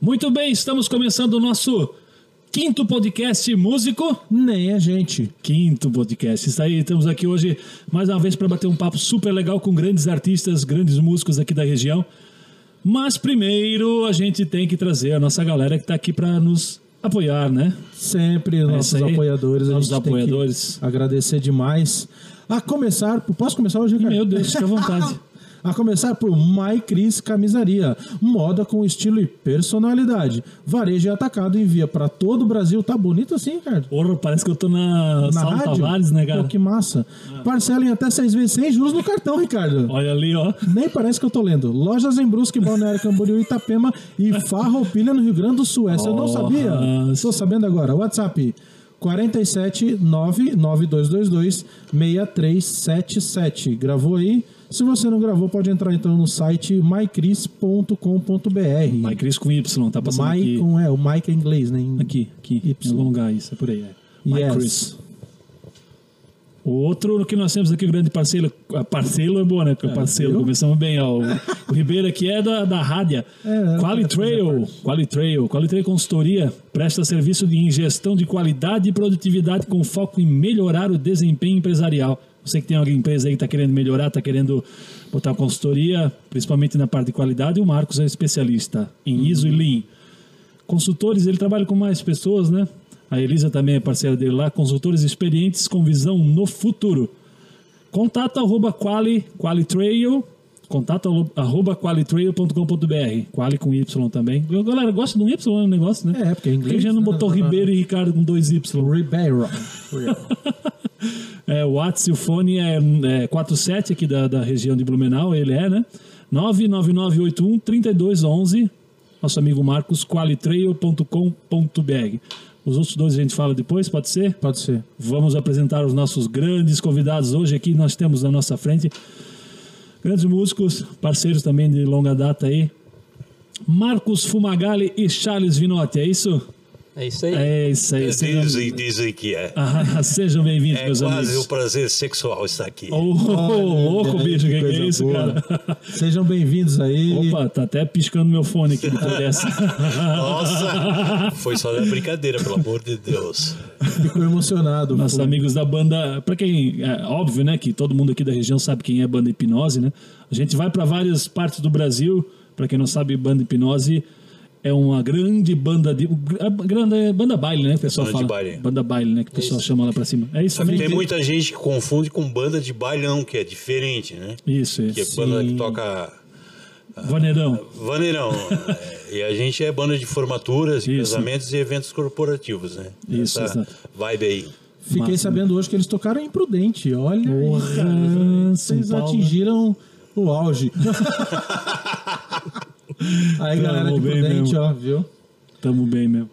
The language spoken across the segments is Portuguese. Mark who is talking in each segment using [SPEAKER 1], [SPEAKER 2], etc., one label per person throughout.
[SPEAKER 1] Muito bem, estamos começando o nosso quinto podcast músico.
[SPEAKER 2] Nem a gente.
[SPEAKER 1] Quinto podcast. Isso aí, estamos aqui hoje mais uma vez para bater um papo super legal com grandes artistas, grandes músicos aqui da região. Mas primeiro a gente tem que trazer a nossa galera que está aqui para nos apoiar, né?
[SPEAKER 2] Sempre nossos
[SPEAKER 1] aí,
[SPEAKER 2] apoiadores. a
[SPEAKER 1] nossos
[SPEAKER 2] gente tem que
[SPEAKER 1] apoiadores.
[SPEAKER 2] agradecer demais. A começar, posso começar hoje, cara?
[SPEAKER 1] Meu Deus, fica à vontade.
[SPEAKER 2] A começar por My Cris Camisaria, moda com estilo e personalidade. Varejo e atacado envia pra todo o Brasil. Tá bonito assim, Ricardo?
[SPEAKER 1] Porra, parece que eu tô na,
[SPEAKER 2] Na
[SPEAKER 1] Saulo
[SPEAKER 2] rádio?
[SPEAKER 1] Tavares, né,
[SPEAKER 2] Pô,
[SPEAKER 1] cara?
[SPEAKER 2] que massa. Parcela em até seis vezes sem juros no cartão, Ricardo.
[SPEAKER 1] Olha ali, ó.
[SPEAKER 2] Nem parece que eu tô lendo. Lojas em Brusque, Balneário Camboriú, Itapema e Farroupilha no Rio Grande do Sul. Essa eu não sabia.
[SPEAKER 1] Nossa.
[SPEAKER 2] Tô sabendo agora. WhatsApp 47 99222 6377. Gravou aí? Se você não gravou, pode entrar então no site mycris.com.br.
[SPEAKER 1] Mike Cris com Y, tá passando
[SPEAKER 2] My
[SPEAKER 1] aqui.
[SPEAKER 2] com é, o Mike é inglês, né? Em-
[SPEAKER 1] Aqui, aqui.
[SPEAKER 2] Y.
[SPEAKER 1] Em algum lugar, isso é por aí. É. Mike
[SPEAKER 2] Yes.
[SPEAKER 1] Chris. O outro que nós temos aqui, o grande parceiro. A parceiro é boa, né? Porque é parceiro,
[SPEAKER 2] viu?
[SPEAKER 1] começamos bem. Ó, o, o Ribeiro aqui é da, da Rádia.
[SPEAKER 2] É, é,
[SPEAKER 1] Qualitrail. Qualitrail. Qualitrail Consultoria presta serviço de ingestão de qualidade e produtividade com foco em melhorar o desempenho empresarial. Você que tem alguma empresa aí que está querendo melhorar, está querendo botar consultoria, principalmente na parte de qualidade, o Marcos é especialista em ISO e Lean consultores, ele trabalha com mais pessoas, né? A Elisa também é parceira dele lá, consultores experientes com visão no futuro. Contato arroba quali, qualitrail, contato alo- arroba qualitrail.com.br, quali com Y também. Eu, Galera, gosta de um Y no negócio, né?
[SPEAKER 2] É, porque é
[SPEAKER 1] Por que
[SPEAKER 2] inglês.
[SPEAKER 1] já não
[SPEAKER 2] né?
[SPEAKER 1] botou Ribeiro e Ricardo com dois Y?
[SPEAKER 2] Ribeiro.
[SPEAKER 1] É, o WhatsApp e o fone é, é 47 aqui da, da região de Blumenau, ele é, né? 99981 3211. Nosso amigo Marcos, qualitrail.com.br. Os outros dois a gente fala depois, pode ser?
[SPEAKER 2] Pode ser.
[SPEAKER 1] Vamos apresentar os nossos grandes convidados hoje aqui. Nós temos na nossa frente grandes músicos, parceiros também de longa data aí. Marcos Fumagalli e Charles Vinotti, é isso?
[SPEAKER 3] É isso aí.
[SPEAKER 1] É isso aí. Sejam,
[SPEAKER 4] Dizem, dizem que é.
[SPEAKER 1] Ah, sejam bem-vindos,
[SPEAKER 4] É
[SPEAKER 1] meus
[SPEAKER 4] quase
[SPEAKER 1] amigos. Oh.
[SPEAKER 4] um prazer sexual estar aqui.
[SPEAKER 1] Ô, louco, bicho, que, que
[SPEAKER 2] coisa
[SPEAKER 1] é isso,
[SPEAKER 2] boa.
[SPEAKER 1] cara?
[SPEAKER 2] Sejam bem-vindos aí.
[SPEAKER 1] Opa, tá até piscando meu fone aqui depois dessa.
[SPEAKER 4] Nossa! Foi só da brincadeira, pelo amor de Deus.
[SPEAKER 2] Ficou emocionado.
[SPEAKER 1] Nossos
[SPEAKER 2] Pô.
[SPEAKER 1] amigos da banda, pra quem é óbvio, né, que todo mundo aqui da região sabe quem é a banda Hipnose, né? A gente vai pra várias partes do Brasil, pra quem não sabe, banda Hipnose é uma grande banda de a grande banda baile, né, que o pessoal
[SPEAKER 4] Banda de
[SPEAKER 1] fala.
[SPEAKER 4] baile.
[SPEAKER 1] Banda baile, né, que o pessoal chama lá pra cima. É isso
[SPEAKER 4] Tem
[SPEAKER 1] mesmo.
[SPEAKER 4] muita gente que confunde com banda de bailão, que é diferente, né?
[SPEAKER 1] Isso,
[SPEAKER 4] Que é
[SPEAKER 1] isso.
[SPEAKER 4] banda que toca
[SPEAKER 1] Vaneirão.
[SPEAKER 4] vaneirão. né? e a gente é banda de formaturas,
[SPEAKER 1] Isso.
[SPEAKER 4] casamentos e eventos corporativos, né?
[SPEAKER 1] Isso,
[SPEAKER 4] Essa
[SPEAKER 1] exato.
[SPEAKER 4] vibe aí.
[SPEAKER 2] Fiquei
[SPEAKER 1] Massa,
[SPEAKER 2] sabendo hoje que eles tocaram em Prudente. Olha, aí,
[SPEAKER 1] né? Porra,
[SPEAKER 2] cara,
[SPEAKER 1] São
[SPEAKER 2] vocês
[SPEAKER 1] Paulo, né?
[SPEAKER 2] atingiram o auge. aí, galera de
[SPEAKER 1] Tamo bem
[SPEAKER 2] Prudente,
[SPEAKER 1] mesmo.
[SPEAKER 2] ó, viu?
[SPEAKER 1] Tamo bem mesmo.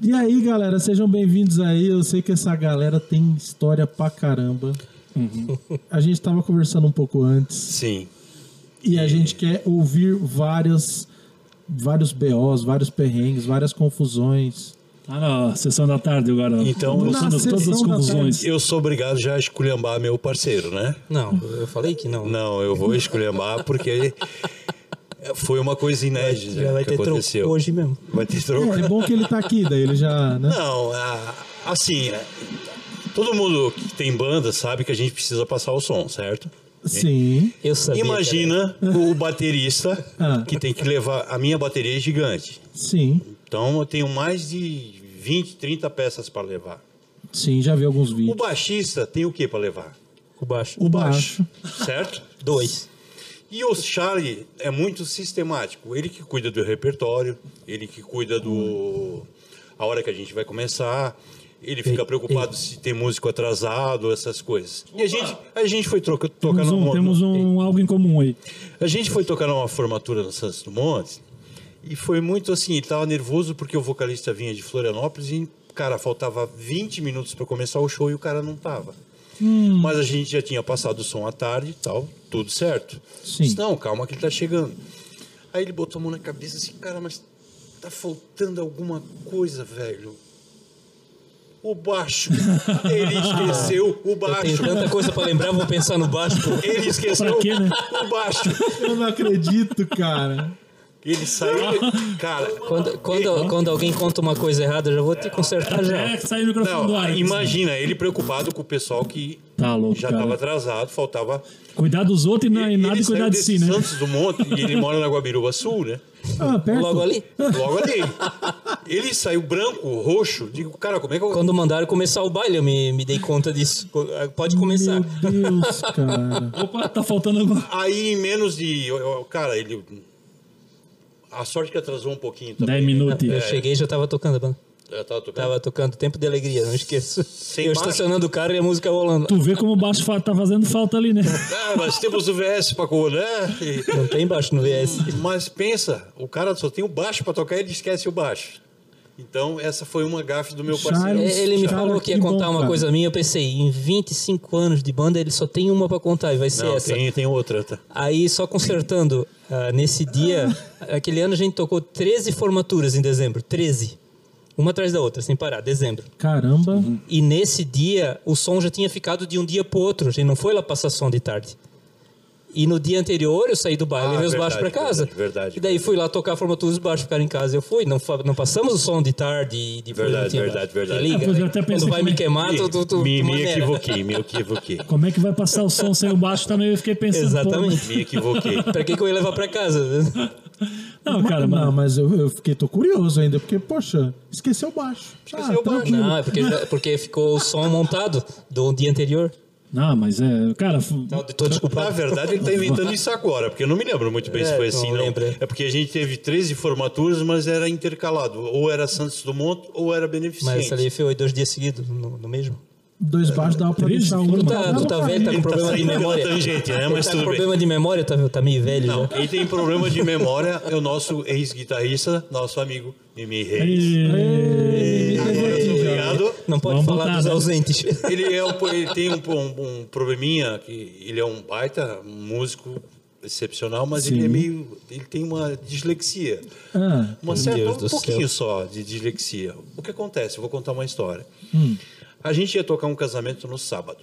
[SPEAKER 2] E aí, galera, sejam bem-vindos aí. Eu sei que essa galera tem história pra caramba.
[SPEAKER 1] Uhum.
[SPEAKER 2] A gente tava conversando um pouco antes
[SPEAKER 4] Sim.
[SPEAKER 2] e a
[SPEAKER 1] É.
[SPEAKER 2] gente quer ouvir várias, vários BOs, vários perrengues, várias confusões.
[SPEAKER 1] Ah, não, sessão da tarde agora.
[SPEAKER 4] Então,
[SPEAKER 1] Começando
[SPEAKER 2] na
[SPEAKER 1] todas as
[SPEAKER 2] sessão da
[SPEAKER 1] confusões.
[SPEAKER 4] Eu sou obrigado já a esculhambar meu parceiro, né?
[SPEAKER 3] Não, eu falei que não.
[SPEAKER 4] Não, eu vou esculhambar porque foi uma coisa inédita
[SPEAKER 3] Já vai
[SPEAKER 4] é que
[SPEAKER 3] ter troco
[SPEAKER 4] aconteceu.
[SPEAKER 3] hoje mesmo.
[SPEAKER 4] Vai ter troco.
[SPEAKER 2] É bom que ele tá aqui, daí ele já.
[SPEAKER 1] É.
[SPEAKER 2] Né?
[SPEAKER 4] Não, a- assim, é, todo mundo que tem banda sabe que a gente precisa passar o som, certo?
[SPEAKER 2] Sim.
[SPEAKER 3] Eu sabia.
[SPEAKER 4] Imagina o baterista
[SPEAKER 2] Ah.
[SPEAKER 4] que tem que levar. A minha bateria é gigante.
[SPEAKER 2] Sim.
[SPEAKER 4] Então eu tenho mais de 20, 30 peças para levar.
[SPEAKER 2] Sim, já vi alguns
[SPEAKER 4] O
[SPEAKER 2] vídeos.
[SPEAKER 4] baixista tem o que para levar?
[SPEAKER 3] cara. O baixo.
[SPEAKER 2] O baixo.
[SPEAKER 4] Certo?
[SPEAKER 3] Dois.
[SPEAKER 4] E o Charlie é muito sistemático. Ele que cuida do repertório, ele que cuida do. a hora que a gente vai começar. Ele fica
[SPEAKER 3] Ei,
[SPEAKER 4] preocupado se tem músico atrasado, essas coisas. E a gente, a gente foi troca, tocar
[SPEAKER 1] Temos um,
[SPEAKER 4] numa-
[SPEAKER 1] temos um algo em comum aí.
[SPEAKER 4] A gente foi tocar numa formatura no Santos Dumont e foi muito assim, ele tava nervoso porque o vocalista vinha de Florianópolis e, cara, faltava 20 minutos para começar o show e o cara não tava. Mas a gente já tinha passado o som à tarde e tal, tudo certo.
[SPEAKER 2] Sim.
[SPEAKER 4] Disse, não, calma que ele tá chegando. Aí ele botou a mão na cabeça assim, cara, mas tá faltando alguma coisa, velho. O baixo. Ele esqueceu o
[SPEAKER 3] Eu tenho
[SPEAKER 4] baixo.
[SPEAKER 3] tanta coisa pra lembrar, vou pensar no baixo. pô.
[SPEAKER 4] Ele esqueceu
[SPEAKER 1] Pra quê, né?
[SPEAKER 4] o baixo.
[SPEAKER 2] Eu não acredito, cara.
[SPEAKER 4] Ele saiu. cara,
[SPEAKER 3] Quando, quando, quando alguém conta uma coisa errada, eu já vou te consertar já.
[SPEAKER 1] É, saiu o microfone do ar.
[SPEAKER 4] não, imagina, ele preocupado com o pessoal que
[SPEAKER 1] Tá louco,
[SPEAKER 4] já
[SPEAKER 1] cara.
[SPEAKER 4] estava atrasado, faltava.
[SPEAKER 1] Cuidar dos outros e, não, e
[SPEAKER 4] ele
[SPEAKER 1] nada de
[SPEAKER 4] saiu
[SPEAKER 1] cuidar de si,
[SPEAKER 4] desse
[SPEAKER 1] né?
[SPEAKER 4] Santos do Monte, e ele mora na Guabiruba Sul, né?
[SPEAKER 2] Ah, perto.
[SPEAKER 3] Logo ali,
[SPEAKER 4] Logo ali. Ele saiu branco, roxo. Digo, cara, como é que eu.
[SPEAKER 3] quando mandaram começar o baile, eu me, me dei conta disso. ah, Pode
[SPEAKER 2] Meu
[SPEAKER 3] começar.
[SPEAKER 2] Deus, cara.
[SPEAKER 1] Opa, tá faltando alguma
[SPEAKER 4] Aí em menos de. eu- eu- Cara, ele. A sorte que atrasou um pouquinho também.
[SPEAKER 1] 10 minutos.
[SPEAKER 4] É.
[SPEAKER 3] Eu cheguei e já tava tocando a banda.
[SPEAKER 4] Eu tava tocando.
[SPEAKER 3] Tava tocando Tempo de Alegria, não esqueço.
[SPEAKER 4] Sem
[SPEAKER 3] eu
[SPEAKER 4] baixo?
[SPEAKER 3] estacionando o carro e a música rolando.
[SPEAKER 1] Tu vê como o baixo fa- tá fazendo falta ali, né?
[SPEAKER 4] Ah, mas temos o VS pra cor, né? E-
[SPEAKER 3] Não tem baixo no VS.
[SPEAKER 4] Mas pensa, o cara só tem o baixo pra tocar e ele esquece o baixo. Então, essa foi uma gafe do meu parceiro.
[SPEAKER 2] Charles.
[SPEAKER 3] É, Ele me
[SPEAKER 2] Cara,
[SPEAKER 3] falou que ia
[SPEAKER 2] que bom,
[SPEAKER 3] contar uma
[SPEAKER 2] cara.
[SPEAKER 3] coisa minha, eu pensei, em 25 anos de banda ele só tem uma pra contar e vai ser
[SPEAKER 4] Não,
[SPEAKER 3] essa.
[SPEAKER 4] tem, tem outra. tá?
[SPEAKER 3] Aí só consertando, ah, nesse dia, aquele ano a gente tocou 13 formaturas em dezembro, 13. Uma atrás da outra, sem parar, dezembro.
[SPEAKER 2] Caramba.
[SPEAKER 3] E nesse dia, o som já tinha ficado de um dia pro outro, a gente não foi lá passar som de tarde. E no dia anterior eu saí do baile,
[SPEAKER 4] Ah,
[SPEAKER 3] levei os
[SPEAKER 4] verdade,
[SPEAKER 3] baixos pra casa.
[SPEAKER 4] verdade, verdade.
[SPEAKER 3] e daí fui lá tocar a formatura, os baixos ficaram em casa. Eu fui, não, fa- não passamos o som de tarde e de
[SPEAKER 4] Verdade,
[SPEAKER 3] não tinha
[SPEAKER 4] verdade,
[SPEAKER 3] baixo.
[SPEAKER 4] verdade.
[SPEAKER 3] Liga,
[SPEAKER 1] Ah, pois eu até pensei
[SPEAKER 3] quando vai
[SPEAKER 1] como é-
[SPEAKER 3] me queimar, Ah, tu, tu, tu,
[SPEAKER 4] me, me
[SPEAKER 3] tu maneira.
[SPEAKER 4] equivoquei, me equivoquei.
[SPEAKER 1] Como é que vai passar o som sem o baixo também? Eu fiquei pensando. pô,
[SPEAKER 3] Exatamente.
[SPEAKER 4] Me equivoquei.
[SPEAKER 3] Pra que, que eu ia levar pra casa?
[SPEAKER 1] mas- Não, Ah, cara,
[SPEAKER 2] Mas- Não,
[SPEAKER 1] mano.
[SPEAKER 2] mas eu, eu fiquei, tô curioso ainda, porque, poxa, esqueceu o baixo. Ah,
[SPEAKER 4] Esqueceu o baixo.
[SPEAKER 2] tranquilo.
[SPEAKER 3] Não, é porque, porque ficou o som montado do dia anterior.
[SPEAKER 1] Não, mas é. Cara, f-
[SPEAKER 3] Tô
[SPEAKER 4] Na
[SPEAKER 3] desculpado.
[SPEAKER 4] verdade, ele tá inventando isso agora, porque eu não me lembro muito bem se
[SPEAKER 3] É,
[SPEAKER 4] foi
[SPEAKER 3] não
[SPEAKER 4] assim, não.
[SPEAKER 3] lembra.
[SPEAKER 4] É porque a gente teve 13 formaturas, mas era intercalado. Ou era Santos Dumont, ou era
[SPEAKER 3] Mas
[SPEAKER 4] Beneficente.
[SPEAKER 3] essa ali foi dois dias seguidos, no, no mesmo.
[SPEAKER 2] Dois baixos dava pra
[SPEAKER 1] Triste.
[SPEAKER 2] deixar um.
[SPEAKER 3] Tu
[SPEAKER 2] Dava
[SPEAKER 3] tá, tu
[SPEAKER 2] pra
[SPEAKER 3] tá
[SPEAKER 2] fazer.
[SPEAKER 3] velho, tá com problema de
[SPEAKER 4] saindo pela
[SPEAKER 3] memória.
[SPEAKER 4] tangente, né?
[SPEAKER 3] Tu
[SPEAKER 4] Mas
[SPEAKER 3] tá
[SPEAKER 4] tudo
[SPEAKER 3] com
[SPEAKER 4] bem.
[SPEAKER 3] problema de memória, tá, tá meio velho
[SPEAKER 4] Não,
[SPEAKER 3] já.
[SPEAKER 4] quem tem problema de memória é o nosso ex-guitarrista, nosso amigo Mimi
[SPEAKER 2] É
[SPEAKER 4] Reis.
[SPEAKER 1] e-
[SPEAKER 4] Agora, muito é obrigado.
[SPEAKER 3] Não pode
[SPEAKER 1] Vamos
[SPEAKER 3] falar
[SPEAKER 1] botar,
[SPEAKER 3] dos
[SPEAKER 1] né?
[SPEAKER 3] ausentes.
[SPEAKER 4] é Ele, é um, po- ele tem um, po- um- um probleminha, que ele é um baita um músico excepcional, mas ele é meio. ele tem uma dislexia.
[SPEAKER 2] Ah,
[SPEAKER 4] Uma certa,
[SPEAKER 3] Deus
[SPEAKER 4] um
[SPEAKER 3] do
[SPEAKER 4] pouquinho só de dislexia. O que acontece? Eu vou contar uma história. A gente ia tocar um casamento no sábado.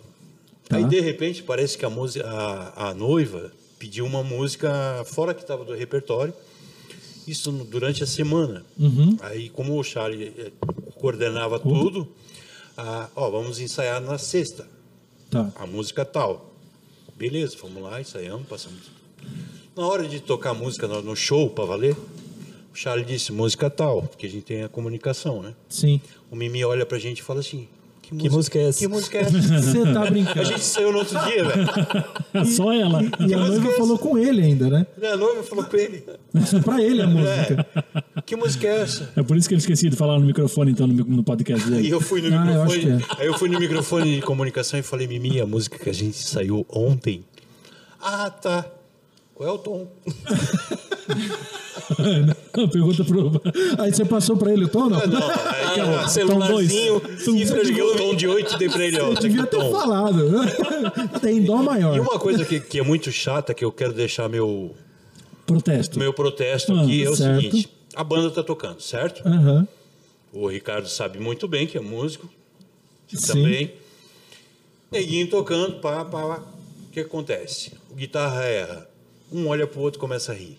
[SPEAKER 4] Aí, de repente, parece que a, música, a, a noiva pediu uma música fora que estava do repertório. Isso no- durante a semana. Aí, como o Charlie eh, coordenava tudo, ah, ó, vamos ensaiar na sexta
[SPEAKER 2] tá.
[SPEAKER 4] a música tal. Beleza, fomos lá, ensaiamos, passamos. Na hora de tocar a música no, no show, pra valer, o Charlie disse música tal, porque a gente tem a comunicação, né?
[SPEAKER 2] Sim.
[SPEAKER 4] O Mimi olha pra gente e fala assim: que música,
[SPEAKER 3] música é essa?"
[SPEAKER 4] Que música é essa?
[SPEAKER 2] Você tá
[SPEAKER 4] a
[SPEAKER 2] brincando.
[SPEAKER 4] gente saiu no outro dia, velho.
[SPEAKER 1] Só ela.
[SPEAKER 2] E a noiva falou com ele ainda, né?
[SPEAKER 4] A noiva é falou pra ele:
[SPEAKER 2] Isso é pra ele a música.
[SPEAKER 4] é, que música é essa?
[SPEAKER 1] É por isso que eu esqueci de falar no microfone, então, no, mic- no podcast
[SPEAKER 4] E
[SPEAKER 1] dele.
[SPEAKER 4] eu fui no
[SPEAKER 2] Ah, eu acho
[SPEAKER 4] microfone.
[SPEAKER 2] que
[SPEAKER 4] Aí eu fui no microfone de comunicação e falei, Mimi, a música que a gente saiu ontem. Ah, tá. Qual é o tom?
[SPEAKER 1] Pergunta pro.
[SPEAKER 2] Aí você passou pra ele o tom, não?
[SPEAKER 4] Não, é aí,
[SPEAKER 3] Ah, celularzinho,
[SPEAKER 4] Eu
[SPEAKER 3] cifra de
[SPEAKER 4] liguei o
[SPEAKER 3] gol.
[SPEAKER 4] tom de 8 e dei pra ele, ó. tá aqui
[SPEAKER 2] Devia
[SPEAKER 4] o
[SPEAKER 2] ter
[SPEAKER 4] tom.
[SPEAKER 2] falado. Tem dó
[SPEAKER 4] E
[SPEAKER 2] maior.
[SPEAKER 4] uma coisa que, que é muito chata, que eu quero deixar meu,
[SPEAKER 1] Protesto.
[SPEAKER 4] meu protesto
[SPEAKER 1] Ah,
[SPEAKER 4] aqui, é o
[SPEAKER 2] certo.
[SPEAKER 4] seguinte. A banda tá tocando, certo?
[SPEAKER 2] Aham.
[SPEAKER 4] O Ricardo sabe muito bem que é músico
[SPEAKER 2] Sim.
[SPEAKER 4] também. Neguinho tocando, pá, pá, pá. O que acontece? O guitarra erra. Um olha pro outro e começa a rir.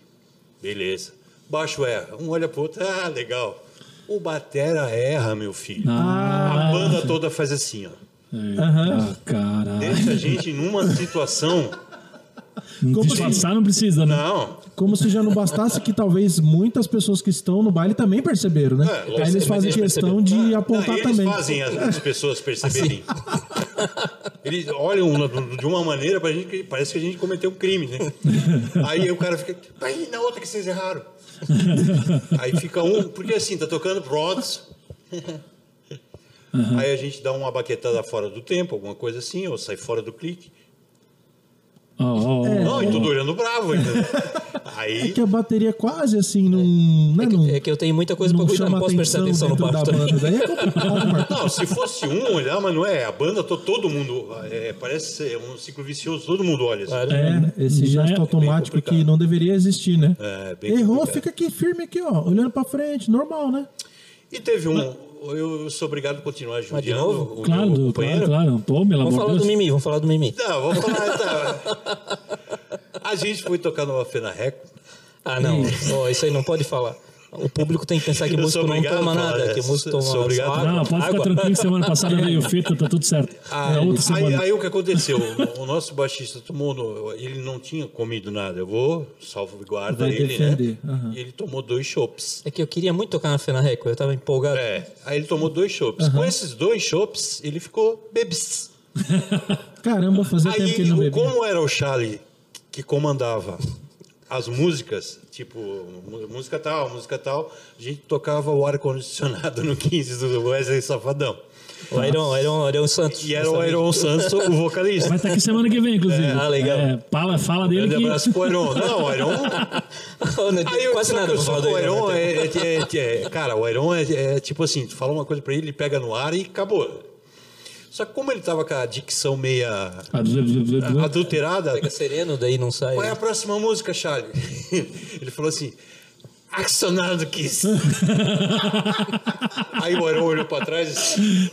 [SPEAKER 4] Beleza. Baixo erra. Um olha pro outro. Ah, legal. O batera erra, meu filho.
[SPEAKER 2] Ah.
[SPEAKER 4] a banda toda faz assim, ó.
[SPEAKER 1] é. Ah, caralho.
[SPEAKER 4] Deixa a gente numa situação.
[SPEAKER 3] assim?
[SPEAKER 1] Disfarçar não precisa, né?
[SPEAKER 4] Não.
[SPEAKER 2] Como se já não bastasse que talvez muitas pessoas que estão no baile também perceberam, né?
[SPEAKER 4] É, lógico.
[SPEAKER 2] Aí eles fazem
[SPEAKER 3] Mas eles
[SPEAKER 2] questão de
[SPEAKER 4] Ah, Não,
[SPEAKER 2] apontar
[SPEAKER 4] eles
[SPEAKER 2] também. Assim.
[SPEAKER 4] fazem as, as pessoas perceberem. Eles olham na- do- de uma maneira pra gente que parece que a gente cometeu um crime, né? Aí o cara fica, aí na outra que vocês erraram. Aí fica um, porque assim, tá tocando Rods. Aí a gente dá uma baquetada fora do tempo, alguma coisa assim, ou sai fora do clique.
[SPEAKER 3] Ah,
[SPEAKER 1] Ó, ó,
[SPEAKER 2] É.
[SPEAKER 1] ó.
[SPEAKER 4] Não, e tudo olhando bravo. entendeu? Aí
[SPEAKER 2] Que a bateria quase assim não. Né, não
[SPEAKER 3] É que eu tenho muita coisa
[SPEAKER 2] não
[SPEAKER 3] pra cuidar, não
[SPEAKER 2] chama
[SPEAKER 3] posso prestar
[SPEAKER 2] atenção,
[SPEAKER 3] atenção no
[SPEAKER 2] dentro da
[SPEAKER 3] baixo também.
[SPEAKER 2] banda. Daí é complicado, Marcos.
[SPEAKER 4] Não, se fosse um olhar, mas não é. A banda, to- todo mundo. é, parece ser um ciclo vicioso, todo mundo olha. assim.
[SPEAKER 3] Claro.
[SPEAKER 2] É, esse
[SPEAKER 1] Já é
[SPEAKER 2] gesto
[SPEAKER 1] bem
[SPEAKER 2] automático que
[SPEAKER 4] complicado.
[SPEAKER 2] não deveria existir, né?
[SPEAKER 4] É, bem
[SPEAKER 2] Errou,
[SPEAKER 4] complicado.
[SPEAKER 2] fica aqui firme aqui, ó, olhando pra frente, normal, né?
[SPEAKER 4] E teve um. Eu, eu sou obrigado a continuar
[SPEAKER 3] Mas de
[SPEAKER 4] judiando
[SPEAKER 3] novo?
[SPEAKER 4] o
[SPEAKER 1] Claro,
[SPEAKER 4] meu
[SPEAKER 1] do-
[SPEAKER 4] companheiro.
[SPEAKER 1] claro, claro. Pô, meu
[SPEAKER 3] ah, Vamos
[SPEAKER 1] amor
[SPEAKER 3] falar
[SPEAKER 1] de
[SPEAKER 3] do
[SPEAKER 1] Deus.
[SPEAKER 3] Mimi, vamos falar do Mimi.
[SPEAKER 4] Não, vou falar. tá. A gente foi tocar numa Fena Record
[SPEAKER 3] Ah, não. Ó, isso aí não pode falar. O público tem que pensar que
[SPEAKER 4] Eu sou
[SPEAKER 3] músico não
[SPEAKER 4] obrigado a
[SPEAKER 3] toma
[SPEAKER 4] falar
[SPEAKER 3] nada, que
[SPEAKER 4] dessa.
[SPEAKER 3] músico toma
[SPEAKER 4] Sou obrigado.
[SPEAKER 3] só água.
[SPEAKER 1] Não, pode ficar
[SPEAKER 3] água. Ah,
[SPEAKER 1] tranquilo, que semana passada veio fita, tá tudo certo. Na outra
[SPEAKER 4] Aí,
[SPEAKER 1] semana.
[SPEAKER 4] aí o que aconteceu? O, o nosso baixista tomou, no- ele não tinha comido nada. Eu vou, salvo guarda
[SPEAKER 2] Vai
[SPEAKER 4] ele,
[SPEAKER 2] defender,
[SPEAKER 4] né?
[SPEAKER 2] aham.
[SPEAKER 4] E ele tomou dois chopps.
[SPEAKER 3] É que eu queria muito tocar na Fena Record, eu tava empolgado.
[SPEAKER 4] É, aí ele tomou dois chopps. Com esses dois chopps, ele ficou bebis.
[SPEAKER 2] Caramba, fazia tempo que
[SPEAKER 4] Aí,
[SPEAKER 2] ele não
[SPEAKER 4] o-
[SPEAKER 2] bebia.
[SPEAKER 4] como era o Charlie que comandava as músicas, tipo, mu- música tal, música tal, a gente tocava o ar-condicionado no 15 do Wesley Safadão.
[SPEAKER 3] O Iron, o Iron, o Iron Santos.
[SPEAKER 4] E era o Iron Santos, o vocalista.
[SPEAKER 1] Vai estar aqui semana que vem, inclusive. É,
[SPEAKER 3] ah, legal.
[SPEAKER 1] fala, fala dele
[SPEAKER 4] Grande
[SPEAKER 1] que...
[SPEAKER 4] abraço pro Iron. Não, o Iron Aí eu,
[SPEAKER 3] Quase
[SPEAKER 4] só
[SPEAKER 3] nada
[SPEAKER 4] que eu
[SPEAKER 3] pra
[SPEAKER 4] sou
[SPEAKER 3] falar
[SPEAKER 4] com
[SPEAKER 3] do
[SPEAKER 4] o Iron
[SPEAKER 3] Iron. né?
[SPEAKER 4] é, é- é- é- Cara, o Iron é, é tipo assim, tu fala uma coisa pra ele, ele pega no ar e acabou. Só que como ele tava com a dicção meia
[SPEAKER 1] Ah, blu, blu, blu, blu.
[SPEAKER 4] adulterada,
[SPEAKER 3] Fica sereno, daí não sai.
[SPEAKER 4] qual é a
[SPEAKER 3] né?
[SPEAKER 4] próxima música, Charlie? Ele falou assim, Accionado Kiss. Aí o Iron olhou pra trás assim,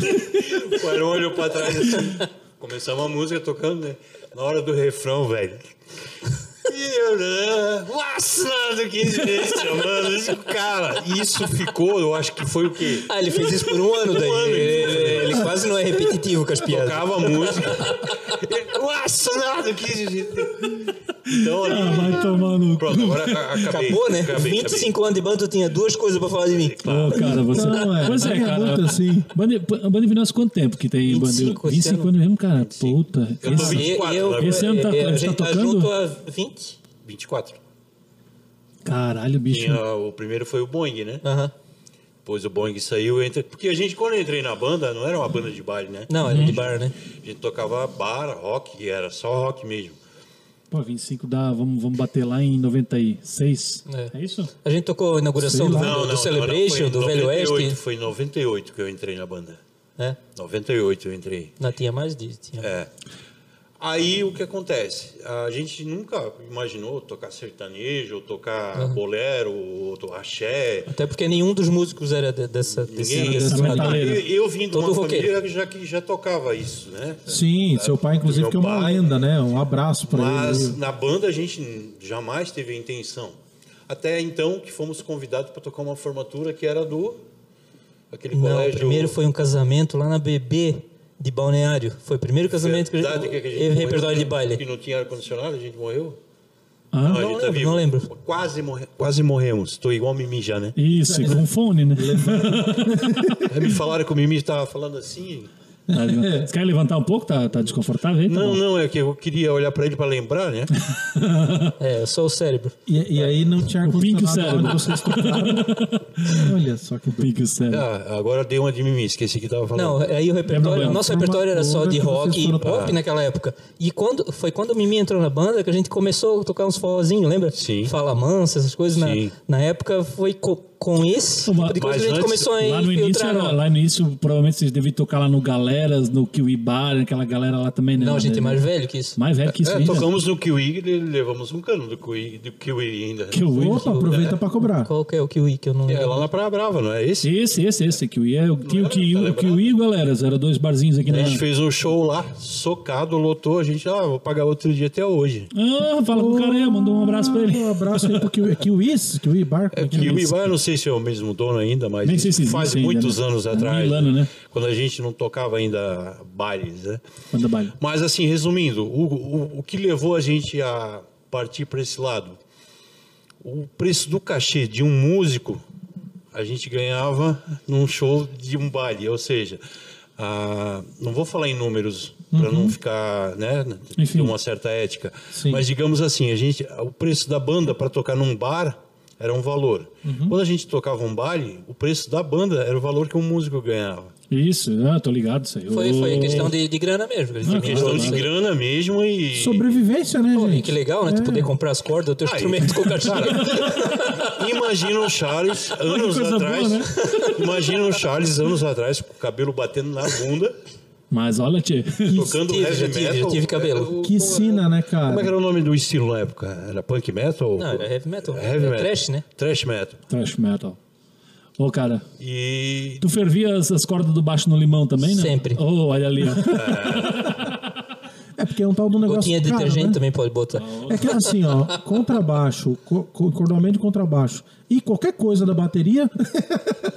[SPEAKER 4] o Iron olhou pra trás assim, começamos a música tocando, né? Na hora do refrão, velho. E eu, né, o Accionado Kiss é me chamando, isso, cara, isso ficou, eu acho que foi o quê?
[SPEAKER 3] Ah, ele fez isso por um ano daí.
[SPEAKER 4] Um ano.
[SPEAKER 3] Ele, ele quase não é repetitivo com as piadas.
[SPEAKER 4] Tocava a música. O Accionado Kiss. Então,
[SPEAKER 1] Ah,
[SPEAKER 4] ali,
[SPEAKER 1] vai tomar no cu.
[SPEAKER 4] Pronto, agora a- acabei.
[SPEAKER 3] Acabou, né?
[SPEAKER 4] Acabei,
[SPEAKER 3] 25 anos de banda, tu tinha duas coisas pra falar de mim.
[SPEAKER 1] Ô, cara, você...
[SPEAKER 2] Não, é,
[SPEAKER 1] pois é,
[SPEAKER 2] é
[SPEAKER 1] cara.
[SPEAKER 2] muito assim.
[SPEAKER 1] Bande... Bande Vingança, quanto tempo que tem
[SPEAKER 3] 25
[SPEAKER 1] Bande...
[SPEAKER 3] esse
[SPEAKER 1] 25
[SPEAKER 3] ano.
[SPEAKER 1] anos mesmo, cara? Puta.
[SPEAKER 4] Eu tô
[SPEAKER 1] esse-
[SPEAKER 4] 24, né?
[SPEAKER 1] Esse ano tá-
[SPEAKER 3] é,
[SPEAKER 1] tá
[SPEAKER 3] a gente tá
[SPEAKER 1] tocando?
[SPEAKER 3] junto a 20.
[SPEAKER 4] 24.
[SPEAKER 1] Caralho, bicho.
[SPEAKER 4] Tinha, o primeiro foi o Boing, né?
[SPEAKER 3] Aham.
[SPEAKER 4] Depois o Boing saiu. Entre... Porque a gente, quando eu entrei na banda, não era uma banda de baile, né?
[SPEAKER 3] Não, era de bar, né?
[SPEAKER 4] A gente tocava bar, rock, e era só rock mesmo.
[SPEAKER 1] Pô, 25 dá... Vamos, vamos bater lá em 96.
[SPEAKER 3] É.
[SPEAKER 1] É, isso?
[SPEAKER 3] A gente tocou a inauguração Ah, do, do Celebration,
[SPEAKER 4] foi em
[SPEAKER 3] do Velho
[SPEAKER 4] 98,
[SPEAKER 3] Oeste.
[SPEAKER 4] Foi em 98 que eu entrei na banda.
[SPEAKER 3] né?
[SPEAKER 4] 98 eu entrei.
[SPEAKER 3] Não tinha mais disso. Tinha.
[SPEAKER 4] É. Aí o que acontece? A gente nunca imaginou tocar sertanejo, ou tocar bolero, ou to- axé.
[SPEAKER 3] Até porque nenhum dos músicos era de- dessa. Desse,
[SPEAKER 4] Ninguém
[SPEAKER 3] desse-
[SPEAKER 1] Essa
[SPEAKER 4] Eu,
[SPEAKER 1] metaleira.
[SPEAKER 4] eu vim de
[SPEAKER 3] Todo
[SPEAKER 4] uma
[SPEAKER 3] roqueiro.
[SPEAKER 4] família que já, que já tocava isso, né?
[SPEAKER 2] Sim, seu pai, inclusive,
[SPEAKER 4] Meu
[SPEAKER 2] que é uma
[SPEAKER 4] pai.
[SPEAKER 2] lenda, né? Um abraço pra
[SPEAKER 4] Mas
[SPEAKER 2] ele.
[SPEAKER 4] na banda a gente jamais teve a intenção. Até então que fomos convidados para tocar uma formatura que era do aquele
[SPEAKER 3] Não, o
[SPEAKER 4] colégio.
[SPEAKER 3] primeiro foi um casamento lá na BB de Balneário. Foi o primeiro casamento que a
[SPEAKER 4] Verdade
[SPEAKER 3] gente.
[SPEAKER 4] que a gente
[SPEAKER 3] teve
[SPEAKER 4] morreu,
[SPEAKER 3] repertório de
[SPEAKER 4] Que
[SPEAKER 3] baile.
[SPEAKER 4] não tinha ar condicionado, a gente morreu.
[SPEAKER 1] Hã?
[SPEAKER 4] a
[SPEAKER 3] não
[SPEAKER 4] gente tá
[SPEAKER 3] lembro, não lembro.
[SPEAKER 4] Quase, morre, quase morremos. Tô igual o Mimi já, né?
[SPEAKER 1] Isso, e com fone, né?
[SPEAKER 4] Aí me falaram que o Mimi estava falando assim.
[SPEAKER 1] Você quer levantar um pouco? Tá, tá desconfortável aí? Tá
[SPEAKER 4] Não,
[SPEAKER 1] bom.
[SPEAKER 4] não, é que eu queria olhar para ele para lembrar, né?
[SPEAKER 3] É, só o cérebro.
[SPEAKER 2] E, e aí não tinha
[SPEAKER 1] Pink
[SPEAKER 2] ar-condicionado
[SPEAKER 1] Cérebro.
[SPEAKER 2] onde vocês tocaram. Olha só que doido.
[SPEAKER 1] Pique o cérebro.
[SPEAKER 4] Ah, agora dei uma de Mimi, esqueci que estava falando.
[SPEAKER 3] Não, aí o repertório,
[SPEAKER 1] problema.
[SPEAKER 3] o nosso repertório era só
[SPEAKER 2] Formatura
[SPEAKER 3] de
[SPEAKER 2] que
[SPEAKER 3] rock
[SPEAKER 2] vocês
[SPEAKER 3] e
[SPEAKER 2] foram
[SPEAKER 3] pop
[SPEAKER 2] tocar.
[SPEAKER 3] naquela época. E quando foi quando o Mimi entrou na banda que a gente começou a tocar uns forrozinhos, lembra?
[SPEAKER 4] Sim.
[SPEAKER 3] Fala mansa, essas coisas na,
[SPEAKER 4] Sim.
[SPEAKER 3] na época foi co- com esse
[SPEAKER 1] Mas-
[SPEAKER 3] tipo de
[SPEAKER 4] mas
[SPEAKER 3] coisa que a gente
[SPEAKER 4] antes-
[SPEAKER 3] começou a
[SPEAKER 1] Lá no, início,
[SPEAKER 3] infiltrar.
[SPEAKER 1] era-
[SPEAKER 3] não.
[SPEAKER 1] lá né? no início, provavelmente vocês deviam tocar lá no Galeras, no Kiwi Bar, aquela galera lá também, né?
[SPEAKER 3] Não, a gente é
[SPEAKER 1] Né?
[SPEAKER 3] mais velho que isso.
[SPEAKER 1] Mais velho que isso né?
[SPEAKER 4] É,
[SPEAKER 1] ainda.
[SPEAKER 4] tocamos no Kiwi, e levamos um cano do Kiwi, do Kiwi ainda.
[SPEAKER 1] Kiwi.
[SPEAKER 2] Opa, aproveita pra cobrar.
[SPEAKER 3] Qual que é o Kiwi que eu não
[SPEAKER 4] É
[SPEAKER 3] lembro?
[SPEAKER 4] lá na Praia Brava, não é esse?
[SPEAKER 1] Esse, esse, esse. Kiwi é o, Ki- o,
[SPEAKER 4] era?
[SPEAKER 1] Kiwi,
[SPEAKER 4] Tá
[SPEAKER 1] o
[SPEAKER 4] lembrado?
[SPEAKER 1] Kiwi
[SPEAKER 3] né?
[SPEAKER 1] e o Galeras. Eram dois barzinhos
[SPEAKER 3] É,
[SPEAKER 1] aqui na...
[SPEAKER 4] A gente fez um show lá, socado, lotou. A gente, ah, vou pagar outro dia até hoje.
[SPEAKER 1] Ah, fala com o cara aí, mandou um abraço pra ele.
[SPEAKER 2] Um abraço aí pro Kiwi. Kiwis? Kiwi Barco?
[SPEAKER 4] É, Kiwi Bar, eu não sei se é o mesmo dono ainda, mas
[SPEAKER 1] Nem sei se
[SPEAKER 4] faz
[SPEAKER 1] existe ainda,
[SPEAKER 4] muitos
[SPEAKER 1] né?
[SPEAKER 4] anos
[SPEAKER 1] É
[SPEAKER 4] atrás.
[SPEAKER 1] Milano, né?
[SPEAKER 4] Quando a gente não tocava ainda bailes, né?
[SPEAKER 1] Manda baile.
[SPEAKER 4] Mas assim, resumindo, o, o, o que levou a gente a partir para esse lado? O preço do cachê de um músico a gente ganhava num show de um baile, ou seja, a- não vou falar em números para não ficar, né,
[SPEAKER 1] Uhum. Enfim.
[SPEAKER 4] ter uma certa ética,
[SPEAKER 2] Sim.
[SPEAKER 4] mas digamos assim, a gente, o preço da banda para tocar num bar era um valor.
[SPEAKER 1] Uhum.
[SPEAKER 4] Quando a gente tocava um baile, o preço da banda era o valor que um músico ganhava.
[SPEAKER 1] Isso, ah, tô ligado, isso aí.
[SPEAKER 3] Foi, foi
[SPEAKER 1] Ô,
[SPEAKER 3] questão de, de grana mesmo. que a gente
[SPEAKER 1] Ah,
[SPEAKER 3] migrou
[SPEAKER 4] Questão de
[SPEAKER 3] nisso aí.
[SPEAKER 4] grana mesmo e
[SPEAKER 2] Sobrevivência, né,
[SPEAKER 3] Pô, e
[SPEAKER 2] gente?
[SPEAKER 3] Que legal, né? Tu
[SPEAKER 2] É.
[SPEAKER 3] poder comprar as cordas do teu
[SPEAKER 4] Aí.
[SPEAKER 3] instrumento com o cachorro.
[SPEAKER 4] Imagina o Charles anos
[SPEAKER 1] coisa
[SPEAKER 4] atrás.
[SPEAKER 1] boa, né?
[SPEAKER 4] Imagina o Charles anos atrás, com o cabelo batendo na bunda,
[SPEAKER 1] Mas olha, tchê.
[SPEAKER 4] tocando
[SPEAKER 3] tive,
[SPEAKER 4] heavy
[SPEAKER 3] já tive,
[SPEAKER 4] metal.
[SPEAKER 3] já tive cabelo.
[SPEAKER 4] É, o-
[SPEAKER 2] Que sina, né,
[SPEAKER 4] Como é que
[SPEAKER 2] cara?
[SPEAKER 4] era o nome do estilo na época? Era punk metal?
[SPEAKER 3] Não, era heavy metal.
[SPEAKER 4] Heavy
[SPEAKER 3] Era
[SPEAKER 4] metal.
[SPEAKER 3] thrash, né?
[SPEAKER 4] Thrash metal.
[SPEAKER 1] Trash metal. Ô, cara,
[SPEAKER 4] E
[SPEAKER 1] tu fervia as, as cordas do baixo no limão também, né?
[SPEAKER 3] Sempre.
[SPEAKER 1] Ô, olha ali, ó.
[SPEAKER 2] É porque é um tal do negócio.
[SPEAKER 3] Gotinha de
[SPEAKER 2] caro,
[SPEAKER 3] detergente
[SPEAKER 2] né?
[SPEAKER 3] também pode botar.
[SPEAKER 2] É que assim, ó, contrabaixo, co co- cordoamento de contrabaixo e qualquer coisa da bateria,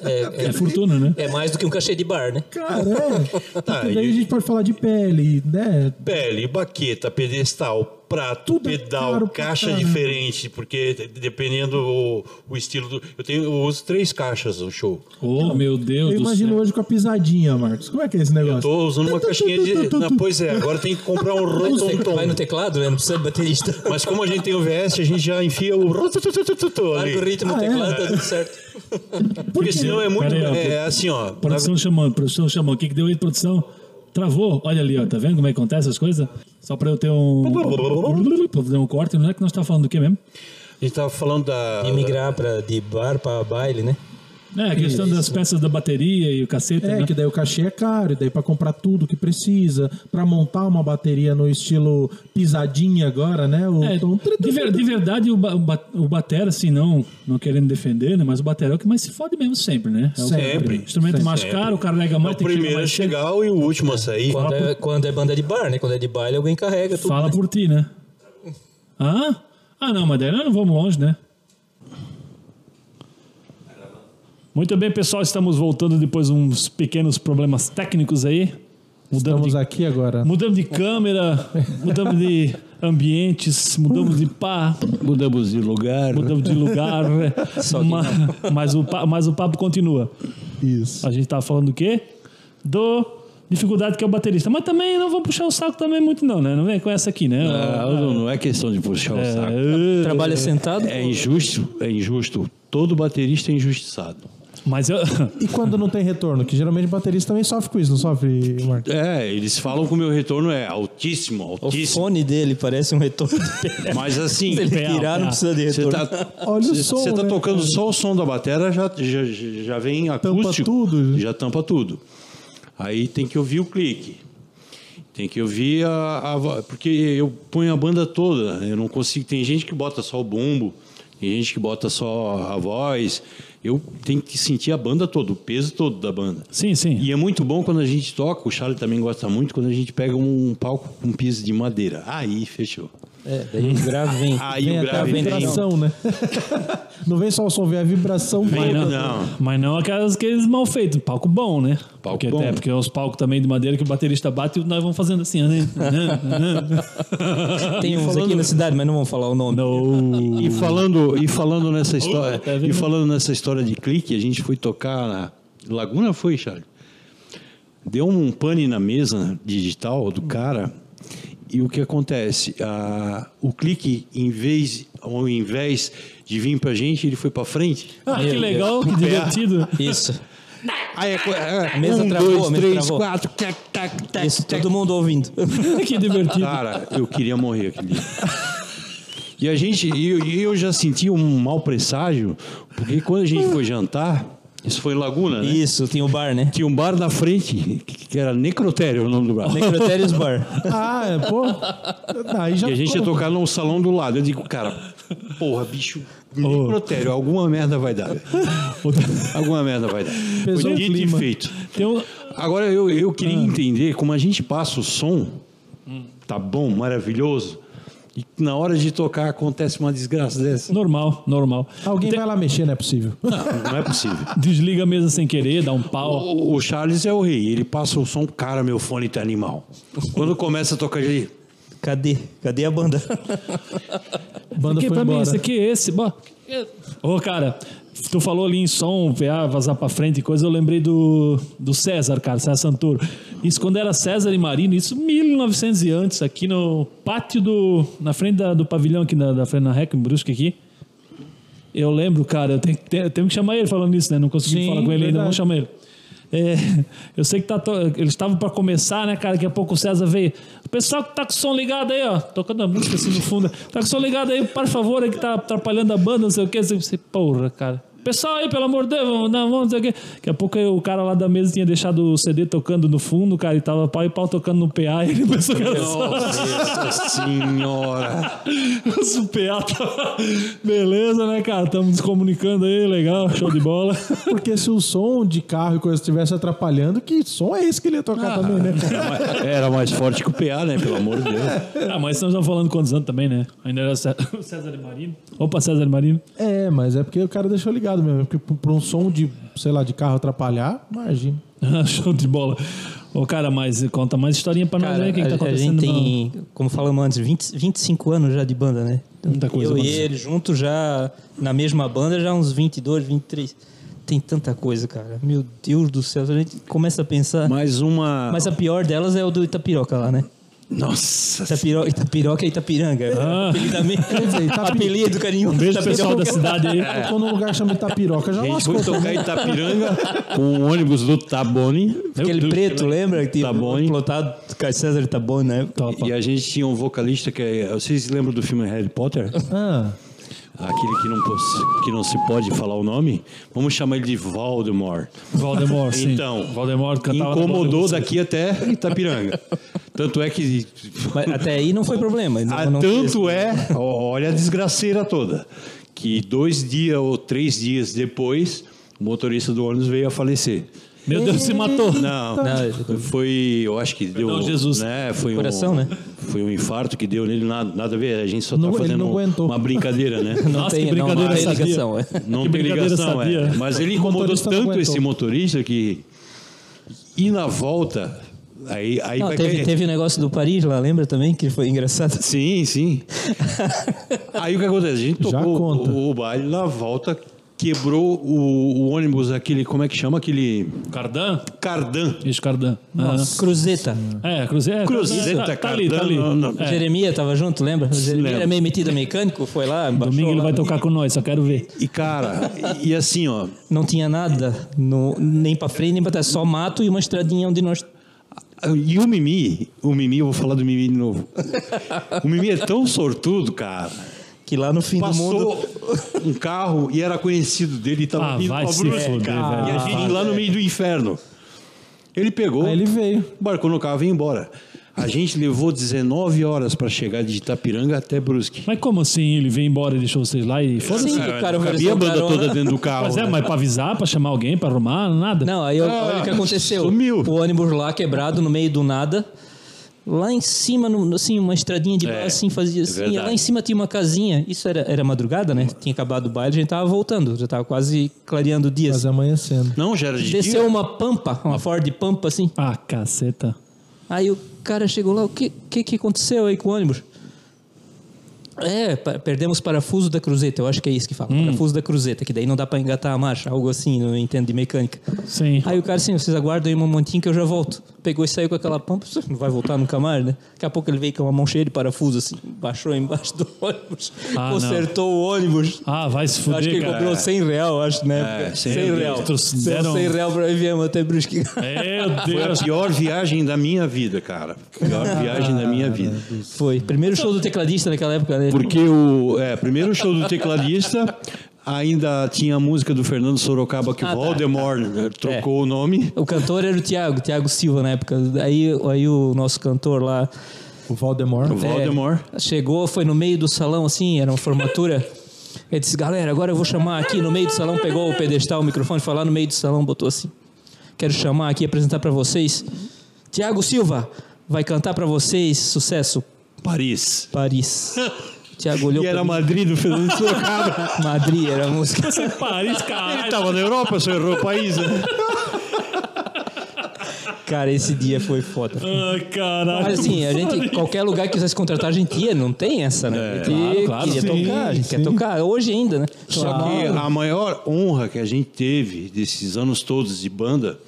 [SPEAKER 1] É fortuna, né?
[SPEAKER 3] É mais do que um cachê de bar, né?
[SPEAKER 2] cara, é.
[SPEAKER 5] Tá,
[SPEAKER 2] Porque daí
[SPEAKER 5] e-
[SPEAKER 2] a gente pode falar de pele, né?
[SPEAKER 5] Pele, baqueta, pedestal, prato,
[SPEAKER 2] Tudo é
[SPEAKER 5] pedal,
[SPEAKER 2] caro pra
[SPEAKER 5] caixa
[SPEAKER 2] caramba.
[SPEAKER 5] diferente, porque de- dependendo o, o estilo do. Eu tenho eu uso três caixas no show.
[SPEAKER 1] Oh, meu Deus
[SPEAKER 2] Eu
[SPEAKER 1] do
[SPEAKER 2] imagino
[SPEAKER 1] céu.
[SPEAKER 2] hoje com a pisadinha, Marcos. Como é que é esse negócio?
[SPEAKER 5] Eu tô usando uma caixinha de. Não, pois é, agora tem que comprar um
[SPEAKER 3] Você
[SPEAKER 5] rotontom.
[SPEAKER 3] Vai no teclado, né? Não precisa de baterista.
[SPEAKER 5] Mas como a gente tem o VS, a gente já enfia o rototototototo
[SPEAKER 3] Larga o
[SPEAKER 5] ali.
[SPEAKER 3] ritmo no
[SPEAKER 2] Ah, é?
[SPEAKER 3] teclado, tá tudo certo.
[SPEAKER 5] Porque senão é muito.
[SPEAKER 1] Pera aí, ó.
[SPEAKER 5] É assim, ó.
[SPEAKER 1] Produção chamando, produção chamando. O que, que deu aí, produção? Travou. Olha ali, ó. Tá vendo como é que acontece as coisas? Só pra eu ter um. pra fazer um corte. Não é que nós tá falando do que mesmo?
[SPEAKER 5] A gente tava falando da.
[SPEAKER 4] Ah,
[SPEAKER 3] E migrar pra, de bar pra baile, né?
[SPEAKER 1] É, a questão das peças da bateria e o cacete,
[SPEAKER 2] É,
[SPEAKER 1] né?
[SPEAKER 2] que daí o cachê é caro, e daí pra comprar tudo que precisa, pra montar uma bateria no estilo pisadinha agora, né? O
[SPEAKER 1] É,
[SPEAKER 2] tom-
[SPEAKER 1] de, ver- de verdade, o, ba- o ba- o batera, assim, não, não querendo defender, né? Mas o batera é o que mais se fode mesmo sempre, né? É o
[SPEAKER 2] Sempre. É
[SPEAKER 1] O instrumento mais caro, o cara nega
[SPEAKER 5] O
[SPEAKER 1] mais, tem que
[SPEAKER 5] primeiro a
[SPEAKER 1] mais cedo.
[SPEAKER 5] chegar e o último a sair.
[SPEAKER 3] Quando é, quando é banda de bar, né? Quando é de baile, alguém carrega tudo.
[SPEAKER 1] Fala por ti, né? Hã? Ah, não, mas daí nós não vamos longe, né? Muito bem, pessoal, estamos voltando depois de uns pequenos problemas técnicos aí. Mudamos
[SPEAKER 2] Estamos
[SPEAKER 1] de,
[SPEAKER 2] aqui agora.
[SPEAKER 1] mudamos de câmera, mudamos de ambientes, mudamos de pá,
[SPEAKER 4] Mudamos de lugar. né?
[SPEAKER 1] mudamos de lugar. né? ma- mas, o, pa- mas o papo continua.
[SPEAKER 2] Isso.
[SPEAKER 1] A gente tava falando do quê? Do dificuldade que é o baterista. Mas também não vou puxar o saco também muito não, né? Não vem com essa aqui, né?
[SPEAKER 4] Ah, não, não é questão de puxar o saco.
[SPEAKER 1] É,
[SPEAKER 3] Trabalha sentado.
[SPEAKER 4] É injusto, é injusto. Todo baterista é injustiçado.
[SPEAKER 1] Mas eu.
[SPEAKER 2] E quando não tem retorno? Que geralmente baterista também sofre com isso, não sofre, Marcos?
[SPEAKER 4] É, eles falam que o meu retorno é altíssimo,
[SPEAKER 3] O
[SPEAKER 4] altíssimo.
[SPEAKER 3] fone dele parece um retorno. de-
[SPEAKER 4] Mas assim,
[SPEAKER 3] Se ele
[SPEAKER 1] Pé,
[SPEAKER 3] tirar, não
[SPEAKER 1] pé.
[SPEAKER 3] precisa de
[SPEAKER 4] você
[SPEAKER 3] retorno.
[SPEAKER 4] tá,
[SPEAKER 2] Olha o
[SPEAKER 4] cê-
[SPEAKER 2] som,
[SPEAKER 4] cê tá
[SPEAKER 2] né?
[SPEAKER 4] tocando só o som da bateria, já, já, já já vem
[SPEAKER 2] Tampa
[SPEAKER 4] acústico.
[SPEAKER 2] tudo. né?
[SPEAKER 4] Já tampa tudo. Aí tem que ouvir o clique. Tem que ouvir a, a vo- Porque eu ponho a banda toda. Eu não consigo. Tem gente que bota só o bumbo, tem gente que bota só a voz. Eu tenho que sentir a banda toda, o peso todo da banda.
[SPEAKER 1] Sim, sim.
[SPEAKER 4] E é muito bom quando a gente toca, o Charlie também gosta muito, quando a gente pega um palco com piso de madeira. Aí, fechou.
[SPEAKER 3] É, daí o grave vem.
[SPEAKER 4] Aí
[SPEAKER 2] Vem
[SPEAKER 4] o
[SPEAKER 2] até a
[SPEAKER 4] grave vem.
[SPEAKER 2] vibração, né? não vem só o som, vem a vibração.
[SPEAKER 4] Vem-
[SPEAKER 1] Não,
[SPEAKER 4] não.
[SPEAKER 1] Mas não aquelas, aqueles mal feitos. Palco bom, né?
[SPEAKER 4] Palco
[SPEAKER 1] porque,
[SPEAKER 4] bom.
[SPEAKER 1] É, porque é os palcos também de madeira que o baterista bate e nós vamos fazendo assim, né?
[SPEAKER 4] Tá
[SPEAKER 3] Tem uns aqui na cidade, mas não vamos falar o nome.
[SPEAKER 1] no...
[SPEAKER 4] E falando, e falando nessa história,
[SPEAKER 1] tá vendo?
[SPEAKER 4] e falando nessa história de clique, a gente foi tocar na Laguna foi, Charlie. Deu um pane na mesa digital
[SPEAKER 3] Hum.
[SPEAKER 4] do cara. E o que acontece? A, o clique, em vez, ao invés de vir pra gente, ele foi pra frente.
[SPEAKER 1] Ah, que legal, que divertido.
[SPEAKER 3] Isso.
[SPEAKER 4] Aí é, co- é,
[SPEAKER 3] A mesa
[SPEAKER 4] um,
[SPEAKER 3] travou,
[SPEAKER 4] dois,
[SPEAKER 3] a mesa
[SPEAKER 4] três,
[SPEAKER 3] travou.
[SPEAKER 4] quatro, tac, tac,
[SPEAKER 2] É,
[SPEAKER 4] tac,
[SPEAKER 3] Isso,
[SPEAKER 4] tac.
[SPEAKER 3] todo mundo ouvindo.
[SPEAKER 1] que divertido.
[SPEAKER 4] Cara, eu queria morrer aquele dia. E a gente, e eu, e eu já senti um mau presságio, porque quando a gente foi jantar, isso foi em Laguna, né?
[SPEAKER 3] Isso, tem o bar, né?
[SPEAKER 4] Tinha um bar na frente, que que era Necrotério o nome do bar.
[SPEAKER 3] Necrotérios Bar.
[SPEAKER 2] Ah, é, pô. Daí já
[SPEAKER 4] E a gente ia
[SPEAKER 2] ficou.
[SPEAKER 4] tocar no salão do lado. Eu digo, cara, porra, bicho, Necrotério, alguma merda vai dar. velho. alguma merda vai dar.
[SPEAKER 2] Pesou
[SPEAKER 4] foi
[SPEAKER 2] o
[SPEAKER 4] dito e
[SPEAKER 2] clima.
[SPEAKER 4] feito.
[SPEAKER 1] Tem um-
[SPEAKER 4] Agora eu, eu queria entender como a gente passa o som, tá bom, maravilhoso, e na hora de tocar acontece uma desgraça dessa.
[SPEAKER 1] Normal, normal.
[SPEAKER 2] Alguém vai lá mexer, não é possível.
[SPEAKER 4] Não, não é possível.
[SPEAKER 1] Desliga a mesa sem querer, dá um pau.
[SPEAKER 4] O, o Charles é o rei, ele passa o som, cara, meu fone tá animal. Quando começa a tocar, ele.
[SPEAKER 3] Cadê? Cadê a banda?
[SPEAKER 2] Banda
[SPEAKER 1] Aqui,
[SPEAKER 2] foi
[SPEAKER 1] pra mim,
[SPEAKER 2] embora.
[SPEAKER 1] esse aqui, é esse. Ô, cara, tu falou ali em som, PA, vazar pra frente e coisa, eu lembrei do, do César, cara, César Santoro. Isso quando era César e Marino, isso 1900 e antes, aqui no pátio do. na frente da- do pavilhão aqui da, da frente da Rec, em Brusque aqui. Eu lembro, cara, eu tenho, que- tenho- tenho que chamar ele falando isso, né? Não consegui
[SPEAKER 2] Sim,
[SPEAKER 1] falar com ele ainda,
[SPEAKER 2] verdade.
[SPEAKER 1] vamos chamar ele. É, eu sei que tá to- eles estavam pra começar, né, cara? Daqui a pouco o César veio. O pessoal que tá com o som ligado aí, ó, tocando a música assim no fundo. Tá com o som ligado aí, por favor, aí que tá atrapalhando a banda, não sei o quê. Eu pensei, porra, cara. Pessoal aí, pelo amor de Deus, vamos, não, vamos, não sei o quê. Daqui a pouco aí, o cara lá da mesa tinha deixado o CD tocando no fundo, cara, e tava pau e pau tocando no PA, e ele pensou que era só...
[SPEAKER 4] Nossa senhora!
[SPEAKER 1] Nossa, o PA tava... Beleza, né, cara? Estamos nos comunicando aí, legal, show de bola.
[SPEAKER 2] Porque se o som de carro e coisa estivesse atrapalhando, que som é esse que ele ia tocar
[SPEAKER 4] Ah.
[SPEAKER 2] também, né?
[SPEAKER 4] Era mais forte que o PA, né? Pelo amor de Deus.
[SPEAKER 1] Ah, mas estamos já falando quantos anos também, né? Ainda era Cé- César e Marino. Opa, César e Marino.
[SPEAKER 2] É, mas é porque o cara deixou ligado mesmo. Porque p- pra um som de, sei lá, de carro atrapalhar, imagina.
[SPEAKER 1] Show de bola. Ô, cara, mas conta mais historinha pra nós
[SPEAKER 3] Cara,
[SPEAKER 1] aí, o que, que tá
[SPEAKER 3] a, a
[SPEAKER 1] acontecendo?
[SPEAKER 3] gente tem, como falamos antes, 20, 25 anos já de banda, né? Então,
[SPEAKER 1] Muita coisa
[SPEAKER 3] Eu e
[SPEAKER 1] aconteceu.
[SPEAKER 3] ele juntos já na mesma banda, já uns 22, 23. Tem tanta coisa, cara. Meu Deus do céu, a gente começa a pensar.
[SPEAKER 4] Mais
[SPEAKER 3] Mas,
[SPEAKER 4] uma.
[SPEAKER 3] a pior delas é o do Itapiroca lá, né?
[SPEAKER 4] Nossa!
[SPEAKER 3] Itapiro, Itapiroca é Itapiranga.
[SPEAKER 1] Ah.
[SPEAKER 3] Apelidamente. Apelido, carinho.
[SPEAKER 1] Um beijo pro pessoal da
[SPEAKER 3] Itapiroca.
[SPEAKER 1] cidade aí.
[SPEAKER 2] Tocou num um lugar chamado Itapiroca, já
[SPEAKER 4] A É. gente
[SPEAKER 2] lascou.
[SPEAKER 4] foi tocar em Itapiranga com o ônibus do Tabone.
[SPEAKER 3] Aquele
[SPEAKER 4] Do-
[SPEAKER 3] preto, lembra? Que
[SPEAKER 1] Tá
[SPEAKER 3] tinha
[SPEAKER 4] Tabone.
[SPEAKER 3] plotado com César Tabone, né?
[SPEAKER 4] E a gente tinha um vocalista que é. Vocês lembram do filme Harry Potter?
[SPEAKER 2] Ah,
[SPEAKER 4] Aquele que não, pos- que não se pode falar o nome? Vamos chamar ele de Voldemort.
[SPEAKER 1] Valdemor, sim.
[SPEAKER 4] Então,
[SPEAKER 1] Valdemor cantava na
[SPEAKER 4] Incomodou
[SPEAKER 1] boca do-
[SPEAKER 4] daqui até Itapiranga. Tanto é que.
[SPEAKER 3] Mas até aí não foi problema. Não,
[SPEAKER 4] Ah,
[SPEAKER 3] não-
[SPEAKER 4] tanto é, olha a desgraceira toda, que dois dias ou três dias depois, o motorista do ônibus veio a falecer.
[SPEAKER 1] Meu Deus, se matou.
[SPEAKER 4] Não,
[SPEAKER 3] Não.
[SPEAKER 4] foi, eu acho que deu.
[SPEAKER 1] Perdão, Jesus.
[SPEAKER 4] Né, foi
[SPEAKER 3] Coração,
[SPEAKER 4] um,
[SPEAKER 3] né?
[SPEAKER 4] Foi um infarto que deu nele, nada, nada a ver, a gente só
[SPEAKER 2] Não,
[SPEAKER 4] tá
[SPEAKER 2] ele
[SPEAKER 4] fazendo
[SPEAKER 2] não aguentou.
[SPEAKER 4] uma brincadeira, né?
[SPEAKER 3] Não
[SPEAKER 1] Nossa,
[SPEAKER 3] tem,
[SPEAKER 1] que
[SPEAKER 3] não,
[SPEAKER 1] brincadeira
[SPEAKER 3] não tem
[SPEAKER 1] essa dia.
[SPEAKER 3] ligação. é.
[SPEAKER 4] Não
[SPEAKER 1] Que
[SPEAKER 4] tem
[SPEAKER 1] brincadeira
[SPEAKER 4] ligação, é.
[SPEAKER 1] sabia.
[SPEAKER 4] Mas ele
[SPEAKER 2] O
[SPEAKER 4] incomodou
[SPEAKER 2] motorista não
[SPEAKER 4] tanto
[SPEAKER 2] aguentou.
[SPEAKER 4] esse motorista que. E na volta. Aí, aí
[SPEAKER 3] Não,
[SPEAKER 4] vai
[SPEAKER 3] teve,
[SPEAKER 4] cair-
[SPEAKER 3] teve o negócio do Paris lá, lembra também? Que foi engraçado.
[SPEAKER 4] Sim, sim. Aí o que acontece? A gente
[SPEAKER 2] Já
[SPEAKER 4] tocou
[SPEAKER 2] conta.
[SPEAKER 4] o, o baile na volta, quebrou o, o ônibus, aquele, como é que chama? Aquele
[SPEAKER 1] Cardan?
[SPEAKER 4] cardan.
[SPEAKER 1] Isso, Cardan. Nossa.
[SPEAKER 3] Cruzeta.
[SPEAKER 1] É, Cruzeiro.
[SPEAKER 4] Cruzeta,
[SPEAKER 1] tá, tá ali, tá
[SPEAKER 4] Cardan,
[SPEAKER 1] ali.
[SPEAKER 4] não, não.
[SPEAKER 1] É,
[SPEAKER 3] Jeremias tava junto, lembra? O Jeremias
[SPEAKER 4] lembro.
[SPEAKER 3] era meio metido mecânico, foi lá, baixou
[SPEAKER 1] Domingo ele
[SPEAKER 3] lá.
[SPEAKER 1] vai tocar com nós, só quero ver.
[SPEAKER 4] E cara, e assim, ó,
[SPEAKER 3] Não tinha nada, no- nem pra frente, nem pra trás, só mato e uma estradinha onde nós...
[SPEAKER 4] E o Mimi, o Mimi, eu vou falar do Mimi de novo. O Mimi é tão sortudo, cara.
[SPEAKER 3] Que lá no fim do mundo...
[SPEAKER 4] Passou um carro e era conhecido dele e tava
[SPEAKER 1] Ah,
[SPEAKER 4] vindo
[SPEAKER 1] vai
[SPEAKER 4] pra
[SPEAKER 1] se
[SPEAKER 4] Brusque,
[SPEAKER 1] foder,
[SPEAKER 4] cara.
[SPEAKER 1] velho.
[SPEAKER 4] E a gente lá no meio do inferno. Ele pegou,
[SPEAKER 2] aí ele veio.
[SPEAKER 4] embarcou no carro e veio embora. A gente levou 19 horas pra chegar de Itapiranga até Brusque.
[SPEAKER 1] Mas como assim ele veio embora e deixou vocês lá e foda-se? É,
[SPEAKER 3] Sim,
[SPEAKER 4] Cara,
[SPEAKER 3] o cara
[SPEAKER 4] não
[SPEAKER 3] ofereceu
[SPEAKER 4] cabia a banda
[SPEAKER 3] carona.
[SPEAKER 4] toda dentro do carro.
[SPEAKER 1] Mas é,
[SPEAKER 4] né?
[SPEAKER 1] mas pra avisar, pra chamar alguém, pra arrumar, nada.
[SPEAKER 3] Ah, Não, aí eu-
[SPEAKER 4] Ah,
[SPEAKER 3] olha o que aconteceu.
[SPEAKER 4] sumiu.
[SPEAKER 3] O ônibus lá quebrado no meio do nada. Lá em cima, no- assim, uma estradinha de
[SPEAKER 4] É,
[SPEAKER 3] barro, assim, fazia assim. E
[SPEAKER 4] verdade.
[SPEAKER 3] lá em cima tinha uma casinha. Isso era, era madrugada, né? Tinha acabado o baile, a gente tava voltando. Já tava quase clareando o dia.
[SPEAKER 2] Mas é amanhecendo.
[SPEAKER 4] Não, já era de
[SPEAKER 3] Desceu
[SPEAKER 4] dia.
[SPEAKER 3] uma pampa, uma Ford pampa, assim.
[SPEAKER 1] Ah, caceta.
[SPEAKER 3] Aí o cara chegou lá, o que, que, que aconteceu aí com o ônibus? É, pa- perdemos parafuso da cruzeta, eu acho que é isso que fala.
[SPEAKER 4] Hum.
[SPEAKER 3] Parafuso da cruzeta, que daí não dá pra engatar a marcha, algo assim, não entendo de mecânica.
[SPEAKER 1] Sim.
[SPEAKER 3] Aí o cara assim, vocês aguardam aí um momentinho que eu já volto. Pegou e saiu com aquela pampa, "Você não vai voltar nunca mais, né? Daqui a pouco ele veio com uma mão cheia de parafuso, assim, baixou embaixo do ônibus,
[SPEAKER 1] Ah, não.
[SPEAKER 3] consertou o ônibus.
[SPEAKER 1] Ah, vai se
[SPEAKER 3] Eu acho
[SPEAKER 1] fuder,
[SPEAKER 3] que ele
[SPEAKER 1] cara. É,
[SPEAKER 3] cobrou 100 real, acho, né? época.
[SPEAKER 4] 100
[SPEAKER 3] 100,
[SPEAKER 4] real.
[SPEAKER 3] real. Deu
[SPEAKER 1] Eles
[SPEAKER 3] 100
[SPEAKER 1] deram-
[SPEAKER 3] real pra mim, viemos até Brusque.
[SPEAKER 1] Meu
[SPEAKER 4] Foi a
[SPEAKER 1] Deus.
[SPEAKER 4] pior viagem da minha vida, cara. Pior viagem da minha vida.
[SPEAKER 3] Foi. Primeiro show do tecladista naquela época, né?
[SPEAKER 4] Porque o é, primeiro show do tecladista ainda tinha a música do Fernando Sorocaba que o
[SPEAKER 3] Ah, tá.
[SPEAKER 4] Voldemort né, trocou o nome.
[SPEAKER 3] O cantor era o Thiago, Thiago Silva na época. Aí, aí o nosso cantor lá
[SPEAKER 2] O Valdemar.
[SPEAKER 4] O Voldemort.
[SPEAKER 3] é, chegou, foi no meio do salão, assim, era uma formatura. Ele disse, galera, agora eu vou chamar aqui no meio do salão, pegou o pedestal, o microfone, foi lá no meio do salão, botou assim. Quero chamar aqui, apresentar pra vocês. Thiago Silva vai cantar pra vocês sucesso
[SPEAKER 4] Paris.
[SPEAKER 3] Paris. Thiago olhou
[SPEAKER 4] E
[SPEAKER 3] pra
[SPEAKER 4] era
[SPEAKER 3] mim,
[SPEAKER 4] Madrid do Fernando Sorocaba.
[SPEAKER 3] Madrid, era a música.
[SPEAKER 1] Paris, caralho.
[SPEAKER 4] Ele tava na Europa, só errou o país, né?
[SPEAKER 3] Cara, esse dia foi foda.
[SPEAKER 1] Ah, caralho.
[SPEAKER 3] Mas assim, a gente, qualquer lugar que quisesse contratar, a gente ia, não tem essa, né? a gente
[SPEAKER 1] claro,
[SPEAKER 3] queria
[SPEAKER 1] sim,
[SPEAKER 3] tocar, a gente quer tocar, hoje ainda, né?
[SPEAKER 4] Só que a maior honra que a gente teve desses anos todos de banda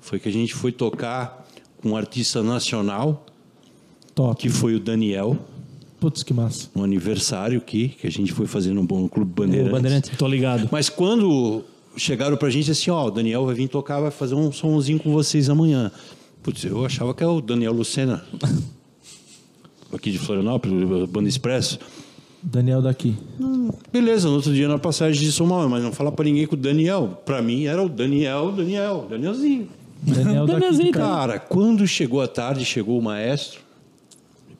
[SPEAKER 4] foi que a gente foi tocar com um artista nacional,
[SPEAKER 2] Top.
[SPEAKER 4] que foi o Daniel,
[SPEAKER 2] Putz, que massa.
[SPEAKER 4] no aniversário aqui, que a gente foi fazer no Bom Clube Bandeirantes.
[SPEAKER 3] O Bandeirante.
[SPEAKER 1] Tô ligado.
[SPEAKER 4] Mas quando chegaram pra gente assim, ó, o Daniel vai vir tocar, vai fazer um somzinho com vocês amanhã. Putz, eu achava que era o Daniel Lucena. Aqui de Florianópolis, Banda Expresso.
[SPEAKER 2] Daniel daqui.
[SPEAKER 4] Beleza, no outro dia na passagem de Somal, mas não falar pra ninguém com o Daniel. Pra mim era o Daniel, Daniel, Danielzinho.
[SPEAKER 2] Daniel daqui.
[SPEAKER 1] Danielzinho,
[SPEAKER 2] cara.
[SPEAKER 4] Cara, quando chegou a tarde, chegou o maestro,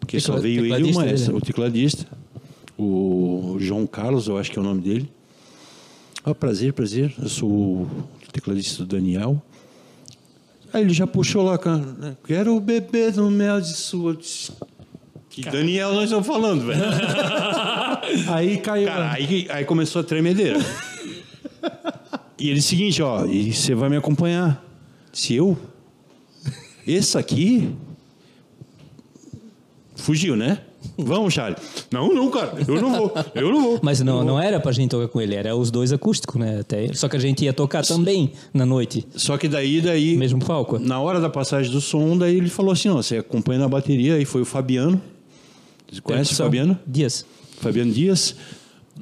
[SPEAKER 4] porque só
[SPEAKER 3] Tecla-
[SPEAKER 4] veio ele e o
[SPEAKER 3] tecladista
[SPEAKER 4] maestro,
[SPEAKER 3] dele, né?
[SPEAKER 4] o tecladista, o João Carlos, eu acho que é o nome dele. Ah, prazer, prazer, eu sou o tecladista do Daniel. Aí ele já puxou lá, cara, né? quero beber no mel de sua... Que Daniel nós estamos falando, velho.
[SPEAKER 2] Aí caiu.
[SPEAKER 4] Cara, aí, aí começou a tremedeira. e ele disse o seguinte, ó, e você vai me acompanhar. Se eu? Esse aqui? Fugiu, né? Vamos, Charlie. Não, não, cara. Eu não vou. Eu não vou.
[SPEAKER 3] Mas não, não era pra gente tocar com ele, era os dois acústicos, né? Até, só que a gente ia tocar também na noite,
[SPEAKER 4] Só que daí, daí...
[SPEAKER 3] mesmo palco.
[SPEAKER 4] Na hora da passagem do som, daí ele falou assim, ó, você acompanha na bateria. Aí foi o Fabiano. Você conhece o
[SPEAKER 3] Percussão.
[SPEAKER 4] Fabiano?
[SPEAKER 3] Dias.
[SPEAKER 4] Fabiano Dias.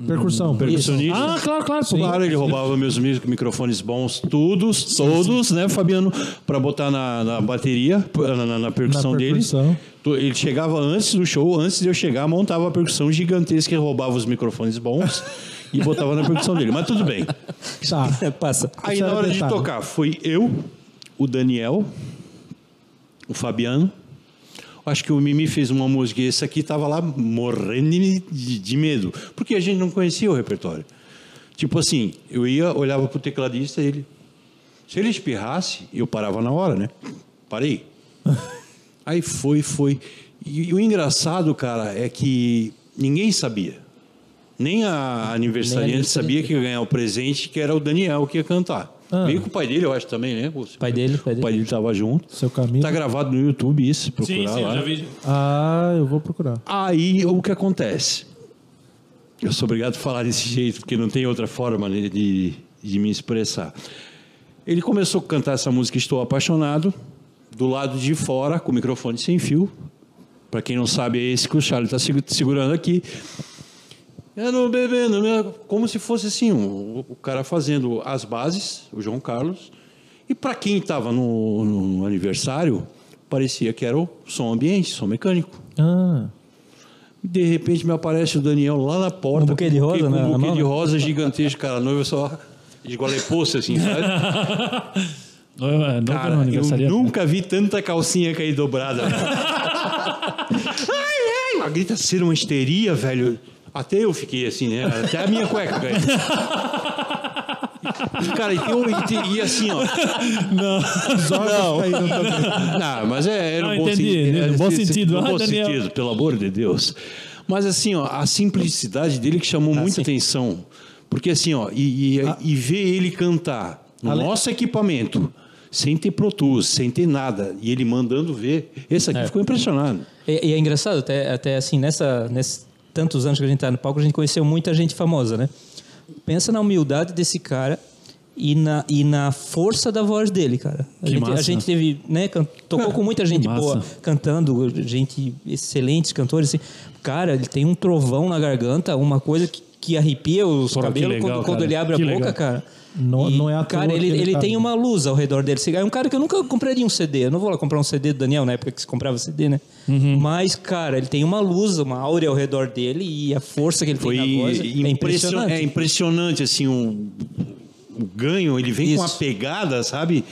[SPEAKER 2] Percussão.
[SPEAKER 4] Percussionista.
[SPEAKER 1] Ah, claro, claro. pô.
[SPEAKER 4] Claro, ele roubava meus mi- microfones bons, todos, todos, né, Fabiano, para botar na, na bateria, p- na, na- na percussão
[SPEAKER 2] Na
[SPEAKER 4] dele.
[SPEAKER 2] percussão.
[SPEAKER 4] Tu- Ele chegava antes do show, antes de eu chegar, montava a percussão gigantesca e roubava os microfones bons e botava na percussão dele. Mas tudo bem.
[SPEAKER 2] Tá.
[SPEAKER 3] Passa.
[SPEAKER 4] Aí
[SPEAKER 2] Isso
[SPEAKER 4] na
[SPEAKER 2] era
[SPEAKER 4] hora
[SPEAKER 2] detalhe.
[SPEAKER 4] de tocar, foi eu, o Daniel, o Fabiano. Acho que o Mimi fez uma música e esse aqui tava lá morrendo de, de- de medo, porque a gente não conhecia o repertório. Tipo assim, eu ia, olhava pro tecladista e ele. Se ele espirrasse, eu parava na hora, né? Parei. Aí foi, foi. E, o engraçado, cara, é que ninguém sabia. Nem a aniversariante
[SPEAKER 3] aniversariante.
[SPEAKER 4] sabia que ia ganhar o presente, que era o Daniel que ia cantar.
[SPEAKER 2] Ah.
[SPEAKER 4] Meio com o pai dele, eu acho também, né? Gus?
[SPEAKER 3] Pai dele, pai
[SPEAKER 4] O pai
[SPEAKER 3] dele.
[SPEAKER 4] dele tava junto.
[SPEAKER 2] Seu caminho.
[SPEAKER 4] Tá gravado no YouTube isso, se procurar
[SPEAKER 1] Sim, sim,
[SPEAKER 4] lá.
[SPEAKER 1] eu já vi.
[SPEAKER 2] Ah, eu vou procurar.
[SPEAKER 4] Aí o que acontece? Eu sou obrigado a falar desse jeito, porque não tem outra forma né, de, de me expressar. Ele começou a cantar essa música Estou Apaixonado, do lado de fora, com o microfone sem fio. Para quem não sabe, é esse que o Charlie está segurando aqui. Eu não bebê, não me- Como se fosse assim, o, o cara fazendo as bases, o João Carlos. E para quem estava no, no aniversário, parecia que era o som ambiente, som mecânico.
[SPEAKER 2] Ah,
[SPEAKER 4] De repente me aparece o Daniel lá na porta.
[SPEAKER 3] Um buquê de
[SPEAKER 4] com
[SPEAKER 3] rosa, né,
[SPEAKER 4] Um
[SPEAKER 3] na
[SPEAKER 4] buquê
[SPEAKER 3] mão,
[SPEAKER 4] de
[SPEAKER 3] né?
[SPEAKER 4] rosa gigantesco, cara. A noiva só esgolepou-se assim, sabe?
[SPEAKER 1] Eu, eu, nunca É, no
[SPEAKER 4] Cara, eu
[SPEAKER 1] aniversário.
[SPEAKER 4] nunca vi tanta calcinha cair dobrada. ai, ai, uma grita ser uma histeria, velho. Até eu fiquei assim, né? Até a minha cueca caiu. Cara, e, tem um- e tem- e assim, ó.
[SPEAKER 2] não.
[SPEAKER 4] Não, mas é, era
[SPEAKER 1] Não,
[SPEAKER 4] um bom,
[SPEAKER 1] entendi,
[SPEAKER 4] sentido,
[SPEAKER 1] né?
[SPEAKER 4] era
[SPEAKER 1] Bom
[SPEAKER 4] esse-
[SPEAKER 1] sentido.
[SPEAKER 4] no
[SPEAKER 1] Ah,
[SPEAKER 4] bom
[SPEAKER 1] Daniel.
[SPEAKER 4] sentido, pelo amor de Deus. Mas assim, ó, a simplicidade dele que chamou muita atenção. Porque assim, ó, e, e, e ver ele cantar no nosso equipamento, sem ter Pro Tools, sem ter nada, e ele mandando ver, esse aqui ficou impressionado.
[SPEAKER 3] E, e é engraçado, até, até assim, nessa, nesses tantos anos que a gente tá no palco, a gente conheceu muita gente famosa, né? Pensa na humildade desse cara e na, e na força da voz dele, cara. A,
[SPEAKER 1] Que
[SPEAKER 3] gente,
[SPEAKER 1] massa.
[SPEAKER 3] a gente teve, né, can- tocou com muita gente
[SPEAKER 1] massa.
[SPEAKER 3] boa cantando, gente, excelentes cantores. Assim. Cara, ele tem um trovão na garganta, uma coisa que, que arrepia os
[SPEAKER 1] Porra, que
[SPEAKER 3] cabelos
[SPEAKER 1] legal,
[SPEAKER 3] quando, quando
[SPEAKER 1] cara.
[SPEAKER 3] ele abre
[SPEAKER 1] Que
[SPEAKER 3] a boca,
[SPEAKER 1] legal.
[SPEAKER 3] cara.
[SPEAKER 2] Não- não é à toa
[SPEAKER 3] Cara, ele,
[SPEAKER 2] que ele
[SPEAKER 3] ele
[SPEAKER 2] tá-
[SPEAKER 3] tem uma luz ao redor dele. É um cara que eu nunca compraria um CD. Eu não vou lá comprar um CD do Daniel, na época que se comprava CD, né?
[SPEAKER 2] Uhum.
[SPEAKER 3] Mas, cara, ele tem uma luz, uma áurea ao redor dele e a força que ele
[SPEAKER 4] Foi
[SPEAKER 3] tem na voz é
[SPEAKER 4] impressionante.
[SPEAKER 3] impressionante.
[SPEAKER 4] É impressionante, assim, o, o ganho, ele vem
[SPEAKER 3] Isso.
[SPEAKER 4] com uma pegada, sabe?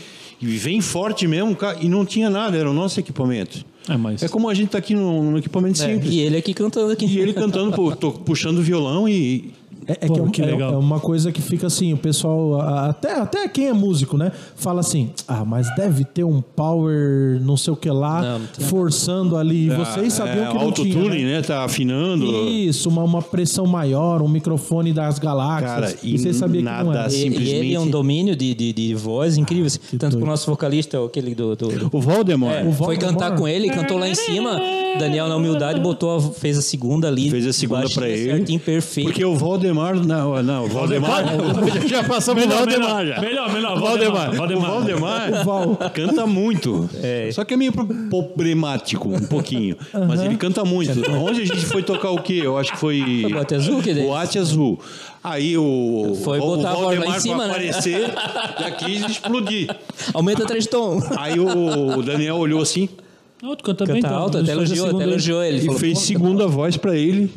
[SPEAKER 4] E vem forte mesmo, cara, e não tinha nada, era o nosso equipamento.
[SPEAKER 1] É, mas...
[SPEAKER 4] É como a gente tá aqui num, num equipamento
[SPEAKER 3] É,
[SPEAKER 4] simples.
[SPEAKER 3] E ele aqui cantando aqui.
[SPEAKER 4] E ele cantando, pô, tô puxando violão e.
[SPEAKER 2] É, é que,
[SPEAKER 1] Pô,
[SPEAKER 2] é um-
[SPEAKER 1] que
[SPEAKER 2] é,
[SPEAKER 1] legal.
[SPEAKER 2] é uma coisa que fica assim, o pessoal, a- a- até, até quem é músico, né? Fala assim, ah, mas deve ter um power não sei o que lá,
[SPEAKER 3] Não, não tem.
[SPEAKER 2] forçando ali. E Vocês sabiam
[SPEAKER 4] é,
[SPEAKER 2] que não tinha,
[SPEAKER 4] autotune,
[SPEAKER 2] né?
[SPEAKER 4] né? Tá afinando.
[SPEAKER 2] Isso, uma, uma pressão maior, um microfone das galáxias.
[SPEAKER 4] Cara, e
[SPEAKER 2] vocês sabiam que não
[SPEAKER 4] nada
[SPEAKER 2] era.
[SPEAKER 4] assim.
[SPEAKER 3] E- e ele é um
[SPEAKER 4] simplesmente-
[SPEAKER 3] domínio de, de, de voz incrível. assim. Tanto que o nosso vocalista, aquele do- do, do
[SPEAKER 4] O Valdemar
[SPEAKER 3] É,
[SPEAKER 2] Ah, O
[SPEAKER 3] foi
[SPEAKER 2] Voldemort.
[SPEAKER 3] cantar com ele, cantou lá em cima. Daniel, na humildade, botou a- fez a segunda ali.
[SPEAKER 4] fez a segunda
[SPEAKER 3] baixinha,
[SPEAKER 4] pra ele.
[SPEAKER 3] Certinho, perfeito.
[SPEAKER 4] Porque o Valdemar. Não, não o Valdemar. já passamos
[SPEAKER 1] Melhor,
[SPEAKER 4] o Valdemar
[SPEAKER 1] melhor.
[SPEAKER 4] já.
[SPEAKER 1] Melhor, melhor,
[SPEAKER 4] O Valdemar.
[SPEAKER 1] Valdemar,
[SPEAKER 4] O Valdemar
[SPEAKER 2] Val.
[SPEAKER 4] canta muito.
[SPEAKER 3] É.
[SPEAKER 4] Só que é meio pro- problemático, um pouquinho. Mas ele canta muito. Onde a gente foi tocar o quê? Eu acho que foi.
[SPEAKER 3] Foi Boate Azul, que daí?
[SPEAKER 4] Boate Azul. Aí o.
[SPEAKER 3] Foi
[SPEAKER 4] o,
[SPEAKER 3] botar a borda lá em
[SPEAKER 4] Valdemar
[SPEAKER 3] cima,
[SPEAKER 4] pra
[SPEAKER 3] né?
[SPEAKER 4] aparecer e a crise explodir.
[SPEAKER 3] Aumenta três tons.
[SPEAKER 4] Aí o, o Daniel olhou assim
[SPEAKER 1] Não, tu canta bem,
[SPEAKER 3] Canta
[SPEAKER 1] então.
[SPEAKER 3] alto,
[SPEAKER 1] Deixa
[SPEAKER 3] Tá, até
[SPEAKER 1] eu fazer a
[SPEAKER 3] elogiou,
[SPEAKER 1] segunda
[SPEAKER 3] até
[SPEAKER 1] aí.
[SPEAKER 3] elogiou ele.
[SPEAKER 4] e
[SPEAKER 3] Falou,
[SPEAKER 4] fez segunda voz pra ele.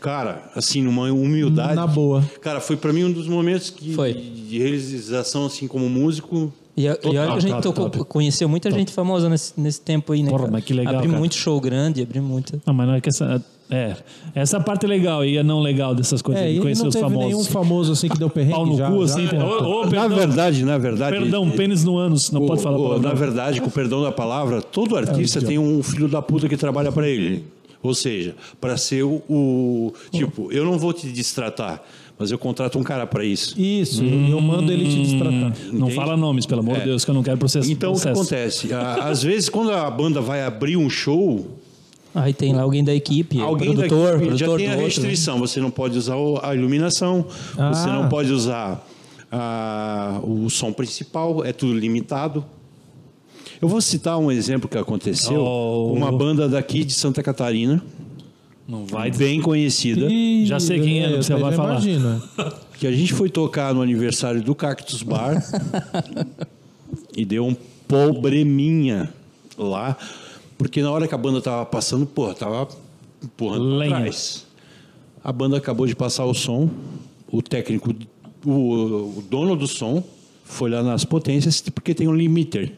[SPEAKER 4] Cara, assim, numa humildade.
[SPEAKER 2] Na boa.
[SPEAKER 4] Cara, foi pra mim um dos momentos que
[SPEAKER 3] Foi.
[SPEAKER 4] de realização, assim, como músico.
[SPEAKER 3] E, a- e olha que a gente
[SPEAKER 1] top,
[SPEAKER 3] tocou,
[SPEAKER 1] top.
[SPEAKER 3] conheceu muita gente famosa nesse, nesse tempo aí, né?
[SPEAKER 1] Porra,
[SPEAKER 3] cara?
[SPEAKER 1] mas que legal,
[SPEAKER 3] Abri
[SPEAKER 1] cara.
[SPEAKER 3] muito show grande, abri muita.
[SPEAKER 1] Ah, mas não é que essa. É. Essa parte é legal e a não legal dessas coisas,
[SPEAKER 2] É,
[SPEAKER 1] de
[SPEAKER 2] e
[SPEAKER 1] conhecer
[SPEAKER 2] não
[SPEAKER 1] os
[SPEAKER 2] teve nenhum
[SPEAKER 1] famosos.
[SPEAKER 2] famoso assim que deu perrengue
[SPEAKER 1] Pau no
[SPEAKER 2] já,
[SPEAKER 1] cu,
[SPEAKER 2] já
[SPEAKER 1] assim.
[SPEAKER 2] conta.
[SPEAKER 1] ô, ô,
[SPEAKER 4] na
[SPEAKER 1] perdão,
[SPEAKER 4] verdade, na verdade.
[SPEAKER 1] perdão,
[SPEAKER 4] eh,
[SPEAKER 1] pênis no ânus, não
[SPEAKER 4] ô,
[SPEAKER 1] pode falar
[SPEAKER 4] ô, Na
[SPEAKER 1] palavrão.
[SPEAKER 4] verdade, com o perdão da palavra, todo artista tem um filho da puta que trabalha pra ele. Ou seja, pra ser o, o- Tipo, eu não vou te distratar, mas eu contrato um cara pra isso.
[SPEAKER 2] Isso, eu
[SPEAKER 1] Hum,
[SPEAKER 2] mando ele te destratar.
[SPEAKER 1] Não
[SPEAKER 4] entende?
[SPEAKER 1] fala nomes, pelo amor de
[SPEAKER 4] É.
[SPEAKER 1] Deus, que eu não quero processo.
[SPEAKER 4] Então, o que
[SPEAKER 1] processo.
[SPEAKER 4] acontece? A- Às vezes, quando a banda vai abrir um show,
[SPEAKER 3] Aí tem lá alguém da equipe,
[SPEAKER 4] Alguém
[SPEAKER 3] o produtor,
[SPEAKER 4] daqui já
[SPEAKER 3] produtor
[SPEAKER 4] tem a
[SPEAKER 3] do outro. né?
[SPEAKER 4] restrição. Você não pode usar o- a iluminação,
[SPEAKER 2] Ah.
[SPEAKER 4] você não pode usar a- o som principal, é tudo limitado. Eu vou citar um exemplo que aconteceu.
[SPEAKER 1] Oh.
[SPEAKER 4] Uma banda daqui de Santa Catarina,
[SPEAKER 1] Não vai
[SPEAKER 4] bem conhecida,
[SPEAKER 2] Ih,
[SPEAKER 1] Já sei quem é,
[SPEAKER 2] eu é.
[SPEAKER 1] você vai
[SPEAKER 2] já
[SPEAKER 1] falar.
[SPEAKER 2] Imagina.
[SPEAKER 4] que a gente foi tocar no aniversário do Cactus Bar e deu um pobreminha lá, porque na hora que a banda tava passando, porra, tava empurrando pra
[SPEAKER 1] Lenha.
[SPEAKER 4] trás. A banda acabou de passar o som, o técnico, o, o dono do som, foi lá nas potências, porque tem um limiter.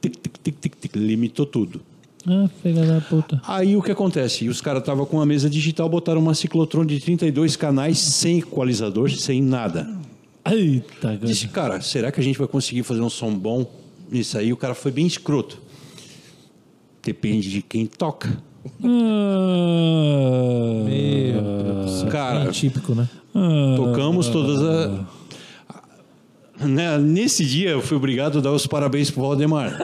[SPEAKER 4] Tic, tic, tic, tic, tic, limitou tudo.
[SPEAKER 1] Ah, filha da puta.
[SPEAKER 4] Aí o que acontece? Os caras estavam com uma mesa digital, botaram uma ciclotron de 32 canais, sem equalizador, sem nada.
[SPEAKER 1] Eita,
[SPEAKER 4] Disse,
[SPEAKER 1] coisa.
[SPEAKER 4] cara, será que a gente vai conseguir fazer um som bom nisso aí? O cara foi bem escroto. Depende de quem toca.
[SPEAKER 1] Ah,
[SPEAKER 4] cara,
[SPEAKER 2] É típico, né?
[SPEAKER 4] tocamos todas as. Né, Nesse dia eu fui obrigado a dar os parabéns pro Valdemar.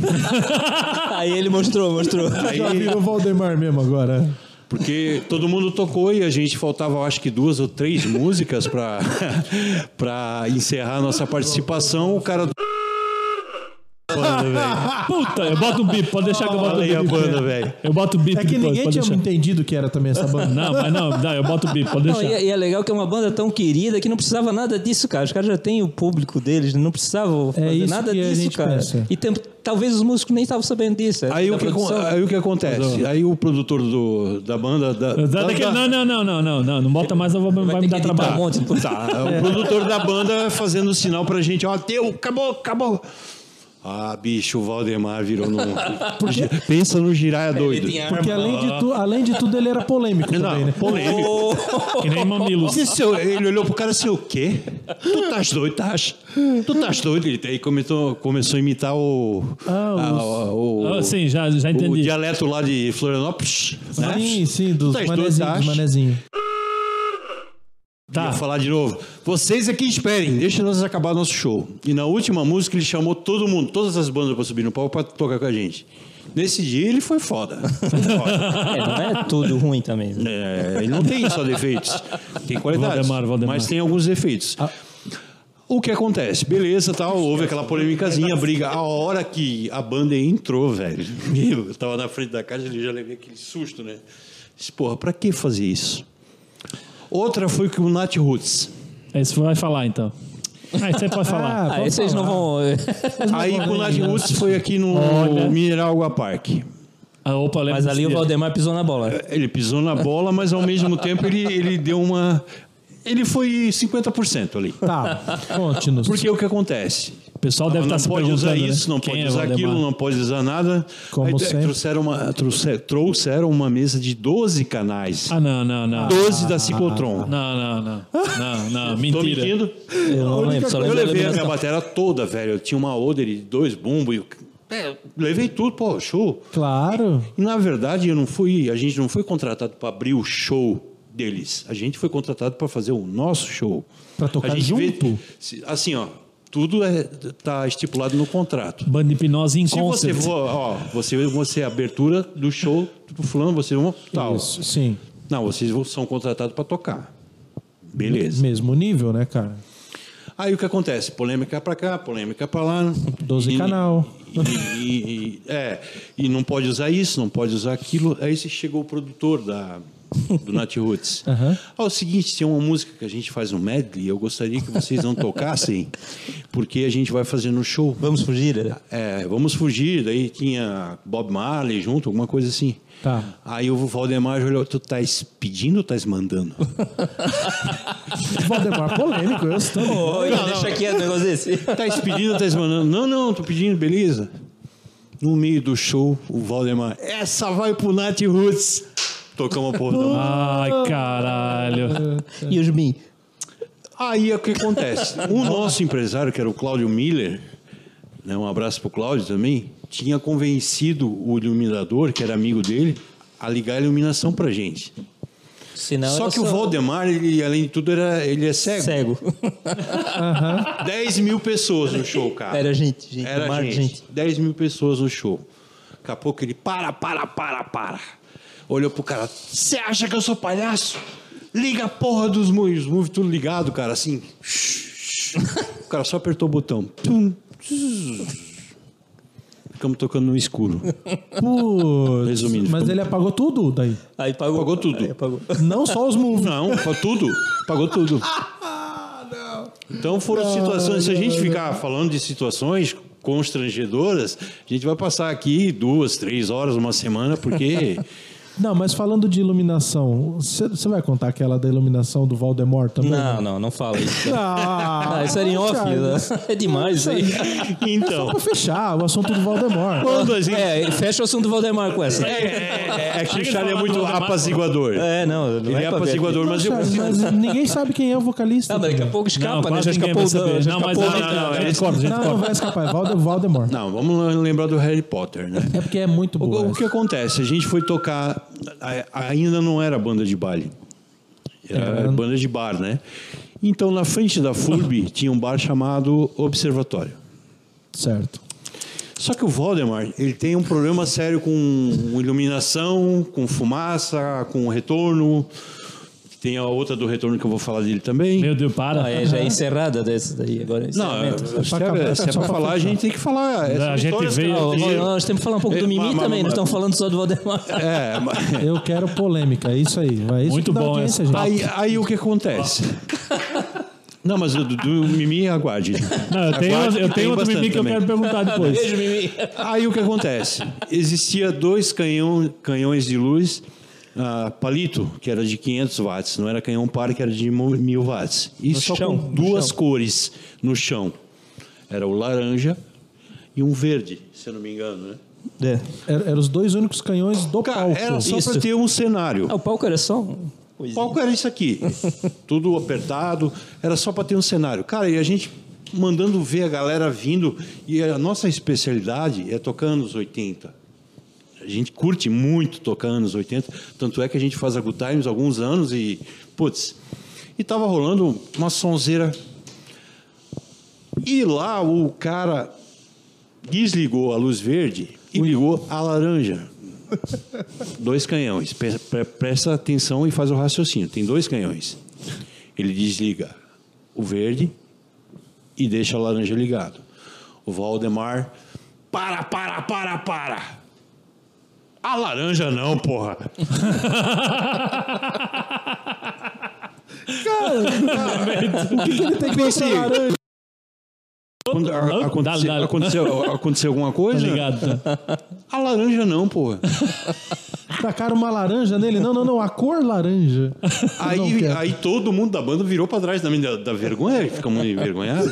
[SPEAKER 3] Aí ele mostrou, mostrou.
[SPEAKER 4] Aí,
[SPEAKER 2] Já virou Valdemar mesmo agora.
[SPEAKER 4] porque todo mundo tocou e a gente faltava acho que duas ou três músicas pra pra encerrar a nossa participação. O cara
[SPEAKER 1] Puta, eu boto um bip, pode deixar que eu boto um
[SPEAKER 4] Olha aí a
[SPEAKER 1] bip.
[SPEAKER 4] banda, velho.
[SPEAKER 1] Eu boto o bip
[SPEAKER 2] É que
[SPEAKER 1] depois,
[SPEAKER 2] ninguém
[SPEAKER 1] pode
[SPEAKER 2] tinha
[SPEAKER 1] deixar.
[SPEAKER 2] entendido que era também essa banda.
[SPEAKER 1] Não, mas não, não, eu boto o bip, pode
[SPEAKER 3] Não,
[SPEAKER 1] deixar.
[SPEAKER 3] e, é- e é legal que é uma banda tão querida que não precisava nada disso, cara. Os caras já têm o público deles, não precisavam fazer
[SPEAKER 2] isso
[SPEAKER 3] nada
[SPEAKER 2] que a
[SPEAKER 3] disso,
[SPEAKER 2] gente
[SPEAKER 3] cara.
[SPEAKER 2] pensa.
[SPEAKER 3] E tem- talvez os músicos nem estavam sabendo disso. É,
[SPEAKER 4] Aí
[SPEAKER 3] Da
[SPEAKER 4] o, que, acon-
[SPEAKER 3] produção.
[SPEAKER 4] aí o que acontece? Aí o produtor do, da banda. Da,
[SPEAKER 1] Dá
[SPEAKER 4] da-
[SPEAKER 1] daquele- Não, não, não, não, não, não, não bota mais, eu vou- vai,
[SPEAKER 3] Vai
[SPEAKER 1] me dar
[SPEAKER 3] ter que editar
[SPEAKER 1] trabalho.
[SPEAKER 3] um monte de coisa.
[SPEAKER 4] Tá, o produtor da banda fazendo sinal pra gente, ó, deu, acabou, acabou. Ah, bicho, o Valdemar virou num. Pensa no giraia doido.
[SPEAKER 1] É,
[SPEAKER 2] Porque além de, tu, além de tudo, ele era polêmico também,
[SPEAKER 4] Não,
[SPEAKER 2] né?
[SPEAKER 4] polêmico.
[SPEAKER 1] Que nem mamilos.
[SPEAKER 4] Esse seu- ele olhou pro cara assim, o quê? Tu tás doido, tás? Tu tás doido? Ele aí começou, começou a imitar o.
[SPEAKER 1] Ah,
[SPEAKER 4] a- o,
[SPEAKER 1] Ah, sim, já, já
[SPEAKER 4] o
[SPEAKER 1] entendi.
[SPEAKER 4] dialeto lá de Florianópolis. né?
[SPEAKER 2] Sim, sim, dos
[SPEAKER 4] Tu tás doido,
[SPEAKER 2] manezinhos.
[SPEAKER 4] tás?
[SPEAKER 2] dos manezinhos.
[SPEAKER 1] Tá.
[SPEAKER 4] Vou falar de novo. Vocês aqui esperem, deixa nós acabar nosso show. E na última música ele chamou todo mundo, todas as bandas pra subir no palco pra tocar com a gente. Nesse dia ele foi foda. Foi foda.
[SPEAKER 3] É, não é tudo ruim também. né?
[SPEAKER 4] É, ele não tem só defeitos, tem qualidades,
[SPEAKER 1] Valdemar, Valdemar. Ah.
[SPEAKER 4] mas tem alguns defeitos. O que acontece? Beleza, tal, houve aquela polêmicazinha, briga. A hora que a banda entrou, velho, eu tava na frente da casa, ele já levei aquele susto, né? Disse, porra, pra que fazer isso? Outra foi com o Nat Roots.
[SPEAKER 1] Aí você vai falar então. Aí você pode falar.
[SPEAKER 3] Ah, aí vocês não vão.
[SPEAKER 4] Aí com o Nath Roots foi aqui no
[SPEAKER 1] Olha.
[SPEAKER 4] Mineral Água Park.
[SPEAKER 1] Ah, opa,
[SPEAKER 4] É
[SPEAKER 1] lembra
[SPEAKER 3] Mas ali o
[SPEAKER 1] desse dia.
[SPEAKER 3] Valdemar pisou na bola.
[SPEAKER 4] Ele pisou na bola, mas ao mesmo tempo ele, ele deu uma. Ele foi 50% ali.
[SPEAKER 2] Tá, conte-nos.
[SPEAKER 4] Porque o que acontece?
[SPEAKER 1] O pessoal deve
[SPEAKER 4] não
[SPEAKER 1] estar se
[SPEAKER 4] pode
[SPEAKER 1] perguntando.
[SPEAKER 4] usar
[SPEAKER 1] né?
[SPEAKER 4] isso, não
[SPEAKER 1] Quem
[SPEAKER 4] pode
[SPEAKER 1] é
[SPEAKER 4] usar
[SPEAKER 1] Valdemar?
[SPEAKER 4] aquilo, não pode usar nada.
[SPEAKER 2] Como
[SPEAKER 4] Aí,
[SPEAKER 2] sempre.
[SPEAKER 4] trouxeram, uma, trouxe- trouxeram uma mesa de 12 canais.
[SPEAKER 1] Ah, não, não, não.
[SPEAKER 4] 12 da Ciclotron.
[SPEAKER 1] Ah, Não, não, não. Não, não,
[SPEAKER 4] Tô
[SPEAKER 1] mentira.
[SPEAKER 4] mentindo?
[SPEAKER 3] Eu não lembro, só
[SPEAKER 4] Eu
[SPEAKER 3] lembro da
[SPEAKER 4] levei a minha
[SPEAKER 3] iluminação.
[SPEAKER 4] bateria toda, velho. Eu tinha uma Oder de dois bumbos. E... o- É, levei tudo, pô, show.
[SPEAKER 2] Claro.
[SPEAKER 4] E na verdade, eu não fui, a gente não foi contratado para abrir o show deles. A gente foi contratado para fazer o nosso show.
[SPEAKER 2] Pra tocar
[SPEAKER 4] a gente vê-
[SPEAKER 2] junto?
[SPEAKER 4] se- assim, ó, tudo está estipulado no contrato.
[SPEAKER 1] Banda hipnose em
[SPEAKER 4] Se você
[SPEAKER 1] concert.
[SPEAKER 4] for, ó, você você é a abertura do show do fulano, você não tal.
[SPEAKER 2] Isso, sim.
[SPEAKER 4] Não, vocês vão- são contratados para tocar. Beleza.
[SPEAKER 2] Mesmo nível, né, cara?
[SPEAKER 4] Aí o que acontece? Polêmica pra cá, polêmica pra lá.
[SPEAKER 2] 12 canal.
[SPEAKER 4] E, e- e- é, e não pode usar isso, não pode usar aquilo. Aí se chegou o produtor da, do Nat Roots.
[SPEAKER 2] Aham.
[SPEAKER 4] Ah, é o seguinte, tem uma música que a gente faz um medley, eu gostaria que vocês não tocassem, porque a gente vai fazer no show.
[SPEAKER 3] Vamos fugir, né?
[SPEAKER 4] É, vamos fugir, daí tinha Bob Marley junto, alguma coisa assim.
[SPEAKER 3] Tá.
[SPEAKER 4] Aí o Valdemar olhou, tu tá pedindo ou tá mandando?
[SPEAKER 2] Valdemar polêmico, eu estou.
[SPEAKER 3] Ô, Ian, deixa quieto o negócio desse.
[SPEAKER 4] Tá pedindo ou tá mandando? Não, não, tô pedindo, beleza. No meio do show, o Valdemar, essa vai pro Nat Roots. Tocamos a porra da música.
[SPEAKER 1] Ai, caralho.
[SPEAKER 3] E os mim?
[SPEAKER 4] Aí é o que acontece. O nosso empresário, que era o Cláudio Miller, né, um abraço pro Cláudio também, tinha convencido o iluminador, que era amigo dele, a ligar a iluminação pra gente.
[SPEAKER 3] Senão
[SPEAKER 4] Só
[SPEAKER 3] era
[SPEAKER 4] que o Valdemar, ele, além de tudo, era, ele é cego.
[SPEAKER 3] Cego.
[SPEAKER 4] 10 mil pessoas no show, cara.
[SPEAKER 3] Era gente, gente.
[SPEAKER 4] Era
[SPEAKER 3] Mar-
[SPEAKER 4] gente. 10 mil pessoas no show. Daqui a pouco ele para, para, para, para. Olhou pro cara. Você acha que eu sou palhaço? Liga a porra dos moves. Move tudo ligado, cara, assim. O cara só apertou o botão. Tum, tzz. Ficamos tocando no escuro.
[SPEAKER 2] Putz,
[SPEAKER 4] Resumindo,
[SPEAKER 2] Mas
[SPEAKER 4] ficou-
[SPEAKER 2] ele apagou tudo daí.
[SPEAKER 3] Aí pagou.
[SPEAKER 4] Pagou tudo.
[SPEAKER 3] Aí pagou.
[SPEAKER 2] Não só os movies.
[SPEAKER 4] Não, pagou tudo. Pagou tudo. Então foram situações. Se a gente ficar falando de situações constrangedoras, a gente vai passar aqui duas, três horas, uma semana, porque
[SPEAKER 2] Não, mas falando de iluminação, você você vai contar aquela da iluminação do Valdemar também?
[SPEAKER 3] Não, não, não fala isso.
[SPEAKER 2] Ah,
[SPEAKER 3] Ah, isso era em off.
[SPEAKER 2] Charles.
[SPEAKER 3] né? É demais isso aí.
[SPEAKER 4] Então,
[SPEAKER 2] Pra fechar o assunto do Valdemar.
[SPEAKER 4] quando a gente. É,
[SPEAKER 3] É, fecha o assunto do Valdemar com essa.
[SPEAKER 4] é, é, é que o Charlie é
[SPEAKER 1] falar
[SPEAKER 4] muito
[SPEAKER 1] do Valdemar.
[SPEAKER 4] apaziguador.
[SPEAKER 3] É, não. não
[SPEAKER 4] Ele é
[SPEAKER 3] pra ver aqui.
[SPEAKER 4] apaziguador, mas eu.
[SPEAKER 2] Charles, mas ninguém sabe quem é o vocalista.
[SPEAKER 3] Ah, mas daqui a pouco
[SPEAKER 1] Não,
[SPEAKER 3] escapa, né?
[SPEAKER 1] quase
[SPEAKER 3] Já
[SPEAKER 1] ninguém
[SPEAKER 3] escapou o
[SPEAKER 1] vai
[SPEAKER 3] Dan,
[SPEAKER 1] saber.
[SPEAKER 3] já
[SPEAKER 1] Não,
[SPEAKER 3] escapou
[SPEAKER 1] mas
[SPEAKER 3] o
[SPEAKER 1] não,
[SPEAKER 3] Dan.
[SPEAKER 1] não,
[SPEAKER 4] Não,
[SPEAKER 1] não,
[SPEAKER 4] é
[SPEAKER 1] gente
[SPEAKER 4] esse-
[SPEAKER 1] corta, gente
[SPEAKER 2] não, não
[SPEAKER 1] corta.
[SPEAKER 2] vai escapar. É Valde- Valdemar.
[SPEAKER 4] Não, vamos lá lembrar do Harry Potter, né?
[SPEAKER 2] É porque é muito
[SPEAKER 4] O,
[SPEAKER 2] boa.
[SPEAKER 4] o que acontece? A gente foi tocar. a- Ainda não era banda de baile. Era
[SPEAKER 2] Era-
[SPEAKER 4] banda de bar, né? Então, na frente da FURB tinha um bar chamado Observatório.
[SPEAKER 2] Certo.
[SPEAKER 4] Só que o Voldemar, ele tem um problema sério com iluminação, com fumaça, com retorno. Tem a outra do retorno que eu vou falar dele também.
[SPEAKER 1] Meu Deus, para.
[SPEAKER 3] Ah, é, já é encerrada dessa daí. Agora é
[SPEAKER 4] Não, é,
[SPEAKER 3] encerramento.
[SPEAKER 4] se é,
[SPEAKER 2] acabar,
[SPEAKER 4] se
[SPEAKER 2] só
[SPEAKER 4] é pra
[SPEAKER 2] pra
[SPEAKER 4] falar, a gente tem que falar. Essas
[SPEAKER 1] A gente
[SPEAKER 4] histórias que
[SPEAKER 1] veio-
[SPEAKER 3] Ó,
[SPEAKER 4] aconteceram.
[SPEAKER 3] Nós temos que falar um pouco do
[SPEAKER 4] É,
[SPEAKER 3] Mimi
[SPEAKER 4] mas-
[SPEAKER 3] também, não
[SPEAKER 4] mas-
[SPEAKER 3] estamos falando só do Valdemar.
[SPEAKER 4] É, mas-
[SPEAKER 2] Eu quero polêmica, é isso aí. Vai. Isso
[SPEAKER 1] Muito
[SPEAKER 2] que dá
[SPEAKER 1] bom
[SPEAKER 2] audiência,
[SPEAKER 1] esse
[SPEAKER 2] gente.
[SPEAKER 4] aí, aí o que acontece? Não, mas o do, do Mimi, é aguarde.
[SPEAKER 1] Não, eu tenho,
[SPEAKER 4] Aguarde,
[SPEAKER 1] eu tenho
[SPEAKER 4] É tem
[SPEAKER 1] outro
[SPEAKER 4] bastante
[SPEAKER 1] mimimi que eu
[SPEAKER 4] também.
[SPEAKER 1] quero perguntar depois.
[SPEAKER 3] Beijo, Mimi.
[SPEAKER 4] Aí o que acontece? Existia dois canhão, canhões de luz, ah, palito, que era de 500 watts, não era canhão par, que era de mu- 1000 watts. E
[SPEAKER 3] No
[SPEAKER 4] só
[SPEAKER 3] chão,
[SPEAKER 4] com
[SPEAKER 3] no
[SPEAKER 4] duas
[SPEAKER 3] chão.
[SPEAKER 4] cores no chão. Era o laranja e um verde, se eu não me engano, né?
[SPEAKER 2] É. Eram os dois únicos canhões do
[SPEAKER 4] Cara,
[SPEAKER 2] palco.
[SPEAKER 4] era só para
[SPEAKER 3] Isso.
[SPEAKER 4] ter um cenário.
[SPEAKER 3] Ah, o palco era só um...
[SPEAKER 4] O palco era isso aqui. Tudo apertado, era só para ter um cenário. Cara, e a gente mandando ver a galera vindo, e a nossa especialidade é tocar anos 80. A gente curte muito tocar anos 80, tanto é que a gente faz a Good Times há alguns anos e, putz, e tava rolando uma sonzeira. E lá o cara desligou a luz verde e ligou a laranja. Dois canhões. Pre- pre- Presta atenção e faz o raciocínio. Tem dois canhões. Ele desliga o verde e deixa a laranja ligado. O Valdemar. Para, para, para, para! A laranja não, porra!
[SPEAKER 2] O que, que ele tem que
[SPEAKER 4] Pensei.
[SPEAKER 2] mostrar laranja?
[SPEAKER 4] Quando a-
[SPEAKER 1] Dá-lhe,
[SPEAKER 4] aconte-
[SPEAKER 1] dá-lhe.
[SPEAKER 4] Aconteceu, aconteceu alguma coisa?
[SPEAKER 1] Obrigado.
[SPEAKER 4] A laranja Tá não, porra.
[SPEAKER 2] Tacaram uma laranja nele? Não, não, não. A cor laranja. Não é
[SPEAKER 4] Aí,
[SPEAKER 2] quero.
[SPEAKER 4] aí todo mundo da banda virou pra trás da, da, da vergonha, fica muito envergonhado.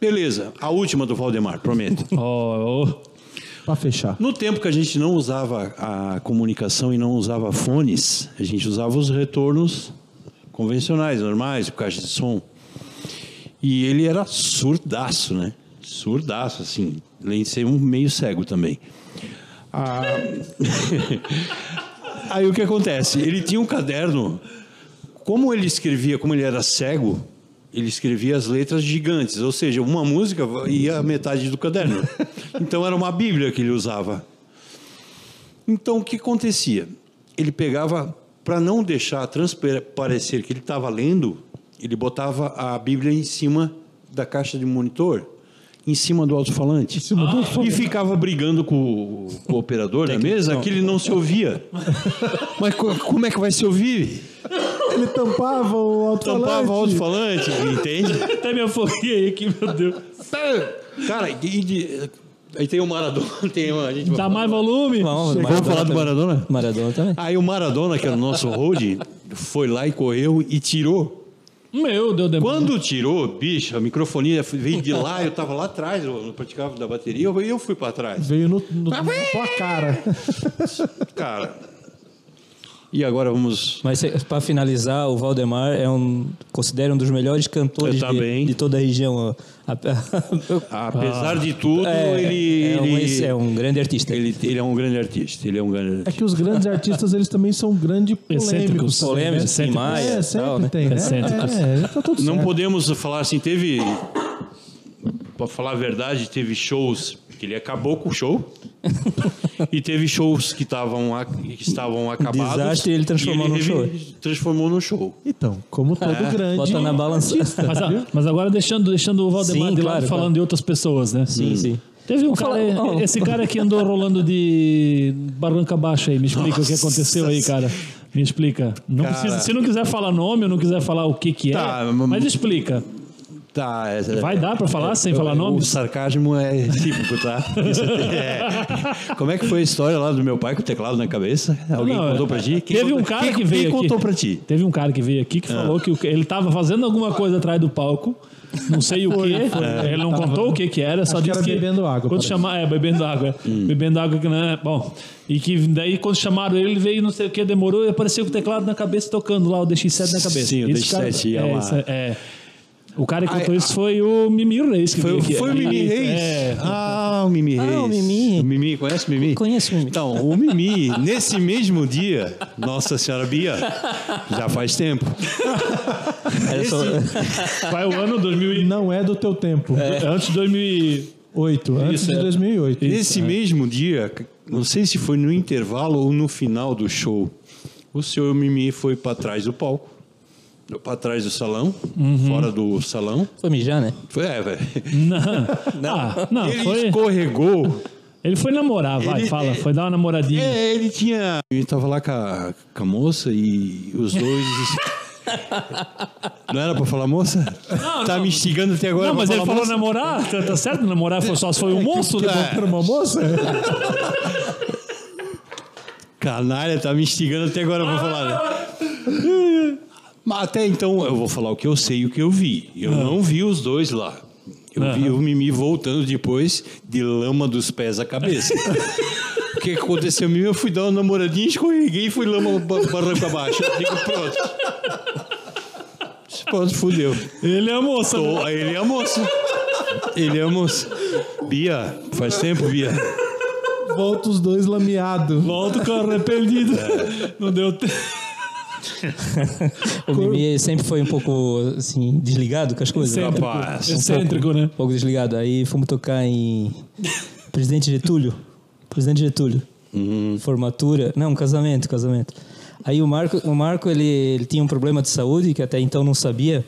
[SPEAKER 4] Beleza, a última do Valdemar, prometo.
[SPEAKER 1] Ó, ó.
[SPEAKER 2] Pra fechar.
[SPEAKER 4] No tempo que a gente não usava a comunicação e não usava fones, a gente usava os retornos convencionais, normais, por caixa de som. E ele era surdaço, né? Surdaço, assim, além de ser um meio cego também. Ah, Aí o que acontece? Ele tinha um caderno. Como ele escrevia, como ele era cego, ele escrevia as letras gigantes, ou seja, uma música ia a metade do caderno. Então era uma bíblia que ele usava. Então o que acontecia? Ele pegava, para não deixar transparecer que ele estava lendo, ele botava a bíblia em cima da caixa de monitor, em cima do alto-falante. Ah,
[SPEAKER 2] Se mudou,
[SPEAKER 4] E ficava brigando com o, com o operador da mesa que ele não se ouvia. Mas co- como é que vai se ouvir?
[SPEAKER 2] Ele tampava o alto-falante.
[SPEAKER 4] Tampava o alto-falante, entende?
[SPEAKER 3] Até me afoguei aqui, meu Deus.
[SPEAKER 4] Tá. Cara, e de- aí tem o Maradona, tem uma, a gente vai
[SPEAKER 1] Dá mais volume.
[SPEAKER 3] Vamos,
[SPEAKER 4] Vamos falar do Maradona?
[SPEAKER 3] Maradona também.
[SPEAKER 4] Aí o Maradona, que era o nosso hold, foi lá e correu e tirou.
[SPEAKER 1] Meu Deus, demônio.
[SPEAKER 4] Quando tirou, bicho, a microfonia veio de lá, eu tava lá atrás, eu não praticava da bateria, eu eu fui pra trás.
[SPEAKER 2] Veio no, no, tua cara.
[SPEAKER 4] Cara. E agora vamos.
[SPEAKER 3] Mas para finalizar, o Valdemar é um considera um dos melhores cantores
[SPEAKER 4] Tá
[SPEAKER 3] de,
[SPEAKER 4] bem.
[SPEAKER 3] de toda a região. A- a-
[SPEAKER 4] Apesar de tudo, ele.
[SPEAKER 3] é, um,
[SPEAKER 4] ele,
[SPEAKER 3] é um grande artista.
[SPEAKER 4] ele, ele é um grande artista. Ele é um grande
[SPEAKER 2] É
[SPEAKER 4] artista.
[SPEAKER 2] que os grandes artistas, eles também são grandes polêmicos.
[SPEAKER 1] Excêntricos.
[SPEAKER 3] Polêmico,
[SPEAKER 1] É,
[SPEAKER 3] sem
[SPEAKER 1] sempre-
[SPEAKER 3] mais.
[SPEAKER 2] É, sempre tem, né?
[SPEAKER 1] Excêntricos.
[SPEAKER 2] É, tá tudo
[SPEAKER 4] Não
[SPEAKER 2] certo.
[SPEAKER 4] podemos falar assim, teve. Pra falar a verdade, teve shows que ele acabou com o show. e teve shows que, tavam, a- que estavam acabados.
[SPEAKER 3] Desastre, ele transformou
[SPEAKER 4] e
[SPEAKER 3] num show.
[SPEAKER 4] revi- Transformou num show.
[SPEAKER 2] Então, como todo grande...
[SPEAKER 3] Bota na balança.
[SPEAKER 1] Mas, ah, mas agora deixando, deixando o Valdemar
[SPEAKER 3] Sim,
[SPEAKER 1] de lado,
[SPEAKER 3] claro,
[SPEAKER 1] falando
[SPEAKER 3] claro.
[SPEAKER 1] de outras pessoas, né?
[SPEAKER 3] Sim, sim.
[SPEAKER 1] Teve um
[SPEAKER 3] Fala-
[SPEAKER 1] cara,
[SPEAKER 3] oh.
[SPEAKER 1] esse cara que andou rolando de barranca baixa aí, me explica o que aconteceu aí, cara. Me explica. Não precisa- se não quiser falar nome ou não quiser falar o que que é,
[SPEAKER 4] Tá,
[SPEAKER 1] mas,
[SPEAKER 4] mas-
[SPEAKER 1] explica.
[SPEAKER 4] Tá, é-
[SPEAKER 1] Vai dar pra falar sem falar nome?
[SPEAKER 4] O sarcasmo é recíproco, tá? Isso é- Como é que foi a história lá do meu pai com o teclado na cabeça? Alguém
[SPEAKER 1] Não,
[SPEAKER 4] contou pra ti? Quem
[SPEAKER 1] teve
[SPEAKER 4] contou-
[SPEAKER 1] um cara
[SPEAKER 4] quem-
[SPEAKER 1] que veio
[SPEAKER 4] Quem
[SPEAKER 1] aqui.
[SPEAKER 4] contou pra ti?
[SPEAKER 1] Teve um cara que veio aqui
[SPEAKER 4] É.
[SPEAKER 1] que falou que o- ele estava fazendo alguma coisa atrás do palco. Não sei o que. Ele não contou o que que era, só
[SPEAKER 2] Acho que
[SPEAKER 1] disse
[SPEAKER 2] era bebendo água,
[SPEAKER 1] Quando
[SPEAKER 2] parece.
[SPEAKER 1] chamar, é bebendo água, é.
[SPEAKER 4] Hum.
[SPEAKER 1] bebendo água que não é bom. E que daí quando chamaram ele, ele veio não sei o que, demorou e apareceu com o teclado na cabeça tocando lá o DX7 na cabeça.
[SPEAKER 4] Sim, o
[SPEAKER 1] Esse cara-
[SPEAKER 4] DX7 é
[SPEAKER 1] é,
[SPEAKER 4] uma-
[SPEAKER 1] isso é- é. O cara que
[SPEAKER 4] Ai,
[SPEAKER 1] contou isso foi o Mimi Reis que
[SPEAKER 4] Foi,
[SPEAKER 1] veio aqui.
[SPEAKER 4] foi o Mimi
[SPEAKER 1] Isso,
[SPEAKER 4] Reis.
[SPEAKER 1] é.
[SPEAKER 4] Ah, o Mimi Reis.
[SPEAKER 3] o Mimi.
[SPEAKER 4] conhece o Mimi?
[SPEAKER 3] Conheço o Mimi.
[SPEAKER 4] Então, o Mimi, nesse mesmo dia, Nossa Senhora Bia, já faz tempo.
[SPEAKER 3] Era só-
[SPEAKER 1] Vai o ano 2000 e-
[SPEAKER 2] Não é do teu tempo.
[SPEAKER 1] antes de 2000 e-
[SPEAKER 2] Oito, antes de 2008.
[SPEAKER 4] Nesse mesmo dia, não sei se foi no intervalo ou no final do show, o senhor Mimi foi para trás do palco, para trás do salão, fora do salão.
[SPEAKER 3] Foi mijar, né?
[SPEAKER 4] Foi, é, velho.
[SPEAKER 1] Não. Ah, não,
[SPEAKER 4] Ele
[SPEAKER 1] foi.
[SPEAKER 4] escorregou.
[SPEAKER 1] Ele foi namorar, vai,
[SPEAKER 4] Ele-
[SPEAKER 1] fala. Foi dar uma namoradinha.
[SPEAKER 4] É, ele tinha. Ele tava lá com a, com a moça e os dois. assim, não era pra falar moça? tá me instigando até agora.
[SPEAKER 1] Não,
[SPEAKER 4] pra
[SPEAKER 1] mas ele
[SPEAKER 4] falar
[SPEAKER 1] falou
[SPEAKER 4] moça?
[SPEAKER 1] namorar, tá, tá certo? Namorar foi só se foi um moço, né?
[SPEAKER 4] É.
[SPEAKER 2] Era uma moça?
[SPEAKER 4] Canalha, tá me instigando até agora pra falar. Né? Mas até então eu vou falar o que eu sei e o que eu vi.
[SPEAKER 1] Ah.
[SPEAKER 4] Eu não vi os dois lá. Eu vi o Mimi voltando depois de lama dos pés à cabeça. o que aconteceu? Mimi, eu fui dar uma namoradinha, escorreguei e fui lama ba- barranco abaixo. Eu digo, pronto. Pronto, fudeu.
[SPEAKER 1] Ele é moça. né?
[SPEAKER 4] Tô- ele é a moça. Ele é a moça. Bia, faz tempo, Bia.
[SPEAKER 2] Volta os dois lameados.
[SPEAKER 1] Volta o cara arrependido. Não deu tempo.
[SPEAKER 3] O Mimi sempre foi um pouco assim, desligado com as coisas.
[SPEAKER 1] Excêntrico.
[SPEAKER 4] Rapaz,
[SPEAKER 1] Excêntrico, né?
[SPEAKER 3] Um pouco desligado. Aí fomos tocar em Presidente Getúlio. Presidente Getúlio.
[SPEAKER 4] Uhum.
[SPEAKER 3] Formatura. Não, casamento, casamento. Aí o Marco, o Marco ele, ele tinha um problema de saúde que até então não sabia.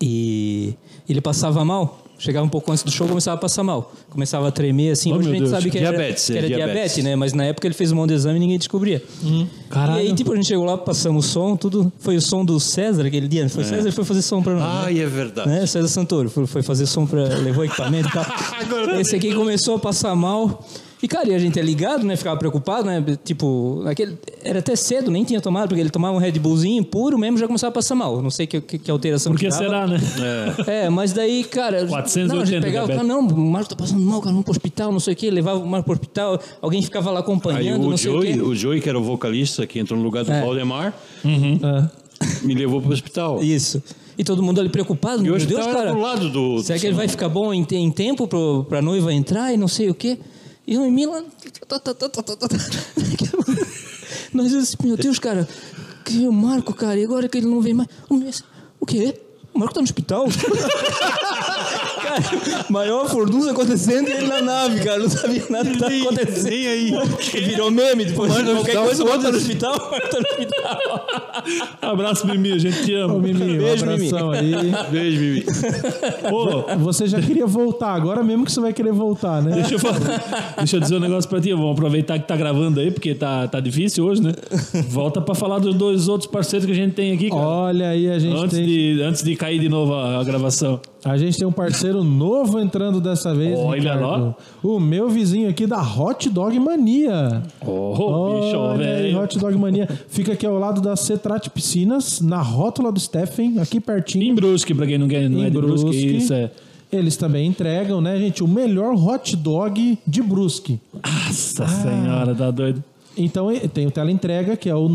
[SPEAKER 3] E ele passava mal. Chegava um pouco antes do show, começava a passar mal. Começava a tremer, assim.
[SPEAKER 1] Oh,
[SPEAKER 3] Hoje a
[SPEAKER 1] meu
[SPEAKER 3] gente
[SPEAKER 1] Deus.
[SPEAKER 3] sabe que era
[SPEAKER 4] Diabetes,
[SPEAKER 3] que
[SPEAKER 4] é,
[SPEAKER 3] era
[SPEAKER 4] diabetes.
[SPEAKER 3] diabetes, né? Mas na época ele fez um monte de exame e ninguém descobria.
[SPEAKER 1] Hum,
[SPEAKER 3] E aí, tipo, a gente chegou lá, passamos o som, tudo. Foi o som do César aquele dia, não foi o César que foi fazer som pra nós. né?
[SPEAKER 4] Ai, é verdade.
[SPEAKER 3] né? César Santoro foi foi fazer som pra levou equipamento e tal. Esse aqui começou a passar mal. E, cara, e a gente é ligado, né? Ficava preocupado, né? Tipo, aquele, era até cedo, nem tinha tomado, porque ele tomava um Red Bullzinho puro mesmo, já começava a passar mal. Não sei que, que, que alteração
[SPEAKER 1] Por que
[SPEAKER 3] que dava.
[SPEAKER 1] será, né?
[SPEAKER 3] É, mas daí, cara.
[SPEAKER 1] 480
[SPEAKER 3] não, a gente pegava, cara,
[SPEAKER 1] diabetes.
[SPEAKER 3] não, o Marco tá passando mal, cara, vamos pro hospital, não sei o quê, levava o Marco pro hospital, alguém ficava lá
[SPEAKER 4] Aí
[SPEAKER 3] acompanhando,
[SPEAKER 4] o
[SPEAKER 3] não sei o quê.
[SPEAKER 4] Joey, o Joey, que era o vocalista que entrou no lugar do
[SPEAKER 3] É.
[SPEAKER 4] Valdemar,
[SPEAKER 1] Uhum.
[SPEAKER 4] me levou pro hospital.
[SPEAKER 3] Isso. E todo mundo ali preocupado,
[SPEAKER 4] E o
[SPEAKER 3] meu
[SPEAKER 4] hospital
[SPEAKER 3] Deus,
[SPEAKER 4] era
[SPEAKER 3] cara.
[SPEAKER 4] do lado do-
[SPEAKER 3] Será que ele vai ficar bom em, te- em tempo pro, pra noiva entrar e não sei o quê? E o Milan. Nós assim, meu Deus, cara, que o Marco, cara, e agora que ele não vem mais. O, Messi- o quê? O Marco tá no hospital? Maior furdunça acontecendo e ele na nave, cara. Não sabia nada que tava acontecendo.
[SPEAKER 4] Nem aí.
[SPEAKER 3] Virou meme depois.
[SPEAKER 4] Manda no
[SPEAKER 3] qualquer
[SPEAKER 4] hospital,
[SPEAKER 3] coisa, bota no
[SPEAKER 4] foda-se.
[SPEAKER 3] hospital, bota no hospital.
[SPEAKER 1] Abraço, Mimi, a gente te ama.
[SPEAKER 2] Ô, Mimi, um
[SPEAKER 3] Beijo, Mimi.
[SPEAKER 2] abração aí.
[SPEAKER 4] Beijo, Mimi.
[SPEAKER 1] Ô,
[SPEAKER 2] Você já queria voltar, agora mesmo que você vai querer voltar, né?
[SPEAKER 1] Deixa eu, falar- deixa eu dizer um negócio pra ti. Vamos aproveitar que tá gravando aí, porque tá, tá difícil hoje, né? Volta pra falar dos dois outros parceiros que a gente tem aqui, cara.
[SPEAKER 2] Olha aí, a gente
[SPEAKER 1] antes,
[SPEAKER 2] tem.
[SPEAKER 1] de, antes de cair de novo a, a gravação.
[SPEAKER 2] A gente tem um parceiro novo entrando dessa vez.
[SPEAKER 1] Olha lá.
[SPEAKER 2] Ricardo. O meu vizinho aqui da Hot Dog Mania.
[SPEAKER 1] Oh, bicho,
[SPEAKER 2] Olha aí,
[SPEAKER 1] velho.
[SPEAKER 2] Hot Dog Mania. Fica aqui ao lado da Cetrate Piscinas, na rótula do Stephen, aqui pertinho.
[SPEAKER 1] Em Brusque, pra quem não, quer, não é de Brusque.
[SPEAKER 2] Brusque.
[SPEAKER 1] Isso é.
[SPEAKER 2] Eles também entregam, né, gente? O melhor hot dog de Brusque. Ah.
[SPEAKER 1] Nossa senhora, tá doido.
[SPEAKER 2] Então e- tem o teleentrega, que é o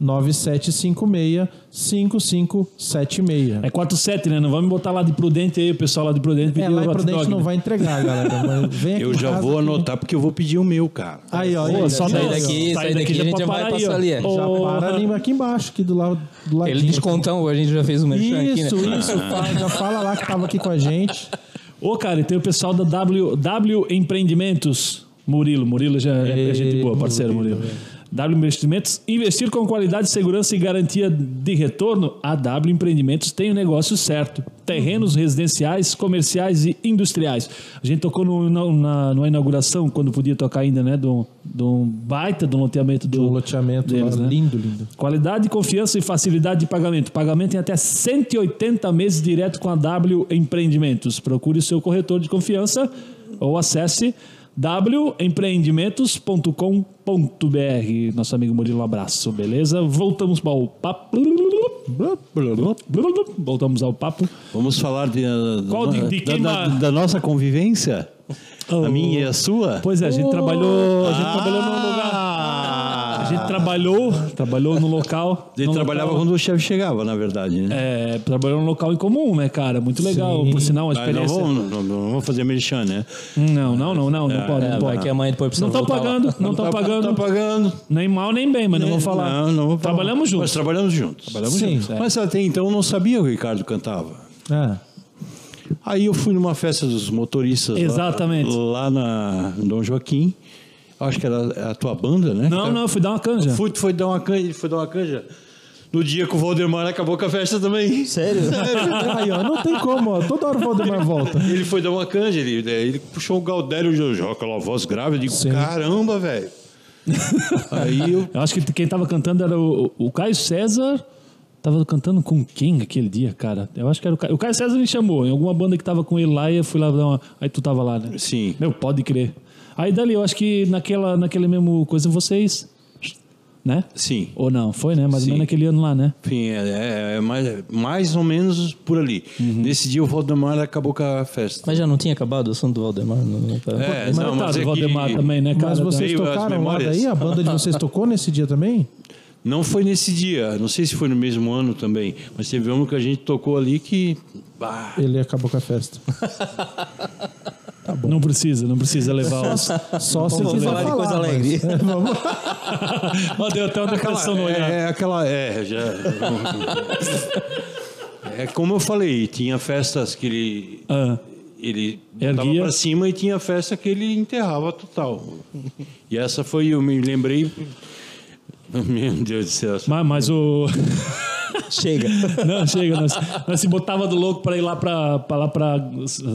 [SPEAKER 2] 99756-5576.
[SPEAKER 1] É 4-7, né? Não vamos botar lá de Prudente aí, o pessoal lá de Prudente
[SPEAKER 2] É,
[SPEAKER 1] pediu
[SPEAKER 2] lá em
[SPEAKER 1] hot
[SPEAKER 2] Prudente
[SPEAKER 1] dog,
[SPEAKER 2] não
[SPEAKER 1] né?
[SPEAKER 2] vai entregar, galera. mas vem aqui
[SPEAKER 4] Eu
[SPEAKER 2] em
[SPEAKER 4] já
[SPEAKER 2] casa
[SPEAKER 4] vou
[SPEAKER 2] que-
[SPEAKER 4] anotar porque eu vou pedir o meu, cara.
[SPEAKER 2] Aí, ó.
[SPEAKER 1] Pô,
[SPEAKER 2] ele-
[SPEAKER 1] só
[SPEAKER 2] ele-
[SPEAKER 3] sai
[SPEAKER 1] não-
[SPEAKER 3] daqui, sai daqui, a gente já vai
[SPEAKER 1] parar aí,
[SPEAKER 3] passar
[SPEAKER 1] ó.
[SPEAKER 3] ali, é. Já
[SPEAKER 2] Já
[SPEAKER 1] Ô,
[SPEAKER 2] para ali aqui embaixo, aqui do lado do ladinho.
[SPEAKER 3] Ele descontão, a gente já fez um merchan aqui, né?
[SPEAKER 2] Isso, isso. fala- já fala lá que tava aqui com a gente.
[SPEAKER 1] Ô, cara, e tem o pessoal da W, w Empreendimentos. Murilo, Murilo já é
[SPEAKER 2] Ei,
[SPEAKER 1] gente boa, parceiro Murilo.
[SPEAKER 3] é.
[SPEAKER 1] W Investimentos, investir com qualidade, segurança e garantia de retorno, a W Empreendimentos tem o negócio certo. Terrenos residenciais, comerciais e industriais. A gente tocou no, na, na- numa inauguração, quando podia tocar ainda, né? De um, de um baita do loteamento do.
[SPEAKER 2] O um loteamento
[SPEAKER 1] deles,
[SPEAKER 2] lá,
[SPEAKER 1] né?
[SPEAKER 2] lindo, lindo.
[SPEAKER 1] Qualidade, confiança e facilidade de pagamento. Pagamento em até 180 meses direto com a W Empreendimentos. Procure o seu corretor de confiança ou acesse wempreendimentos.com.br. Nosso amigo Murilo, um abraço, beleza? Voltamos ao papo. Voltamos ao papo.
[SPEAKER 4] Vamos falar de, da-
[SPEAKER 1] Qual de- de
[SPEAKER 4] da,
[SPEAKER 1] quem
[SPEAKER 4] da-
[SPEAKER 1] vai-
[SPEAKER 4] da nossa convivência?
[SPEAKER 1] Oh.
[SPEAKER 4] A minha e a sua?
[SPEAKER 1] Pois é, a gente trabalhou, a gente trabalhou num lugar. A
[SPEAKER 4] lugar.
[SPEAKER 1] gente trabalhou, trabalhou no local.
[SPEAKER 4] Ele
[SPEAKER 1] num
[SPEAKER 4] Ah! trabalhava
[SPEAKER 1] local-
[SPEAKER 4] quando o chefe chegava, na verdade, né?
[SPEAKER 1] É, trabalhou num local em comum, né, cara? Muito legal, por sinal, uma
[SPEAKER 4] Ah, não,
[SPEAKER 1] experiência.
[SPEAKER 4] vamos, não, não vamos fazer merchan, né?
[SPEAKER 1] Não, não, não, não, não pode,
[SPEAKER 3] É,
[SPEAKER 1] não
[SPEAKER 3] vai
[SPEAKER 1] pode.
[SPEAKER 3] que amanhã depois precisa
[SPEAKER 1] Não estão
[SPEAKER 3] voltar lá.
[SPEAKER 1] pagando, não estão
[SPEAKER 4] Tá
[SPEAKER 1] pagando.
[SPEAKER 4] pagando. né?
[SPEAKER 1] Nem mal, nem bem, mas não vou falar.
[SPEAKER 4] Não, não vou falar.
[SPEAKER 1] Trabalhamos
[SPEAKER 4] Mas
[SPEAKER 1] juntos. é.
[SPEAKER 4] trabalhamos juntos. Trabalhamos
[SPEAKER 2] Sim.
[SPEAKER 4] juntos. Mas até então eu não sabia que o Ricardo cantava.
[SPEAKER 2] Ah,
[SPEAKER 4] Aí eu fui numa festa dos motoristas. lá-
[SPEAKER 1] Exatamente.
[SPEAKER 4] Lá, na em Dom Joaquim. Acho que era a tua banda, né?
[SPEAKER 1] Não, não, eu fui dar uma canja.
[SPEAKER 4] Fui, foi dar uma canja, foi dar uma canja. No dia que o Valdemar acabou com a festa também.
[SPEAKER 3] Sério?
[SPEAKER 2] Aí, ó, não tem como, ó. Toda hora o Valdemar volta.
[SPEAKER 4] Ele foi dar uma canja, ele, né, ele puxou o Galdério Jojó, aquela voz grave, eu digo, caramba, velho. Aí eu
[SPEAKER 1] Eu acho que quem tava cantando era o, o Caio César. Tava cantando com quem aquele dia, cara? Eu acho que era o Caio. O Caio César me chamou, em alguma banda que tava com ele lá, e eu fui lá dar uma. Aí tu tava lá, né?
[SPEAKER 4] Sim.
[SPEAKER 1] Meu, pode crer. Aí dali, eu acho que naquela, naquele mesmo coisa vocês. Né?
[SPEAKER 4] Sim.
[SPEAKER 1] Ou não, foi, né? Mais ou
[SPEAKER 4] Sim.
[SPEAKER 1] menos naquele ano lá, né?
[SPEAKER 4] Enfim, é, é- é mais, mais ou menos por ali.
[SPEAKER 1] Uhum.
[SPEAKER 4] Nesse dia o Valdemar acabou com a festa.
[SPEAKER 3] Mas já não tinha acabado o assunto do Valdemar? Não, não,
[SPEAKER 4] É,
[SPEAKER 1] Mas
[SPEAKER 4] não,
[SPEAKER 1] tá
[SPEAKER 4] mas
[SPEAKER 1] do
[SPEAKER 4] é que-
[SPEAKER 1] Valdemar também, né, cara?
[SPEAKER 2] Mas vocês
[SPEAKER 4] Veio as
[SPEAKER 2] tocaram lá
[SPEAKER 4] memórias.
[SPEAKER 2] daí? A banda de vocês tocou nesse dia também?
[SPEAKER 4] Não foi nesse dia, não sei se foi no mesmo ano também, mas teve um que a gente tocou ali que. Bah,
[SPEAKER 2] Ele acabou com a festa.
[SPEAKER 1] Não precisa, não precisa levar os.
[SPEAKER 2] Só se
[SPEAKER 3] vamos
[SPEAKER 2] quiser
[SPEAKER 3] falar de coisa
[SPEAKER 2] mas-
[SPEAKER 3] alegre.
[SPEAKER 2] É, vamos-
[SPEAKER 1] Ó, deu até uma depressão no
[SPEAKER 4] é,
[SPEAKER 1] olhar.
[SPEAKER 4] é aquela. É, já. é como eu falei, tinha festas que ele.
[SPEAKER 1] Ah,
[SPEAKER 4] Ele
[SPEAKER 1] Erguia.
[SPEAKER 4] estava para cima e tinha festa que ele enterrava total. E essa foi, eu me lembrei. Meu Deus do céu.
[SPEAKER 1] mas, mas o.
[SPEAKER 3] Chega.
[SPEAKER 1] Não, chega. Nós, nós se botava do louco pra ir lá pra, pra, lá pra.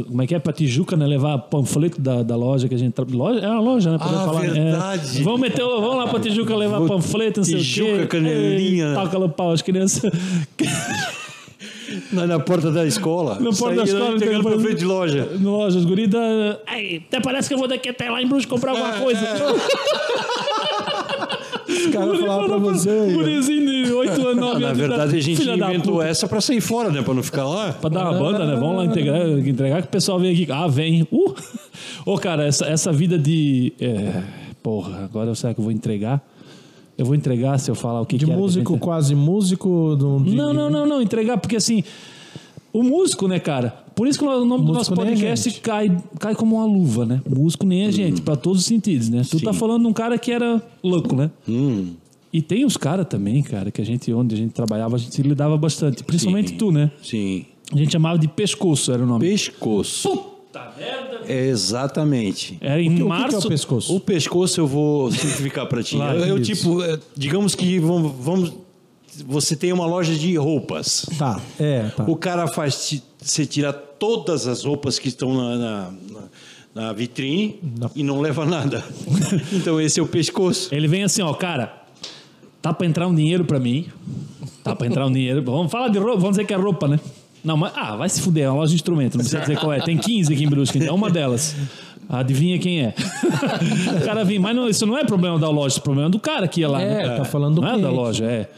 [SPEAKER 1] Como é que é? Pra Tijuca, né? Levar panfleto da, da loja que a gente. tra- Loja, é uma loja, né? Podia
[SPEAKER 4] Ah,
[SPEAKER 1] falar, né?
[SPEAKER 4] verdade.
[SPEAKER 1] É, vamos, meter, o- vamos lá pra Tijuca levar
[SPEAKER 4] Vou-
[SPEAKER 1] panfleto, não sei o quê.
[SPEAKER 4] Tijuca, canelinha.
[SPEAKER 1] Ei, Toca no pau, as crianças.
[SPEAKER 4] Na, na porta da escola.
[SPEAKER 1] Na porta da
[SPEAKER 4] Saía
[SPEAKER 1] escola,
[SPEAKER 4] entregando
[SPEAKER 1] então,
[SPEAKER 4] pra
[SPEAKER 1] mas-
[SPEAKER 4] frente de loja.
[SPEAKER 1] No loja, as guridas. Ei, até parece que eu vou daqui até lá em Bruxo comprar
[SPEAKER 4] É,
[SPEAKER 1] alguma coisa.
[SPEAKER 2] Os caras falaram pra você. aí,
[SPEAKER 1] Gurizinho de 8 anos, 9 anos.
[SPEAKER 4] Na verdade, a gente
[SPEAKER 1] Filha da
[SPEAKER 4] inventou
[SPEAKER 1] puta.
[SPEAKER 4] essa pra sair fora, né? Pra não ficar lá.
[SPEAKER 1] Pra dar uma banda, né? Vamos lá integrar, entregar que o pessoal vem aqui. Ah, vem. Uh! Ô, cara, essa, essa vida de. é, porra, agora será que eu vou entregar? Eu vou entregar se eu falar o que
[SPEAKER 2] ó. De
[SPEAKER 1] que era que eu
[SPEAKER 2] músico,
[SPEAKER 1] entreguei?
[SPEAKER 2] quase músico. do- de-
[SPEAKER 1] Não, não, não, não. Entregar, porque assim. O músico, né, cara? Por isso que o nome do nosso
[SPEAKER 2] Músico nem a
[SPEAKER 1] podcast
[SPEAKER 2] gente.
[SPEAKER 1] cai, cai como uma luva, né? Músico nem a gente, pra todos os sentidos, né? Tu tá falando de um cara que era louco, né? E tem os caras também, cara, que a gente, onde a gente trabalhava, a gente lidava bastante. Principalmente
[SPEAKER 4] Sim.
[SPEAKER 1] tu, né?
[SPEAKER 4] Sim.
[SPEAKER 1] A gente chamava de pescoço, era o nome.
[SPEAKER 4] Pescoço.
[SPEAKER 1] Puta merda.
[SPEAKER 4] É exatamente.
[SPEAKER 1] Era em
[SPEAKER 2] que- o que que é o
[SPEAKER 1] março.
[SPEAKER 2] pescoço? pescoço?
[SPEAKER 4] O pescoço eu vou simplificar para ti.
[SPEAKER 1] Claro,
[SPEAKER 4] eu, eu,
[SPEAKER 2] isso.
[SPEAKER 4] tipo, é, digamos que vamos, vamos- você tem uma loja de roupas.
[SPEAKER 2] Tá, é, tá.
[SPEAKER 4] O cara faz ti- você tira todas as roupas que estão na, na- na- na vitrine e não leva nada. então esse é o pescoço.
[SPEAKER 1] Ele vem assim, ó, cara, tá pra entrar um dinheiro pra mim. Tá pra entrar um dinheiro. Vamos falar de roupa, vamos dizer que é roupa, né? Não, mas. Ah, vai se fuder, é uma loja de instrumento, não precisa dizer qual é. Tem 15 aqui em Brusque, é uma delas. Adivinha quem é? o cara vem, mas não, isso não é problema da loja, isso é problema do cara que ia lá.
[SPEAKER 2] É,
[SPEAKER 1] né?
[SPEAKER 2] tá falando do
[SPEAKER 1] Não é da
[SPEAKER 2] cliente.
[SPEAKER 1] loja, é.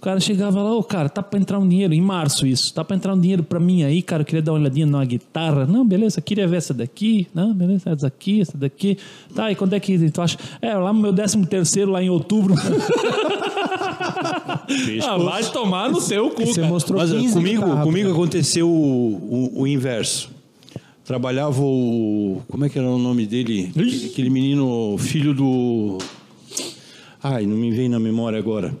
[SPEAKER 1] O cara chegava lá, ô cara, tá pra entrar um dinheiro, em março isso, tá pra entrar um dinheiro pra mim aí, cara, eu queria dar uma olhadinha numa guitarra. Não, beleza, queria ver essa daqui, não, beleza, essa daqui, essa daqui. Tá, e quando é que tu acha? É, lá no meu 13 terceiro, lá em outubro. ah, vai tomar no seu cu,
[SPEAKER 2] Você
[SPEAKER 1] cara.
[SPEAKER 2] mostrou
[SPEAKER 4] Mas eh,
[SPEAKER 2] 15
[SPEAKER 4] comigo,
[SPEAKER 2] guitarras,
[SPEAKER 4] comigo
[SPEAKER 2] né?
[SPEAKER 4] aconteceu o, o- o inverso. Trabalhava o. Como é que era o nome dele? Aquele menino, filho do. Ai, não me vem na memória agora.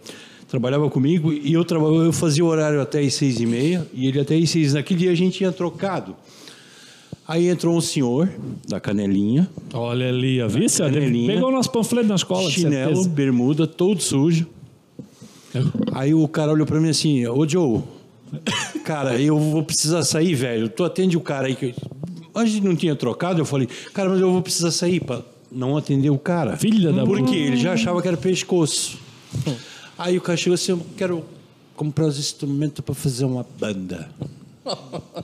[SPEAKER 4] Trabalhava comigo e eu, traba- eu fazia o horário até as seis e meia e ele até as seis. Naquele dia a gente tinha trocado. Aí entrou um senhor da canelinha,
[SPEAKER 1] Olha ali, ó, viu? senhor?
[SPEAKER 4] Canelinha.
[SPEAKER 1] Pegou o nosso panfleto na escola, de
[SPEAKER 4] chinelo,
[SPEAKER 1] certeza. É.
[SPEAKER 4] bermuda, todo sujo. Aí o cara olhou pra mim assim, ô Joe, cara, eu vou precisar sair, velho. Tu atende o cara aí que. A gente não tinha trocado, eu falei, cara, mas eu vou precisar sair pra não atender o cara.
[SPEAKER 1] Filha da
[SPEAKER 4] Por
[SPEAKER 1] puta.
[SPEAKER 4] quê? Ele já achava que era pescoço. Aí o cara chegou assim, eu quero comprar os instrumentos pra fazer uma banda.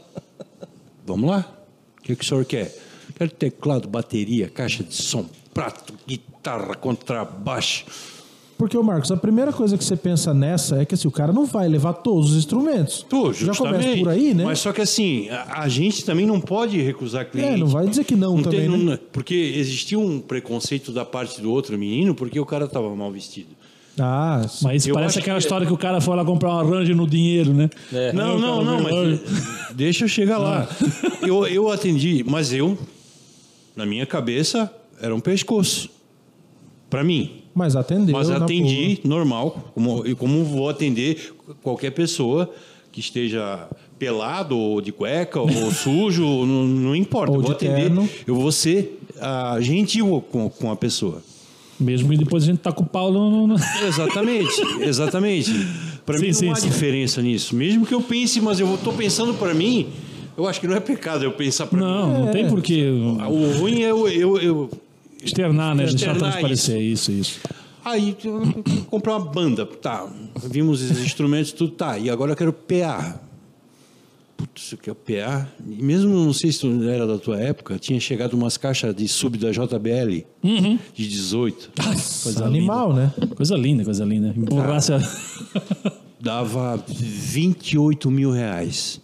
[SPEAKER 4] Vamos lá? O que, que o senhor quer? Quero teclado, bateria, caixa de som, prato, guitarra, contrabaixo.
[SPEAKER 2] Porque, ô Marcos, a primeira coisa que você pensa nessa é que assim, o cara não vai levar todos os instrumentos.
[SPEAKER 4] Tu,
[SPEAKER 2] Já começa
[SPEAKER 4] justamente.
[SPEAKER 2] por aí, né?
[SPEAKER 4] Mas só que assim, a, a gente também não pode recusar cliente.
[SPEAKER 2] É, não vai dizer que não
[SPEAKER 4] Não tem-
[SPEAKER 2] também, né?
[SPEAKER 4] não- Porque existia um preconceito da parte do outro menino porque o cara estava mal vestido.
[SPEAKER 2] Ah, sim.
[SPEAKER 1] Mas
[SPEAKER 4] Eu
[SPEAKER 1] parece
[SPEAKER 4] acho
[SPEAKER 1] aquela
[SPEAKER 4] que- é.
[SPEAKER 1] história que o cara foi lá comprar um arranjo no dinheiro, né?
[SPEAKER 2] É,
[SPEAKER 4] Não, não, não, mas deixa eu chegar lá. Eu, eu atendi, mas eu, na minha cabeça, era um pescoço. Para mim.
[SPEAKER 2] mas atendeu. né,
[SPEAKER 4] Mas
[SPEAKER 2] na
[SPEAKER 4] atendi normal, como, e como vou atender qualquer pessoa que esteja pelado ou de cueca ou sujo, ou não, não importa.
[SPEAKER 2] Ou
[SPEAKER 4] eu vou
[SPEAKER 2] de
[SPEAKER 4] atender,
[SPEAKER 2] terno.
[SPEAKER 4] eu vou ser ah, gentil com, com a pessoa.
[SPEAKER 1] Mesmo que depois a gente tá com o pau no- no...
[SPEAKER 4] Exatamente, exatamente. Para
[SPEAKER 1] Sim,
[SPEAKER 4] mim
[SPEAKER 1] sim,
[SPEAKER 4] não há
[SPEAKER 1] sim.
[SPEAKER 4] diferença nisso. Mesmo que eu pense, mas eu estou pensando para mim, eu acho que não é pecado eu pensar para mim.
[SPEAKER 1] Não, não tem por que
[SPEAKER 4] O ruim é eu, eu, eu-
[SPEAKER 1] externar, né? Deixar
[SPEAKER 4] Externar
[SPEAKER 1] transparecer isso, isso.
[SPEAKER 4] Aí eu comprei uma banda, tá. Vimos os instrumentos, tudo tá. E agora eu quero PA. Putz, é eu quero PA. E mesmo não sei se tu era da tua época, tinha chegado umas caixas de sub da JBL de 18.
[SPEAKER 1] Coisa
[SPEAKER 2] Animal, né?
[SPEAKER 1] linda. Coisa linda, coisa linda. Emburrasse a...
[SPEAKER 4] Dava 28 mil reais.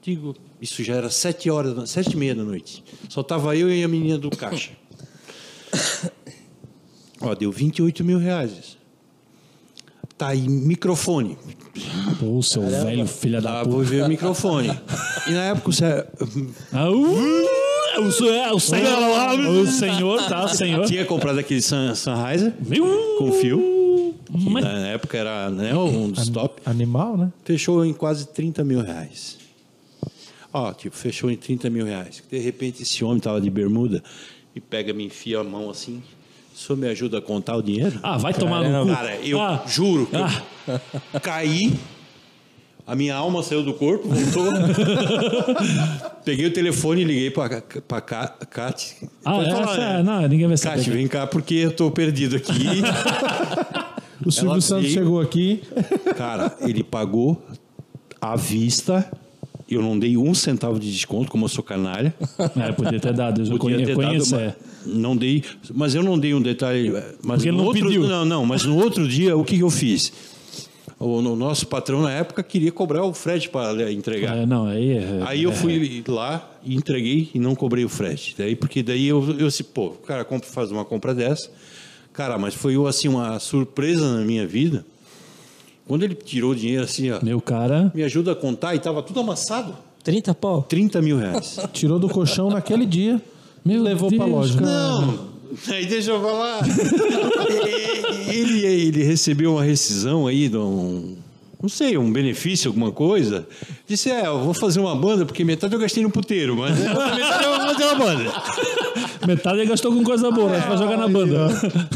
[SPEAKER 4] Digo, isso já era 7 horas, da- sete e meia da noite. Só tava eu e a menina do caixa. Ó, deu 28 mil reais. Tá aí, microfone.
[SPEAKER 1] Pô, seu velho filho da
[SPEAKER 4] Ah,
[SPEAKER 1] puta.
[SPEAKER 4] vou ver o microfone. E na época, o Cé-
[SPEAKER 1] Ah, uh, o, senhor- é, o senhor, o senhor, tá, o senhor.
[SPEAKER 4] tinha comprado aquele Sun, Sunriser
[SPEAKER 1] Meu,
[SPEAKER 4] com fio.
[SPEAKER 1] mas-
[SPEAKER 4] Na época era né, um dos top.
[SPEAKER 2] Animal, né?
[SPEAKER 4] Fechou em quase 30 mil reais. Ó, tipo, fechou em 30 mil reais. De repente, esse homem tava de bermuda e pega, me enfia a mão assim. O senhor me ajuda a contar o dinheiro?
[SPEAKER 1] Ah, vai tomar no cu.
[SPEAKER 4] É, Cara, eu
[SPEAKER 1] Ah,
[SPEAKER 4] juro que eu
[SPEAKER 1] ah,
[SPEAKER 4] caí, a minha alma saiu do corpo, voltou. Peguei o telefone e liguei pra, pra Ca- Cate.
[SPEAKER 1] ah,
[SPEAKER 4] Falei,
[SPEAKER 1] essa,
[SPEAKER 4] "Olha,
[SPEAKER 1] não, ninguém vai saber.
[SPEAKER 4] Cate, vem cá porque eu tô perdido aqui.
[SPEAKER 2] O Silvio
[SPEAKER 4] Ela
[SPEAKER 2] Santos
[SPEAKER 4] veio-
[SPEAKER 2] chegou aqui.
[SPEAKER 4] Cara, ele pagou à vista. Eu não dei um centavo de desconto, como eu sou canalha.
[SPEAKER 1] É, podia ter dado, eu já
[SPEAKER 4] Podia
[SPEAKER 1] conhe-
[SPEAKER 4] ter
[SPEAKER 1] conheço.
[SPEAKER 4] dado,
[SPEAKER 1] é.
[SPEAKER 4] mas Não dei, mas eu não dei um detalhe. Mas
[SPEAKER 1] Porque ele
[SPEAKER 4] no
[SPEAKER 1] não
[SPEAKER 4] outro,
[SPEAKER 1] pediu.
[SPEAKER 4] Não, não, mas no outro dia, o que que eu fiz? O, o nosso patrão na época queria cobrar o frete para entregar.
[SPEAKER 1] É, não, aí é...
[SPEAKER 4] Aí eu fui lá e entreguei e não cobrei o frete. Daí, porque daí eu, eu se pô, o cara compra, faz uma compra dessa. Cara, mas foi assim uma surpresa na minha vida. Quando ele tirou o dinheiro assim, ó,
[SPEAKER 1] Meu cara...
[SPEAKER 4] me ajuda a contar e tava tudo amassado.
[SPEAKER 1] 30 pau.
[SPEAKER 4] 30 mil reais.
[SPEAKER 2] Tirou do colchão naquele dia. Me levou pra
[SPEAKER 1] Deus,
[SPEAKER 2] loja.
[SPEAKER 4] Não. Aí deixa eu falar. ele, ele recebeu uma rescisão aí de um, não sei, um benefício, alguma coisa. Disse, é, eu vou fazer uma banda, porque metade eu gastei no puteiro, mas a outra metade eu vou fazer uma banda.
[SPEAKER 1] Metade ele gastou com coisa boa, né? pra jogar na banda.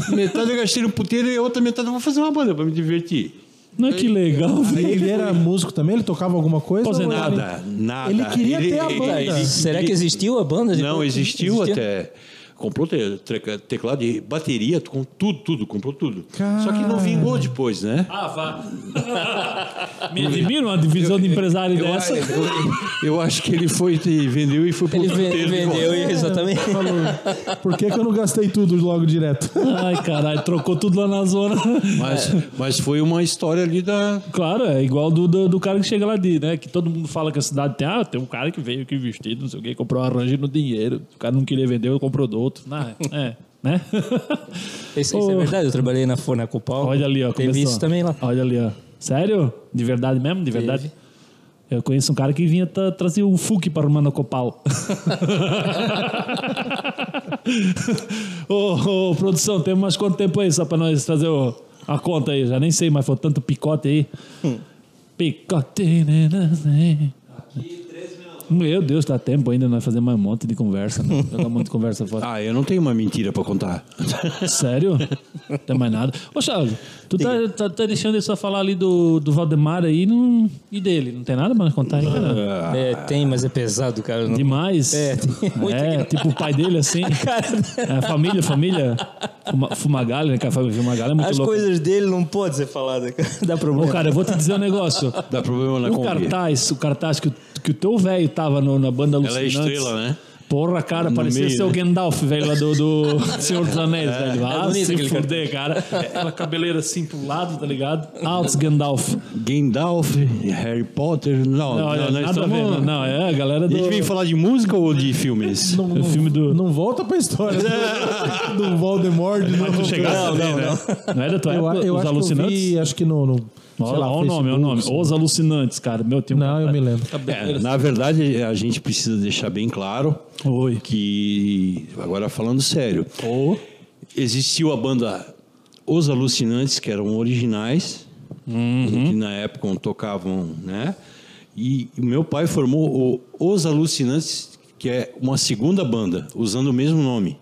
[SPEAKER 4] Metade eu gastei no puteiro e a outra metade eu vou fazer uma banda pra me divertir.
[SPEAKER 1] Não, é que legal,
[SPEAKER 2] Aí
[SPEAKER 1] velho.
[SPEAKER 2] ele era músico também? Ele tocava alguma coisa? ou ele-
[SPEAKER 4] Nada, nada.
[SPEAKER 2] Ele queria ter a banda.
[SPEAKER 3] Tá, Será que existiu a banda?
[SPEAKER 4] Não, existiu
[SPEAKER 3] Existia?
[SPEAKER 4] até. Comprou te- tre- teclado de bateria, com tudo, tudo, comprou tudo. Só que não vingou depois, né?
[SPEAKER 1] Ah, vá. Me admira uma divisão de empresário
[SPEAKER 4] Eu,
[SPEAKER 1] dessa.
[SPEAKER 4] eu- eu acho que ele foi, te- vendeu e foi pro
[SPEAKER 3] Ele
[SPEAKER 4] outro
[SPEAKER 3] ven-
[SPEAKER 4] termo de
[SPEAKER 3] vendeu
[SPEAKER 4] volta.
[SPEAKER 3] e exatamente.
[SPEAKER 2] Falou, Por que, que eu não gastei tudo logo direto?
[SPEAKER 1] Ai, caralho, trocou tudo lá na zona.
[SPEAKER 4] Mas,
[SPEAKER 3] É.
[SPEAKER 4] mas foi uma história ali da.
[SPEAKER 1] Claro, é igual do, do, do cara que chega lá de, né? Que todo mundo fala que a cidade tem, ah, tem um cara que veio aqui vestido, não sei o quê, comprou um arranjo no dinheiro. O cara não queria vender, comprou do outro. Ah, é, né?
[SPEAKER 3] Isso, isso é verdade, eu trabalhei na Fona Copal.
[SPEAKER 1] Olha ali, ó.
[SPEAKER 3] Teve
[SPEAKER 1] começou.
[SPEAKER 3] isso também lá.
[SPEAKER 1] Olha ali, ó. Sério? De verdade mesmo? De verdade?
[SPEAKER 3] Teve.
[SPEAKER 1] Eu conheço um cara que vinha tra- trazer um o Fuque para o Manocopal. ô, ô, produção, tem mais quanto tempo aí só para nós fazer o- a conta aí? Já nem sei, mas foi tanto picote aí.
[SPEAKER 3] Hum.
[SPEAKER 1] Picote. né, né, né. Meu Deus, dá tempo ainda nós fazer mais um monte de conversa. Né? Jogar um monte de conversa fora.
[SPEAKER 4] Ah, eu não tenho uma mentira pra contar.
[SPEAKER 1] É Sério? Não tem mais nada. Ô, Charles, tu tá, tá, tá deixando ele só falar ali do, do Valdemar aí não, e dele. Não tem nada mais pra contar aí, cara?
[SPEAKER 4] Ah.
[SPEAKER 3] É, tem, mas é pesado, cara. Não-
[SPEAKER 1] Demais.
[SPEAKER 3] É, tem muito
[SPEAKER 1] É, tipo o pai dele, assim. É, família, família. Fuma- Fumagalli, né? cara? Família Fumagalli é muito
[SPEAKER 3] As
[SPEAKER 1] louco.
[SPEAKER 3] coisas dele não pode ser falada, cara. Dá
[SPEAKER 1] Ô,
[SPEAKER 3] problema.
[SPEAKER 1] cara, eu vou te dizer um negócio.
[SPEAKER 4] Dá problema na
[SPEAKER 1] O tá-
[SPEAKER 4] Kombi.
[SPEAKER 1] cartaz, o cartaz que, o- que o teu velho tava no- na banda
[SPEAKER 4] Ela é
[SPEAKER 1] Alucinantes.
[SPEAKER 4] estrela, né?
[SPEAKER 1] Porra, cara, parecia
[SPEAKER 4] meio,
[SPEAKER 1] ser o
[SPEAKER 4] né? É.
[SPEAKER 1] Gandalf, velho, lá do, do Senhor dos Anéis, velho. Ah,
[SPEAKER 3] bonito
[SPEAKER 1] se
[SPEAKER 3] aquele
[SPEAKER 1] fuder, cara. Aquela cabeleira assim pro lado, tá ligado? Altos Gandalf.
[SPEAKER 4] Gandalf, Harry Potter. Não,
[SPEAKER 1] Não,
[SPEAKER 4] não,
[SPEAKER 1] é,
[SPEAKER 4] nós
[SPEAKER 1] nada a
[SPEAKER 4] estamos-
[SPEAKER 1] ver, não, não, é a galera
[SPEAKER 4] A
[SPEAKER 1] do...
[SPEAKER 4] gente veio falar de música ou de filmes?
[SPEAKER 2] Não,
[SPEAKER 1] O
[SPEAKER 2] não,
[SPEAKER 1] filme do...
[SPEAKER 2] não volta pra história do- do Voldemort. de novo.
[SPEAKER 1] não, não, não. Não é da tua
[SPEAKER 2] Eu, a-
[SPEAKER 1] época,
[SPEAKER 2] eu
[SPEAKER 1] Os
[SPEAKER 2] acho
[SPEAKER 1] Alucinantes?
[SPEAKER 2] que eu vi, acho que no... no sei
[SPEAKER 1] Olha
[SPEAKER 2] lá,
[SPEAKER 1] lá, olha o nome, olha o nome.
[SPEAKER 2] Facebook. assim.
[SPEAKER 1] Os Alucinantes, cara. Meu, tem um...
[SPEAKER 2] Não, eu me lembro.
[SPEAKER 4] É, na verdade, a gente precisa deixar bem claro
[SPEAKER 1] Oi.
[SPEAKER 4] que, agora falando sério,
[SPEAKER 1] Ô,
[SPEAKER 4] existiu a banda Os Alucinantes, que eram originais,
[SPEAKER 3] Uhum.
[SPEAKER 4] que na época tocavam, né? E o meu pai formou o Os Alucinantes, que é uma segunda banda, usando o mesmo nome.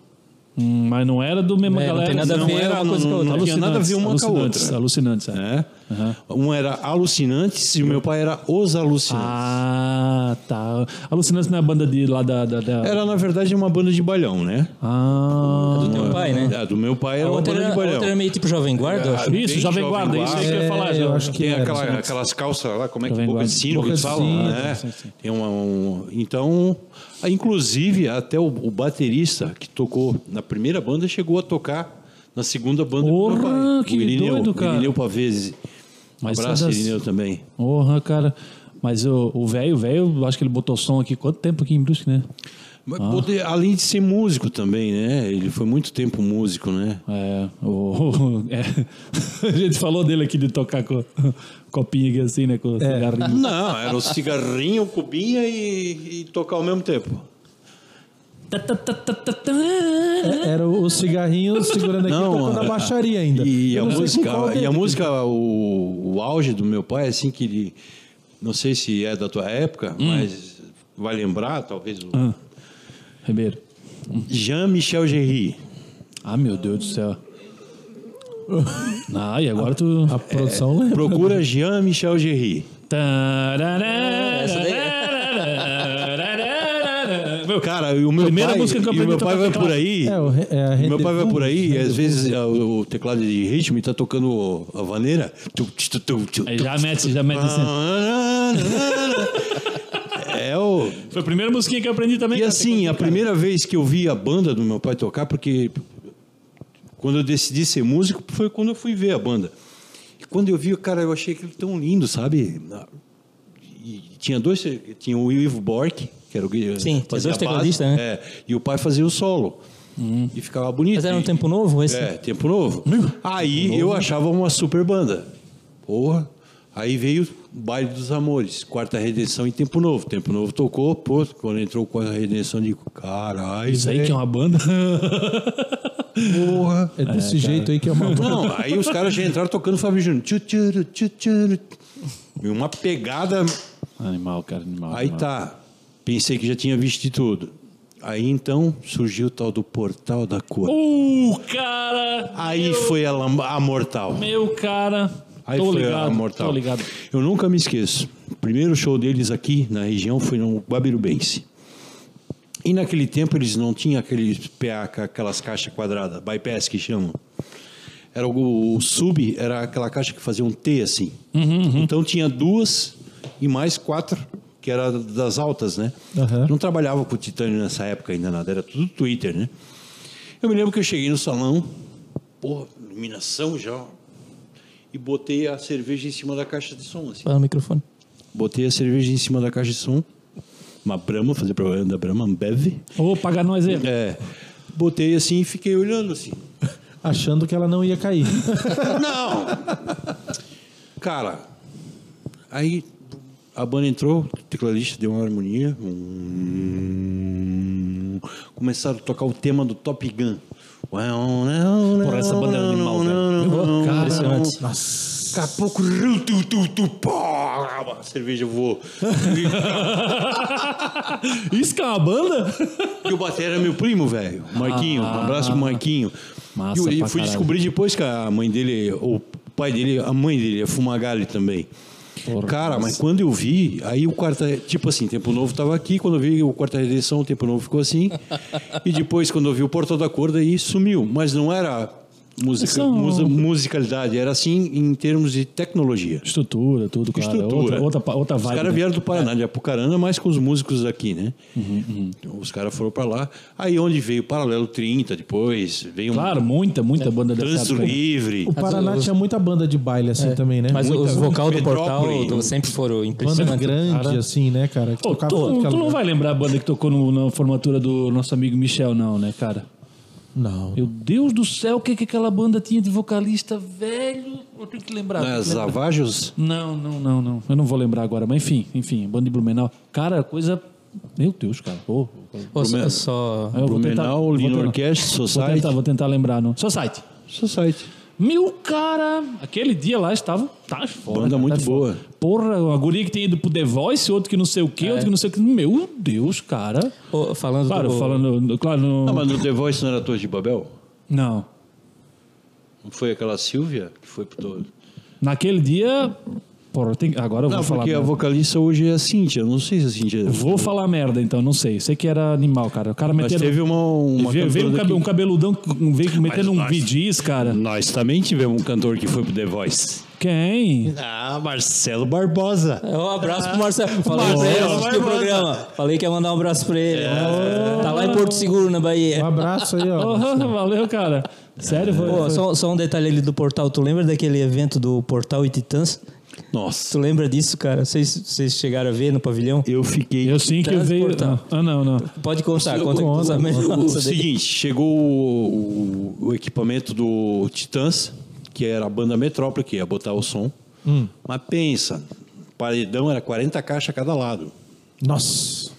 [SPEAKER 1] hum, mas não era do mesmo
[SPEAKER 3] É, não
[SPEAKER 1] galera.
[SPEAKER 3] tem nada a
[SPEAKER 1] não.
[SPEAKER 3] ver uma coisa com a
[SPEAKER 4] não,
[SPEAKER 3] outra.
[SPEAKER 4] não tinha nada a ver uma com a
[SPEAKER 1] Alucinantes,
[SPEAKER 4] outra.
[SPEAKER 3] Tá.
[SPEAKER 1] Alucinantes, é.
[SPEAKER 4] Né?
[SPEAKER 3] Uhum.
[SPEAKER 4] Um era Alucinantes e o meu pai era Os Alucinantes.
[SPEAKER 1] Ah, tá. Alucinantes não é a banda de lá da... da, da...
[SPEAKER 4] Era, na verdade, uma banda de bailão, né?
[SPEAKER 1] Ah...
[SPEAKER 3] Do teu pai, né?
[SPEAKER 4] A do meu pai
[SPEAKER 3] A
[SPEAKER 4] era uma
[SPEAKER 3] outra
[SPEAKER 4] banda
[SPEAKER 3] era,
[SPEAKER 4] de
[SPEAKER 3] a
[SPEAKER 4] bailão.
[SPEAKER 3] outra era meio tipo Jovem Guarda, eu acho.
[SPEAKER 1] Isso, Jovem
[SPEAKER 4] Bem Jovem
[SPEAKER 1] Guarda, isso aí que eu ia
[SPEAKER 2] É,
[SPEAKER 1] falar.
[SPEAKER 2] eu
[SPEAKER 1] já.
[SPEAKER 2] acho que
[SPEAKER 4] Tem
[SPEAKER 2] era.
[SPEAKER 4] aquela- aquelas calças lá, como é que
[SPEAKER 1] Jovem
[SPEAKER 4] boca de
[SPEAKER 1] Guarda.
[SPEAKER 4] sino
[SPEAKER 2] Boca
[SPEAKER 4] que
[SPEAKER 2] de
[SPEAKER 4] falam,
[SPEAKER 2] sino,
[SPEAKER 4] né?
[SPEAKER 1] sim, sim.
[SPEAKER 4] Tem uma, um- então, a- inclusive, até o, o baterista que tocou na primeira banda chegou a tocar na segunda banda do meu
[SPEAKER 1] Porra,
[SPEAKER 4] pai,
[SPEAKER 1] que
[SPEAKER 4] o Irineu,
[SPEAKER 1] doido, cara.
[SPEAKER 4] O Irineu Pavese. Um
[SPEAKER 1] Mas
[SPEAKER 4] abraço,
[SPEAKER 1] todas-
[SPEAKER 4] Irineu, também.
[SPEAKER 1] Porra, cara. Mas o o velho, o velho, acho que ele botou som aqui quanto tempo aqui em Brusque, né?
[SPEAKER 4] Mas poder- além de ser músico também, né? Ele foi muito tempo músico, né?
[SPEAKER 1] É, o, é. a gente falou dele aqui de tocar com copinha aqui assim, né? Com cigarrinho.
[SPEAKER 4] Não, era o cigarrinho, cubinha e, e tocar ao mesmo tempo.
[SPEAKER 2] É, Era o o cigarrinho segurando aqui
[SPEAKER 4] Não,
[SPEAKER 2] tocando a
[SPEAKER 4] a-
[SPEAKER 2] baixaria ainda.
[SPEAKER 4] E
[SPEAKER 2] Eu
[SPEAKER 4] a
[SPEAKER 2] não sei com qual é.
[SPEAKER 4] música, e
[SPEAKER 2] dedo.
[SPEAKER 4] a música o, o auge do meu pai, assim, que ele. Não sei se é da tua época,
[SPEAKER 2] Hum.
[SPEAKER 4] mas vai lembrar, talvez. o
[SPEAKER 1] Ah, Ribeiro.
[SPEAKER 4] Jean-Michel Gerry.
[SPEAKER 1] Ah, meu Deus do céu. Ah, e agora tu.
[SPEAKER 2] A produção lembra.
[SPEAKER 4] Procura Jean-Michel Gerry.
[SPEAKER 3] Essa daí
[SPEAKER 1] Meu,
[SPEAKER 4] Cara, e o meu
[SPEAKER 1] Primeira
[SPEAKER 4] pai,
[SPEAKER 1] música que eu
[SPEAKER 4] e o
[SPEAKER 1] aprendi a
[SPEAKER 4] meu
[SPEAKER 1] tocar
[SPEAKER 4] pai vai
[SPEAKER 1] teclado.
[SPEAKER 4] por aí.
[SPEAKER 2] É, o re- é a
[SPEAKER 4] o meu pai vai
[SPEAKER 2] Rendezvous,
[SPEAKER 4] por aí, e
[SPEAKER 2] Rendezvous.
[SPEAKER 4] às vezes ah, o, o teclado de ritmo e tá tocando a vaneira. Tu, tu, tu, tu, tu,
[SPEAKER 2] É
[SPEAKER 1] Aí
[SPEAKER 4] tu.
[SPEAKER 1] já mete, já mete. assim.
[SPEAKER 4] É o.
[SPEAKER 1] Foi a primeira musiquinha que eu aprendi também. tá,
[SPEAKER 4] E
[SPEAKER 1] cara.
[SPEAKER 4] assim, a primeira vez que eu vi a banda do meu pai tocar, porque quando eu decidi ser músico foi quando eu fui ver a banda. E quando eu vi, cara, eu achei aquilo tão lindo, sabe? Na- E tinha dois, tinha o Ivo Bork, que era o que
[SPEAKER 3] Sim, tinha
[SPEAKER 4] fazia
[SPEAKER 3] dois
[SPEAKER 4] a base,
[SPEAKER 3] tecladistas, né?
[SPEAKER 4] É, e o pai fazia o solo. E ficava bonito.
[SPEAKER 3] Mas era um
[SPEAKER 4] E-
[SPEAKER 3] tempo novo esse?
[SPEAKER 4] É, tempo novo. Aí eu achava uma super banda. Porra. Aí veio Baile dos Amores, Quarta Redenção e Tempo Novo. Tempo Novo tocou, pô, quando entrou Quarta Redenção, eu digo, caralho.
[SPEAKER 1] Isso aí que é uma banda.
[SPEAKER 4] porra.
[SPEAKER 2] É desse jeito aí que é uma
[SPEAKER 4] Não, aí os caras já entraram tocando Fábio Júnior. Tchu, tchu, tchu, tchu. E uma pegada.
[SPEAKER 6] Animal, cara, animal.
[SPEAKER 4] Aí
[SPEAKER 6] animal.
[SPEAKER 4] tá. Pensei que já tinha visto de tudo. Aí então surgiu o tal do portal da cor.
[SPEAKER 1] Uh, cara!
[SPEAKER 4] Aí foi a, lam- a mortal.
[SPEAKER 1] Meu cara.
[SPEAKER 4] Aí
[SPEAKER 1] tô
[SPEAKER 4] foi
[SPEAKER 1] ligado,
[SPEAKER 4] a mortal.
[SPEAKER 1] Tô ligado.
[SPEAKER 4] Eu nunca me esqueço. O primeiro show deles aqui na região foi no Babirubense. E naquele tempo eles não tinham aqueles PA, com aquelas caixas quadradas, bypass que chamam. Era o, o sub, era aquela caixa que fazia um T assim.
[SPEAKER 1] Uhum,
[SPEAKER 4] Então tinha duas e mais quatro, que era das altas, né?
[SPEAKER 2] Aham.
[SPEAKER 4] Não trabalhava com titânio nessa época ainda nada, era tudo Twitter, né? Eu me lembro que eu cheguei no salão, porra, iluminação já, e botei a cerveja em cima da caixa de som, assim.
[SPEAKER 3] Fala no microfone.
[SPEAKER 4] Botei a cerveja em cima da caixa de som, uma Brahma, fazer propaganda da Brahma, Ambev.
[SPEAKER 1] Ô, paga nós aí.
[SPEAKER 4] É, botei assim e fiquei olhando assim.
[SPEAKER 2] Achando que ela não ia cair.
[SPEAKER 4] Não! Cara, aí a banda entrou, o tecladista deu uma harmonia. hum, começaram a tocar o tema do Top Gun. Porra,
[SPEAKER 6] essa banda é animal, é
[SPEAKER 4] velho.
[SPEAKER 3] Impressionante.
[SPEAKER 4] Daqui a pouco. ru, tu, tu, tu, pá, A cerveja voou.
[SPEAKER 1] Isso que é uma banda?
[SPEAKER 4] E o Batera é meu primo, velho. Marquinho. Um abraço pro Marquinho.
[SPEAKER 6] Ah, Massa
[SPEAKER 4] e eu, eu
[SPEAKER 6] pra
[SPEAKER 4] fui
[SPEAKER 6] caralho.
[SPEAKER 4] descobrir depois que a mãe dele, ou o pai dele, a mãe dele é Fumagalli também. Cara, mas quando eu vi, aí o quarta. Tipo assim, Tempo Novo tava aqui, quando eu vi o quarta redenção, o Tempo Novo ficou assim. e depois, quando eu vi o Portal da Cor, daí sumiu. Mas não era música,
[SPEAKER 6] um
[SPEAKER 1] São-
[SPEAKER 4] musa- musicalidade, era assim em termos de tecnologia.
[SPEAKER 1] Estrutura, tudo, cara.
[SPEAKER 4] Estrutura.
[SPEAKER 1] Outra, outra, outra
[SPEAKER 4] Os
[SPEAKER 1] vibe.
[SPEAKER 4] caras
[SPEAKER 1] né?
[SPEAKER 4] vieram do Paraná, de Apucarana, mas com os músicos aqui, né?
[SPEAKER 1] Uhum,
[SPEAKER 4] Então, Os caras foram pra lá. Aí onde veio o Paralelo 30, depois veio
[SPEAKER 1] Claro,
[SPEAKER 4] um
[SPEAKER 1] muita, muita banda dessa
[SPEAKER 4] Trânsito
[SPEAKER 1] época.
[SPEAKER 4] Livre.
[SPEAKER 2] O Paraná tinha muita banda de baile assim também, né?
[SPEAKER 3] É. Mas o
[SPEAKER 4] Muita-
[SPEAKER 3] os vocal do portal
[SPEAKER 4] Metrópole.
[SPEAKER 3] do- sempre foram
[SPEAKER 2] banda
[SPEAKER 3] impressionantes.
[SPEAKER 2] grande
[SPEAKER 3] Cara,
[SPEAKER 2] assim, né, cara? Que
[SPEAKER 1] Pô,
[SPEAKER 2] tocava
[SPEAKER 1] tu,
[SPEAKER 2] aquela-
[SPEAKER 1] tu não vai lembrar a banda que tocou no- na formatura do nosso amigo Michel, não, né, cara?
[SPEAKER 2] Não.
[SPEAKER 1] Meu Deus do céu, o que, que aquela banda tinha de vocalista, velho? Eu tenho que lembrar. tenho
[SPEAKER 4] Nas
[SPEAKER 1] que lembrar.
[SPEAKER 4] né? Zavajos.
[SPEAKER 1] Não, não, não, não. Eu não vou lembrar agora, mas enfim, enfim, banda de Blumenau. Cara, coisa. Meu Deus, cara. Ô,
[SPEAKER 3] Ou só- só...
[SPEAKER 1] eu vou tentar-
[SPEAKER 4] Blumenau,
[SPEAKER 1] vou
[SPEAKER 4] Lino
[SPEAKER 1] tentar-
[SPEAKER 4] Orquestra,
[SPEAKER 1] Vou
[SPEAKER 4] Society.
[SPEAKER 1] tentar, vou tentar lembrar. No... Society.
[SPEAKER 4] Society.
[SPEAKER 1] Meu cara, aquele dia lá estava. Tá foda.
[SPEAKER 4] Banda
[SPEAKER 1] cara,
[SPEAKER 4] muito
[SPEAKER 1] tá foda.
[SPEAKER 4] boa.
[SPEAKER 1] Porra, uma guria que tem ido pro The Voice, outro que não sei o
[SPEAKER 4] É.
[SPEAKER 1] quê, outro que não sei o quê. Meu Deus, cara.
[SPEAKER 3] Ô, falando
[SPEAKER 1] Claro,
[SPEAKER 3] do...
[SPEAKER 1] falando. Claro, no...
[SPEAKER 4] Ah, mas no The Voice não era Torre de Babel?
[SPEAKER 1] Não.
[SPEAKER 4] Não foi aquela Silvia que foi pro todo?
[SPEAKER 1] Naquele dia. Porra, tem... agora eu vou
[SPEAKER 4] Não,
[SPEAKER 1] falar.
[SPEAKER 4] porque a
[SPEAKER 1] merda.
[SPEAKER 4] vocalista hoje é a Cíntia. Não sei se a Cíntia...
[SPEAKER 1] Vou falar merda, então, não sei. Sei que era animal, cara. O cara
[SPEAKER 4] Mas
[SPEAKER 1] metendo.
[SPEAKER 4] teve uma... uma
[SPEAKER 1] veio veio um,
[SPEAKER 4] cantora
[SPEAKER 1] cabe- um
[SPEAKER 4] que-
[SPEAKER 1] cabeludão com- veio metendo um
[SPEAKER 4] nós-
[SPEAKER 1] vidiz, cara.
[SPEAKER 4] Nós também tivemos um cantor que foi pro The Voice.
[SPEAKER 1] Quem?
[SPEAKER 4] Ah, Marcelo Barbosa.
[SPEAKER 3] É, Um abraço pro Marcelo. Falei pra ele antes do programa. Falei que ia mandar um abraço pra ele. Tá lá em Porto Seguro, na
[SPEAKER 2] Um
[SPEAKER 3] Bahia.
[SPEAKER 2] abraço aí, ó.
[SPEAKER 1] Porra, valeu, cara.
[SPEAKER 4] É.
[SPEAKER 1] Sério, foi.
[SPEAKER 3] Pô,
[SPEAKER 4] assim,
[SPEAKER 3] só, só um detalhe ali do portal. Tu lembra daquele evento do Portal e Titãs?
[SPEAKER 4] Nossa.
[SPEAKER 3] Tu lembra disso, cara? Vocês, vocês chegaram a ver no pavilhão?
[SPEAKER 4] Eu fiquei...
[SPEAKER 1] Eu sim que eu veio.
[SPEAKER 3] Transportar.
[SPEAKER 1] Ah, não, não.
[SPEAKER 3] Pode contar, conta que tu sabe melhor.
[SPEAKER 4] O seguinte, chegou o, o- o equipamento do Titãs, que era a banda Metrópole, que ia botar o som. Mas pensa, paredão era 40 caixas a cada lado.
[SPEAKER 2] Nossa.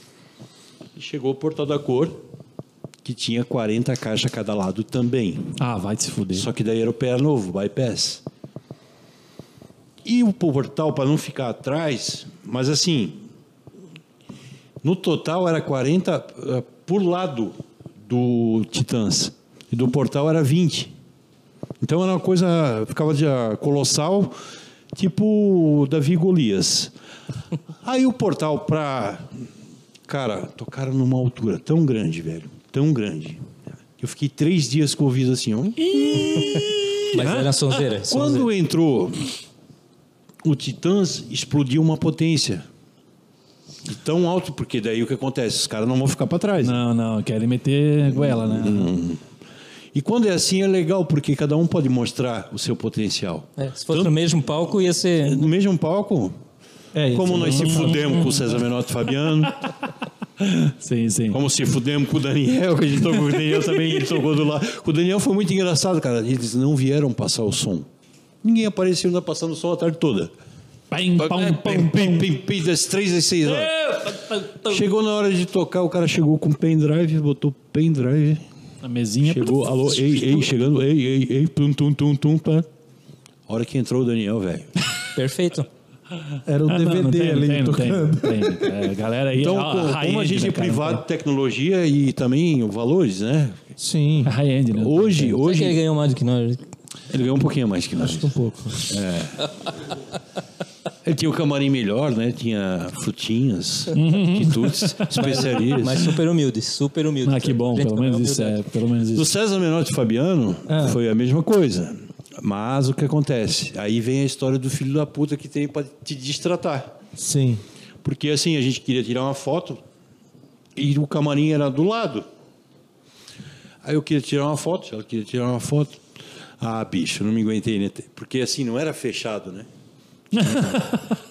[SPEAKER 4] E chegou o Portal da Cor, que tinha 40 caixas a cada lado também.
[SPEAKER 1] Ah, vai te se fuder.
[SPEAKER 4] Só que daí era o PA novo, bypass. E o portal, para não ficar atrás, mas assim, no total era 40 eh, por lado do Titãs. E do portal era 20. Então era uma coisa, ficava de, ah, colossal, tipo Davi e Golias. Aí o portal pra. Cara, tocaram numa altura tão grande, velho. Tão grande. Eu fiquei três dias com o ouvido assim, ó.
[SPEAKER 3] Mas era sonzeira. sonzeira.
[SPEAKER 2] é-
[SPEAKER 4] Quando entrou o Titãs, explodiu uma potência. E tão alto, porque daí o que acontece? Os caras não vão ficar para trás.
[SPEAKER 1] Não, não, querem meter goela, né?
[SPEAKER 4] Uhum. E quando é assim é legal, porque cada um pode mostrar o seu potencial.
[SPEAKER 3] É, se fosse no mesmo palco, ia ser...
[SPEAKER 4] No mesmo palco,
[SPEAKER 2] É,
[SPEAKER 4] como nós se fudemos com o César Menotti e Fabiano,
[SPEAKER 1] Sim, sim.
[SPEAKER 4] como se fudemos com o Daniel, que a gente tocou com o Daniel também, ele tocou do lado. O Daniel foi muito engraçado, cara. Eles não vieram passar o som. Ninguém apareceu ainda passando o som a tarde toda.
[SPEAKER 1] Pim, pam, pam, pam.
[SPEAKER 4] é? Pim, pim, pim, das três às seis horas. Chegou na hora de tocar, o cara chegou com o pendrive, botou pendrive.
[SPEAKER 1] A mesinha.
[SPEAKER 4] Chegou, alô, ei, ei, chegando, ei, ei, ei, tum, tum, tum, tum, pá. A hora que entrou o Daniel, velho.
[SPEAKER 3] Perfeito.
[SPEAKER 2] Era o
[SPEAKER 4] é
[SPEAKER 1] Ah, não,
[SPEAKER 2] DVD
[SPEAKER 1] não tem, não
[SPEAKER 2] ali
[SPEAKER 1] tem, não tem,
[SPEAKER 2] tocando.
[SPEAKER 1] não tem, É, galera aí,
[SPEAKER 4] Então,
[SPEAKER 1] ó,
[SPEAKER 4] co- como a
[SPEAKER 1] high-end,
[SPEAKER 4] gente
[SPEAKER 1] né,
[SPEAKER 4] é
[SPEAKER 1] cara?
[SPEAKER 4] privado de tecnologia e também valores, né?
[SPEAKER 2] Sim,
[SPEAKER 1] É high-end, né?
[SPEAKER 4] Hoje,
[SPEAKER 3] Será que ele
[SPEAKER 4] hoje
[SPEAKER 3] ganhou mais do que nós?
[SPEAKER 4] ele ganhou um pouquinho mais que nós.
[SPEAKER 2] um pouco.
[SPEAKER 4] Ele tinha o camarim melhor, né? Tinha frutinhas, quitutes, especiarias.
[SPEAKER 3] Mas super humilde, super humilde.
[SPEAKER 1] Ah, que bom,
[SPEAKER 3] Gente,
[SPEAKER 1] pelo menos
[SPEAKER 3] é
[SPEAKER 1] isso é, pelo menos
[SPEAKER 4] Do
[SPEAKER 1] isso.
[SPEAKER 4] César Menotti e Fabiano foi a mesma coisa. Mas o que acontece? Aí vem a história do filho da puta que tem pra te distratar.
[SPEAKER 2] Sim.
[SPEAKER 4] Porque assim, a gente queria tirar uma foto e o camarim era do lado. Aí eu queria tirar uma foto, ela queria tirar uma foto. Ah, bicho, não me aguentei, né? Porque assim, não era fechado, né?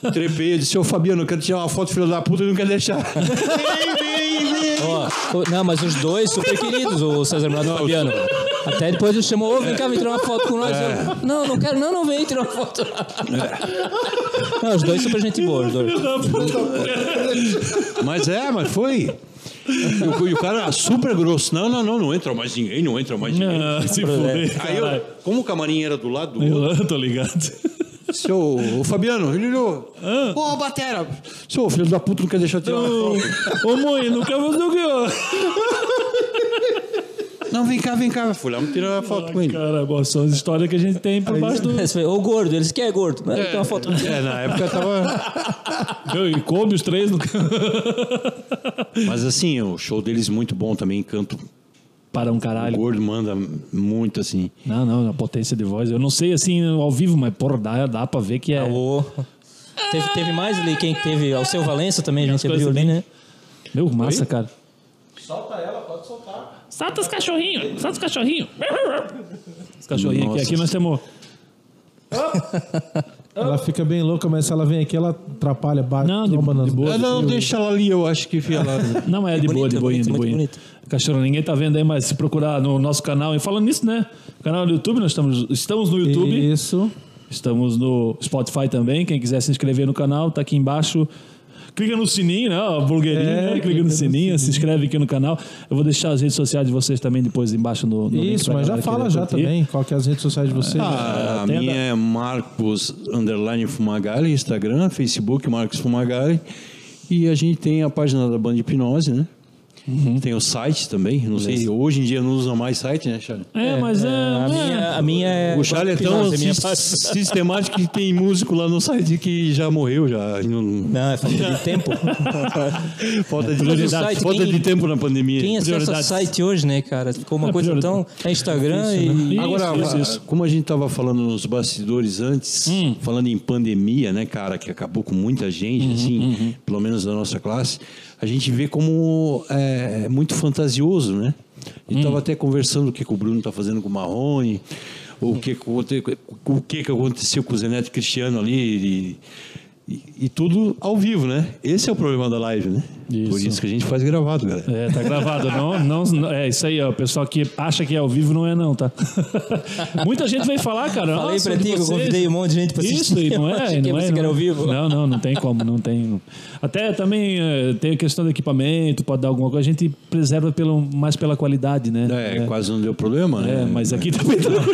[SPEAKER 4] Eu Trepei, eu disse, ô Fabiano, eu quero tirar uma foto, filho da puta, ele não quer deixar. vem, vem, vem.
[SPEAKER 3] Ó, o- não, mas os dois super queridos, o César Menotti e o Fabiano. Até depois ele chamou, ô, vem cá, vem tirar uma foto com nós.
[SPEAKER 1] É.
[SPEAKER 3] Eu, Não, não quero, não, não vem tirar uma foto.
[SPEAKER 1] É.
[SPEAKER 3] Não, os dois super gente boa, os dois.
[SPEAKER 4] Mas é, mas foi. E o, e o cara super grosso. Não, não, não, não entra mais ninguém, não entra mais ninguém. É.
[SPEAKER 1] Ah, se fuder,
[SPEAKER 4] Aí eu,
[SPEAKER 1] caralho.
[SPEAKER 4] como o camarim era do lado do outro,
[SPEAKER 1] Eu tô ligado.
[SPEAKER 4] seu o Fabiano, ele olhou. Ô, Batera! Seu filho da puta não quer deixar eu tirar uma foto.
[SPEAKER 1] Ô, mãe, não quero fazer o quê?
[SPEAKER 4] Não, vem cá, vem cá. Fui lá me tirar a foto com ele.
[SPEAKER 1] Cara, bom, são as histórias que a gente tem por baixo do...
[SPEAKER 3] Esse foi, Ô gordo, eles querem é gordo. Não, tem uma foto.
[SPEAKER 4] É, na época tava.
[SPEAKER 1] Meu, e coube os três no...
[SPEAKER 4] Mas assim, o show deles muito bom também, canto.
[SPEAKER 1] Para um
[SPEAKER 4] O
[SPEAKER 1] caralho.
[SPEAKER 4] gordo manda muito assim.
[SPEAKER 1] Não, não, a potência de voz. Eu não sei, assim, ao vivo, mas, porra, dá, dá pra ver que é...
[SPEAKER 3] Ô. Teve, teve mais ali, quem que teve? Ao seu Valença também, a gente
[SPEAKER 1] coisas
[SPEAKER 3] viu ali,
[SPEAKER 1] ali.
[SPEAKER 3] né?
[SPEAKER 1] Meu, massa, cara.
[SPEAKER 7] Solta os cachorrinhos, solta os cachorrinhos.
[SPEAKER 1] Os cachorrinhos aqui.
[SPEAKER 4] Nossa.
[SPEAKER 1] Aqui nós temos...
[SPEAKER 2] Ela fica bem louca, mas se ela vem aqui, ela atrapalha, bate,
[SPEAKER 1] Não, de-
[SPEAKER 2] tromba nas
[SPEAKER 1] de boa.
[SPEAKER 4] Ah, não, deixa ela ali, eu acho que fia lá.
[SPEAKER 1] Não, é de boa,
[SPEAKER 3] bonito,
[SPEAKER 1] de boinha,
[SPEAKER 3] bonito,
[SPEAKER 1] de
[SPEAKER 3] muito
[SPEAKER 1] boinha.
[SPEAKER 3] bonito.
[SPEAKER 1] Cachorro, ninguém tá vendo aí, mas se procurar no nosso canal, e falando nisso, né? Canal do YouTube, nós estamos, estamos no YouTube,
[SPEAKER 2] Isso.
[SPEAKER 1] estamos no Spotify também. Quem quiser se inscrever no canal, tá aqui embaixo. Clica no sininho, né? ó, A blogueirinha,
[SPEAKER 2] É,
[SPEAKER 1] né?
[SPEAKER 2] clica
[SPEAKER 1] clica
[SPEAKER 2] no
[SPEAKER 1] no sininho, se inscreve aqui no canal. Eu vou deixar as redes sociais de vocês também depois embaixo no, no link
[SPEAKER 2] Isso,
[SPEAKER 1] pra
[SPEAKER 2] mas já
[SPEAKER 1] galera
[SPEAKER 2] fala
[SPEAKER 1] que
[SPEAKER 2] já
[SPEAKER 1] curtir.
[SPEAKER 2] também qual que é as redes sociais de vocês.
[SPEAKER 4] Ah, a
[SPEAKER 1] Tenda.
[SPEAKER 4] minha é Marcos Underline Fumagalli, Instagram, Facebook Marcos Fumagalli. E a gente tem a página da Banda Hipnose, né? Tem o site também. Não sei, hoje em dia não usa mais site, né, Charlie?
[SPEAKER 1] É, mas é. então,
[SPEAKER 3] A minha, a minha é.
[SPEAKER 4] O Charlie é tão
[SPEAKER 3] Nossa, a minha
[SPEAKER 4] sis-
[SPEAKER 3] parte.
[SPEAKER 4] sistemático que tem músico lá no site que já morreu, já. Não-
[SPEAKER 3] Não, é falta de tempo.
[SPEAKER 4] Falta de,
[SPEAKER 3] Mas o site,
[SPEAKER 4] falta
[SPEAKER 3] quem-
[SPEAKER 4] de tempo na pandemia.
[SPEAKER 3] Quem acessa o
[SPEAKER 1] Prioridades.
[SPEAKER 3] site hoje, né, cara? Ficou uma coisa tão. É Instagram e.
[SPEAKER 1] Isso,
[SPEAKER 4] Agora,
[SPEAKER 1] isso, isso. Hum.
[SPEAKER 4] como a gente estava falando nos bastidores antes, falando em pandemia, né, cara, que acabou com muita gente,
[SPEAKER 1] Uhum,
[SPEAKER 4] assim, pelo menos da nossa classe, a gente vê como é, é muito fantasioso, né? A gente
[SPEAKER 1] Hum.
[SPEAKER 4] estava até conversando o que, que o Bruno está fazendo com o Marrone, o
[SPEAKER 1] Hum.
[SPEAKER 4] que, que aconte- o que, que aconteceu com o Zeneto Cristiano ali, e, e- e tudo ao vivo, né? Esse é o problema da live, né? Por
[SPEAKER 1] Isso.
[SPEAKER 4] isso que a gente faz gravado, galera.
[SPEAKER 1] É, tá gravado. Não, não, não- é isso aí, ó. O pessoal que acha que é ao vivo não é, não, tá? Muita gente veio falar, cara.
[SPEAKER 3] Falei
[SPEAKER 1] nossa,
[SPEAKER 3] pra
[SPEAKER 1] de
[SPEAKER 3] ti que eu
[SPEAKER 1] vocês.
[SPEAKER 3] convidei um monte de gente pra
[SPEAKER 1] Isso,
[SPEAKER 3] assistir.
[SPEAKER 1] e não
[SPEAKER 3] Eu
[SPEAKER 1] é,
[SPEAKER 3] achei
[SPEAKER 1] e
[SPEAKER 3] que
[SPEAKER 1] não é,
[SPEAKER 3] você que era
[SPEAKER 1] não.
[SPEAKER 3] ao vivo.
[SPEAKER 1] Não, não, não tem como, não tem. Até também eh, tem a questão do equipamento, pode dar alguma coisa. A gente preserva pelo, mais pela qualidade, né?
[SPEAKER 4] É, quase não deu problema, né?
[SPEAKER 1] É, mas aqui também tá.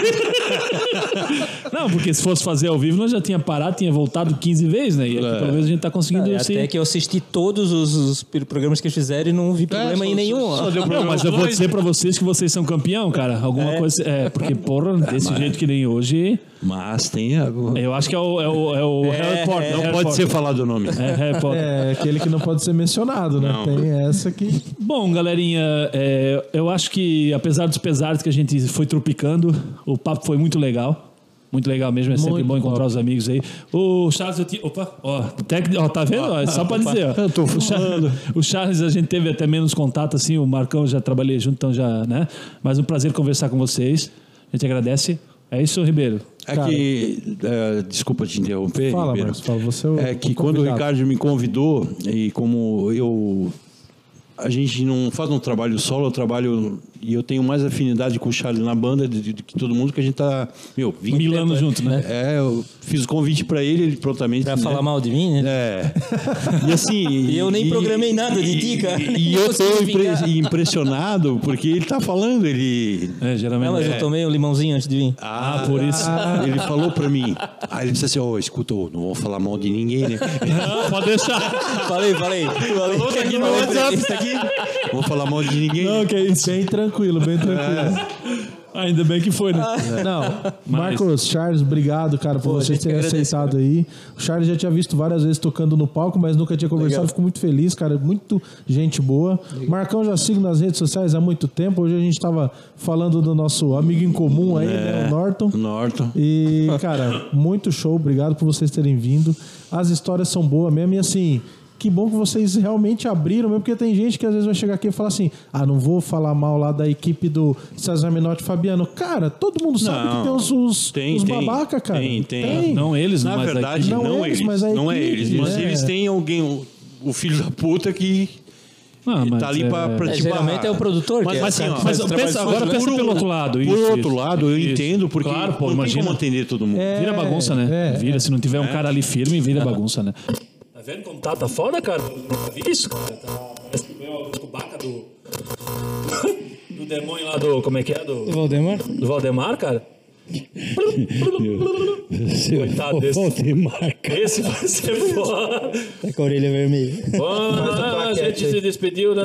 [SPEAKER 1] não, porque se fosse fazer ao vivo, nós já tinha parado, tinha voltado 15 vezes, né? E aqui
[SPEAKER 4] É.
[SPEAKER 1] pelo menos a gente tá conseguindo
[SPEAKER 3] Cara,
[SPEAKER 1] se-
[SPEAKER 3] Até que eu assisti todos os, os programas que eles fizeram e não
[SPEAKER 4] É,
[SPEAKER 3] vi
[SPEAKER 4] tipo,
[SPEAKER 3] problema em nenhum. ó.
[SPEAKER 1] Ah, Não, mas eu vou dizer pra vocês que vocês são campeão, cara. Alguma coisa. É, porque, porra, desse jeito que nem hoje,
[SPEAKER 4] Mas tem. a-
[SPEAKER 1] eu acho que é o, é o, é o Harry Potter.
[SPEAKER 4] Não
[SPEAKER 1] Harry
[SPEAKER 4] pode
[SPEAKER 1] Potter.
[SPEAKER 4] ser falado o nome.
[SPEAKER 1] É, Harry Potter.
[SPEAKER 2] É, aquele que não pode ser mencionado, né? Tem essa que
[SPEAKER 1] Bom, galerinha, é, eu acho que apesar dos pesares que a gente foi tropicando, o papo foi muito legal. Muito legal mesmo, é sempre
[SPEAKER 2] Muito
[SPEAKER 1] bom encontrar os amigos aí. O Charles, eu te... Opa, ó, técnico, ó, tá vendo? Ó, é só pra dizer, ó.
[SPEAKER 4] Eu tô
[SPEAKER 1] O Char- O Charles, a gente teve até menos contato, assim, o Marcão já trabalhei junto, então já, né? Mas um prazer conversar com vocês. A gente agradece. É isso, Ribeiro.
[SPEAKER 4] É que, é, desculpa te interromper,
[SPEAKER 2] Fala,
[SPEAKER 4] Ribeiro.
[SPEAKER 2] Marcos, fala, você é o-
[SPEAKER 4] É que
[SPEAKER 2] o
[SPEAKER 4] quando o
[SPEAKER 2] convidado.
[SPEAKER 4] Ricardo me convidou, e como eu. A gente não faz um trabalho solo, eu trabalho E eu tenho mais afinidade com o Charlie na banda do do que todo mundo, que a gente tá, meu, 20
[SPEAKER 1] Mil anos junto, né?
[SPEAKER 4] É, eu fiz o convite pra ele, ele prontamente.
[SPEAKER 3] Pra
[SPEAKER 4] né?
[SPEAKER 3] falar mal de mim, né?
[SPEAKER 4] É. E assim.
[SPEAKER 3] E eu nem programei nada de ti, cara.
[SPEAKER 4] E, e
[SPEAKER 3] Não
[SPEAKER 4] eu
[SPEAKER 3] consegui
[SPEAKER 4] tô impre-
[SPEAKER 3] vingar.
[SPEAKER 4] impressionado porque ele tá falando, ele.
[SPEAKER 6] É, geralmente.
[SPEAKER 3] Ela,
[SPEAKER 4] tá-
[SPEAKER 3] eu tomei um limãozinho antes de vir.
[SPEAKER 4] Ah, por isso. Ele falou pra mim. Aí ele disse assim: Ô, escuta, ô, não vou falar mal de ninguém, né?
[SPEAKER 1] Pode deixar.
[SPEAKER 3] Falei, falei. falei.
[SPEAKER 4] é Não vou falar mal de ninguém.
[SPEAKER 2] Não, que isso. Bem tranquilo, bem tranquilo.
[SPEAKER 1] Ainda bem que foi, né?
[SPEAKER 2] Não, Marcos, Charles, obrigado, cara, por vocês terem aceitado aí. O Charles já tinha visto várias vezes tocando no palco, mas nunca tinha conversado. Fico muito feliz, cara. Muito gente boa. Marcão já sigo nas redes sociais há muito tempo. Hoje a gente tava falando do nosso amigo em comum aí, né, o Norton.
[SPEAKER 4] Norton.
[SPEAKER 2] E, cara, muito show. Obrigado por vocês terem vindo. As histórias são boas mesmo. E, assim, que bom que vocês realmente abriram mesmo, porque tem gente que às vezes vai chegar aqui e falar assim: ah, não vou falar mal lá da equipe do César Minotti e Fabiano. Cara, todo mundo sabe
[SPEAKER 4] Não.
[SPEAKER 2] que tem os, os,
[SPEAKER 4] Tem,
[SPEAKER 2] os
[SPEAKER 4] tem.
[SPEAKER 2] babaca, cara.
[SPEAKER 4] Tem, tem.
[SPEAKER 6] Não eles,
[SPEAKER 4] Na
[SPEAKER 6] mas
[SPEAKER 4] verdade,
[SPEAKER 2] Não
[SPEAKER 4] não,
[SPEAKER 2] eles,
[SPEAKER 4] eles.
[SPEAKER 2] mas a
[SPEAKER 4] não é
[SPEAKER 2] equipe,
[SPEAKER 4] eles. Mas
[SPEAKER 2] né?
[SPEAKER 4] eles têm alguém, o, o filho da puta, que
[SPEAKER 6] aqui. Não,
[SPEAKER 4] que
[SPEAKER 6] mas
[SPEAKER 4] tá ali
[SPEAKER 6] é-
[SPEAKER 4] pra, pra
[SPEAKER 3] É,
[SPEAKER 4] te
[SPEAKER 3] geralmente
[SPEAKER 4] barrar.
[SPEAKER 3] é o produtor que
[SPEAKER 4] ah, Mas,
[SPEAKER 3] é-
[SPEAKER 4] assim, ó,
[SPEAKER 6] Mas
[SPEAKER 4] mas
[SPEAKER 6] pensa, agora pensa pelo outro lado.
[SPEAKER 4] por
[SPEAKER 6] isso,
[SPEAKER 4] outro
[SPEAKER 6] isso,
[SPEAKER 4] lado, eu
[SPEAKER 6] isso.
[SPEAKER 4] entendo, porque
[SPEAKER 6] Claro, pô,
[SPEAKER 4] não tem
[SPEAKER 6] imagina.
[SPEAKER 4] como atender todo mundo.
[SPEAKER 2] É,
[SPEAKER 6] Vira bagunça, né?
[SPEAKER 2] é,
[SPEAKER 6] vira, se não tiver um cara ali firme, vira bagunça, né?
[SPEAKER 1] Tá vendo como tá? Tá foda, cara? Nunca vi isso, cara. Tá- Parece que veio a cubaca do. do demônio lá do. Como é que é? Do,
[SPEAKER 8] Valdemar?
[SPEAKER 1] do Valdemar, cara. Coitado desse.
[SPEAKER 8] Valdemar, cara,
[SPEAKER 1] Esse vai ser foda.
[SPEAKER 8] tá com a orelha vermelha.
[SPEAKER 1] Bom, ah, a gente se despediu, né?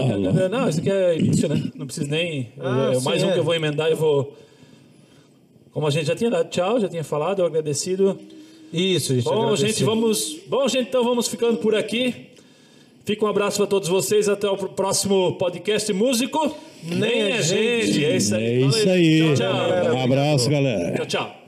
[SPEAKER 1] Não, isso aqui é início, né? Não precisa nem. é
[SPEAKER 2] Tá sim,
[SPEAKER 1] mais um
[SPEAKER 2] é.
[SPEAKER 1] que eu vou emendar e vou. Como a gente já tinha dado tchau, já tinha falado, eu agradecido.
[SPEAKER 2] Isso, gente.
[SPEAKER 1] Bom, gente, vamos. Bom, gente, então vamos ficando por aqui. Fica um abraço para todos vocês. Até o pr- próximo podcast músico. Nem, é gente. É isso aí.
[SPEAKER 8] É isso
[SPEAKER 1] Valeu.
[SPEAKER 8] aí.
[SPEAKER 1] Tchau, tchau.
[SPEAKER 8] Um abraço, galera.
[SPEAKER 1] Tchau, tchau.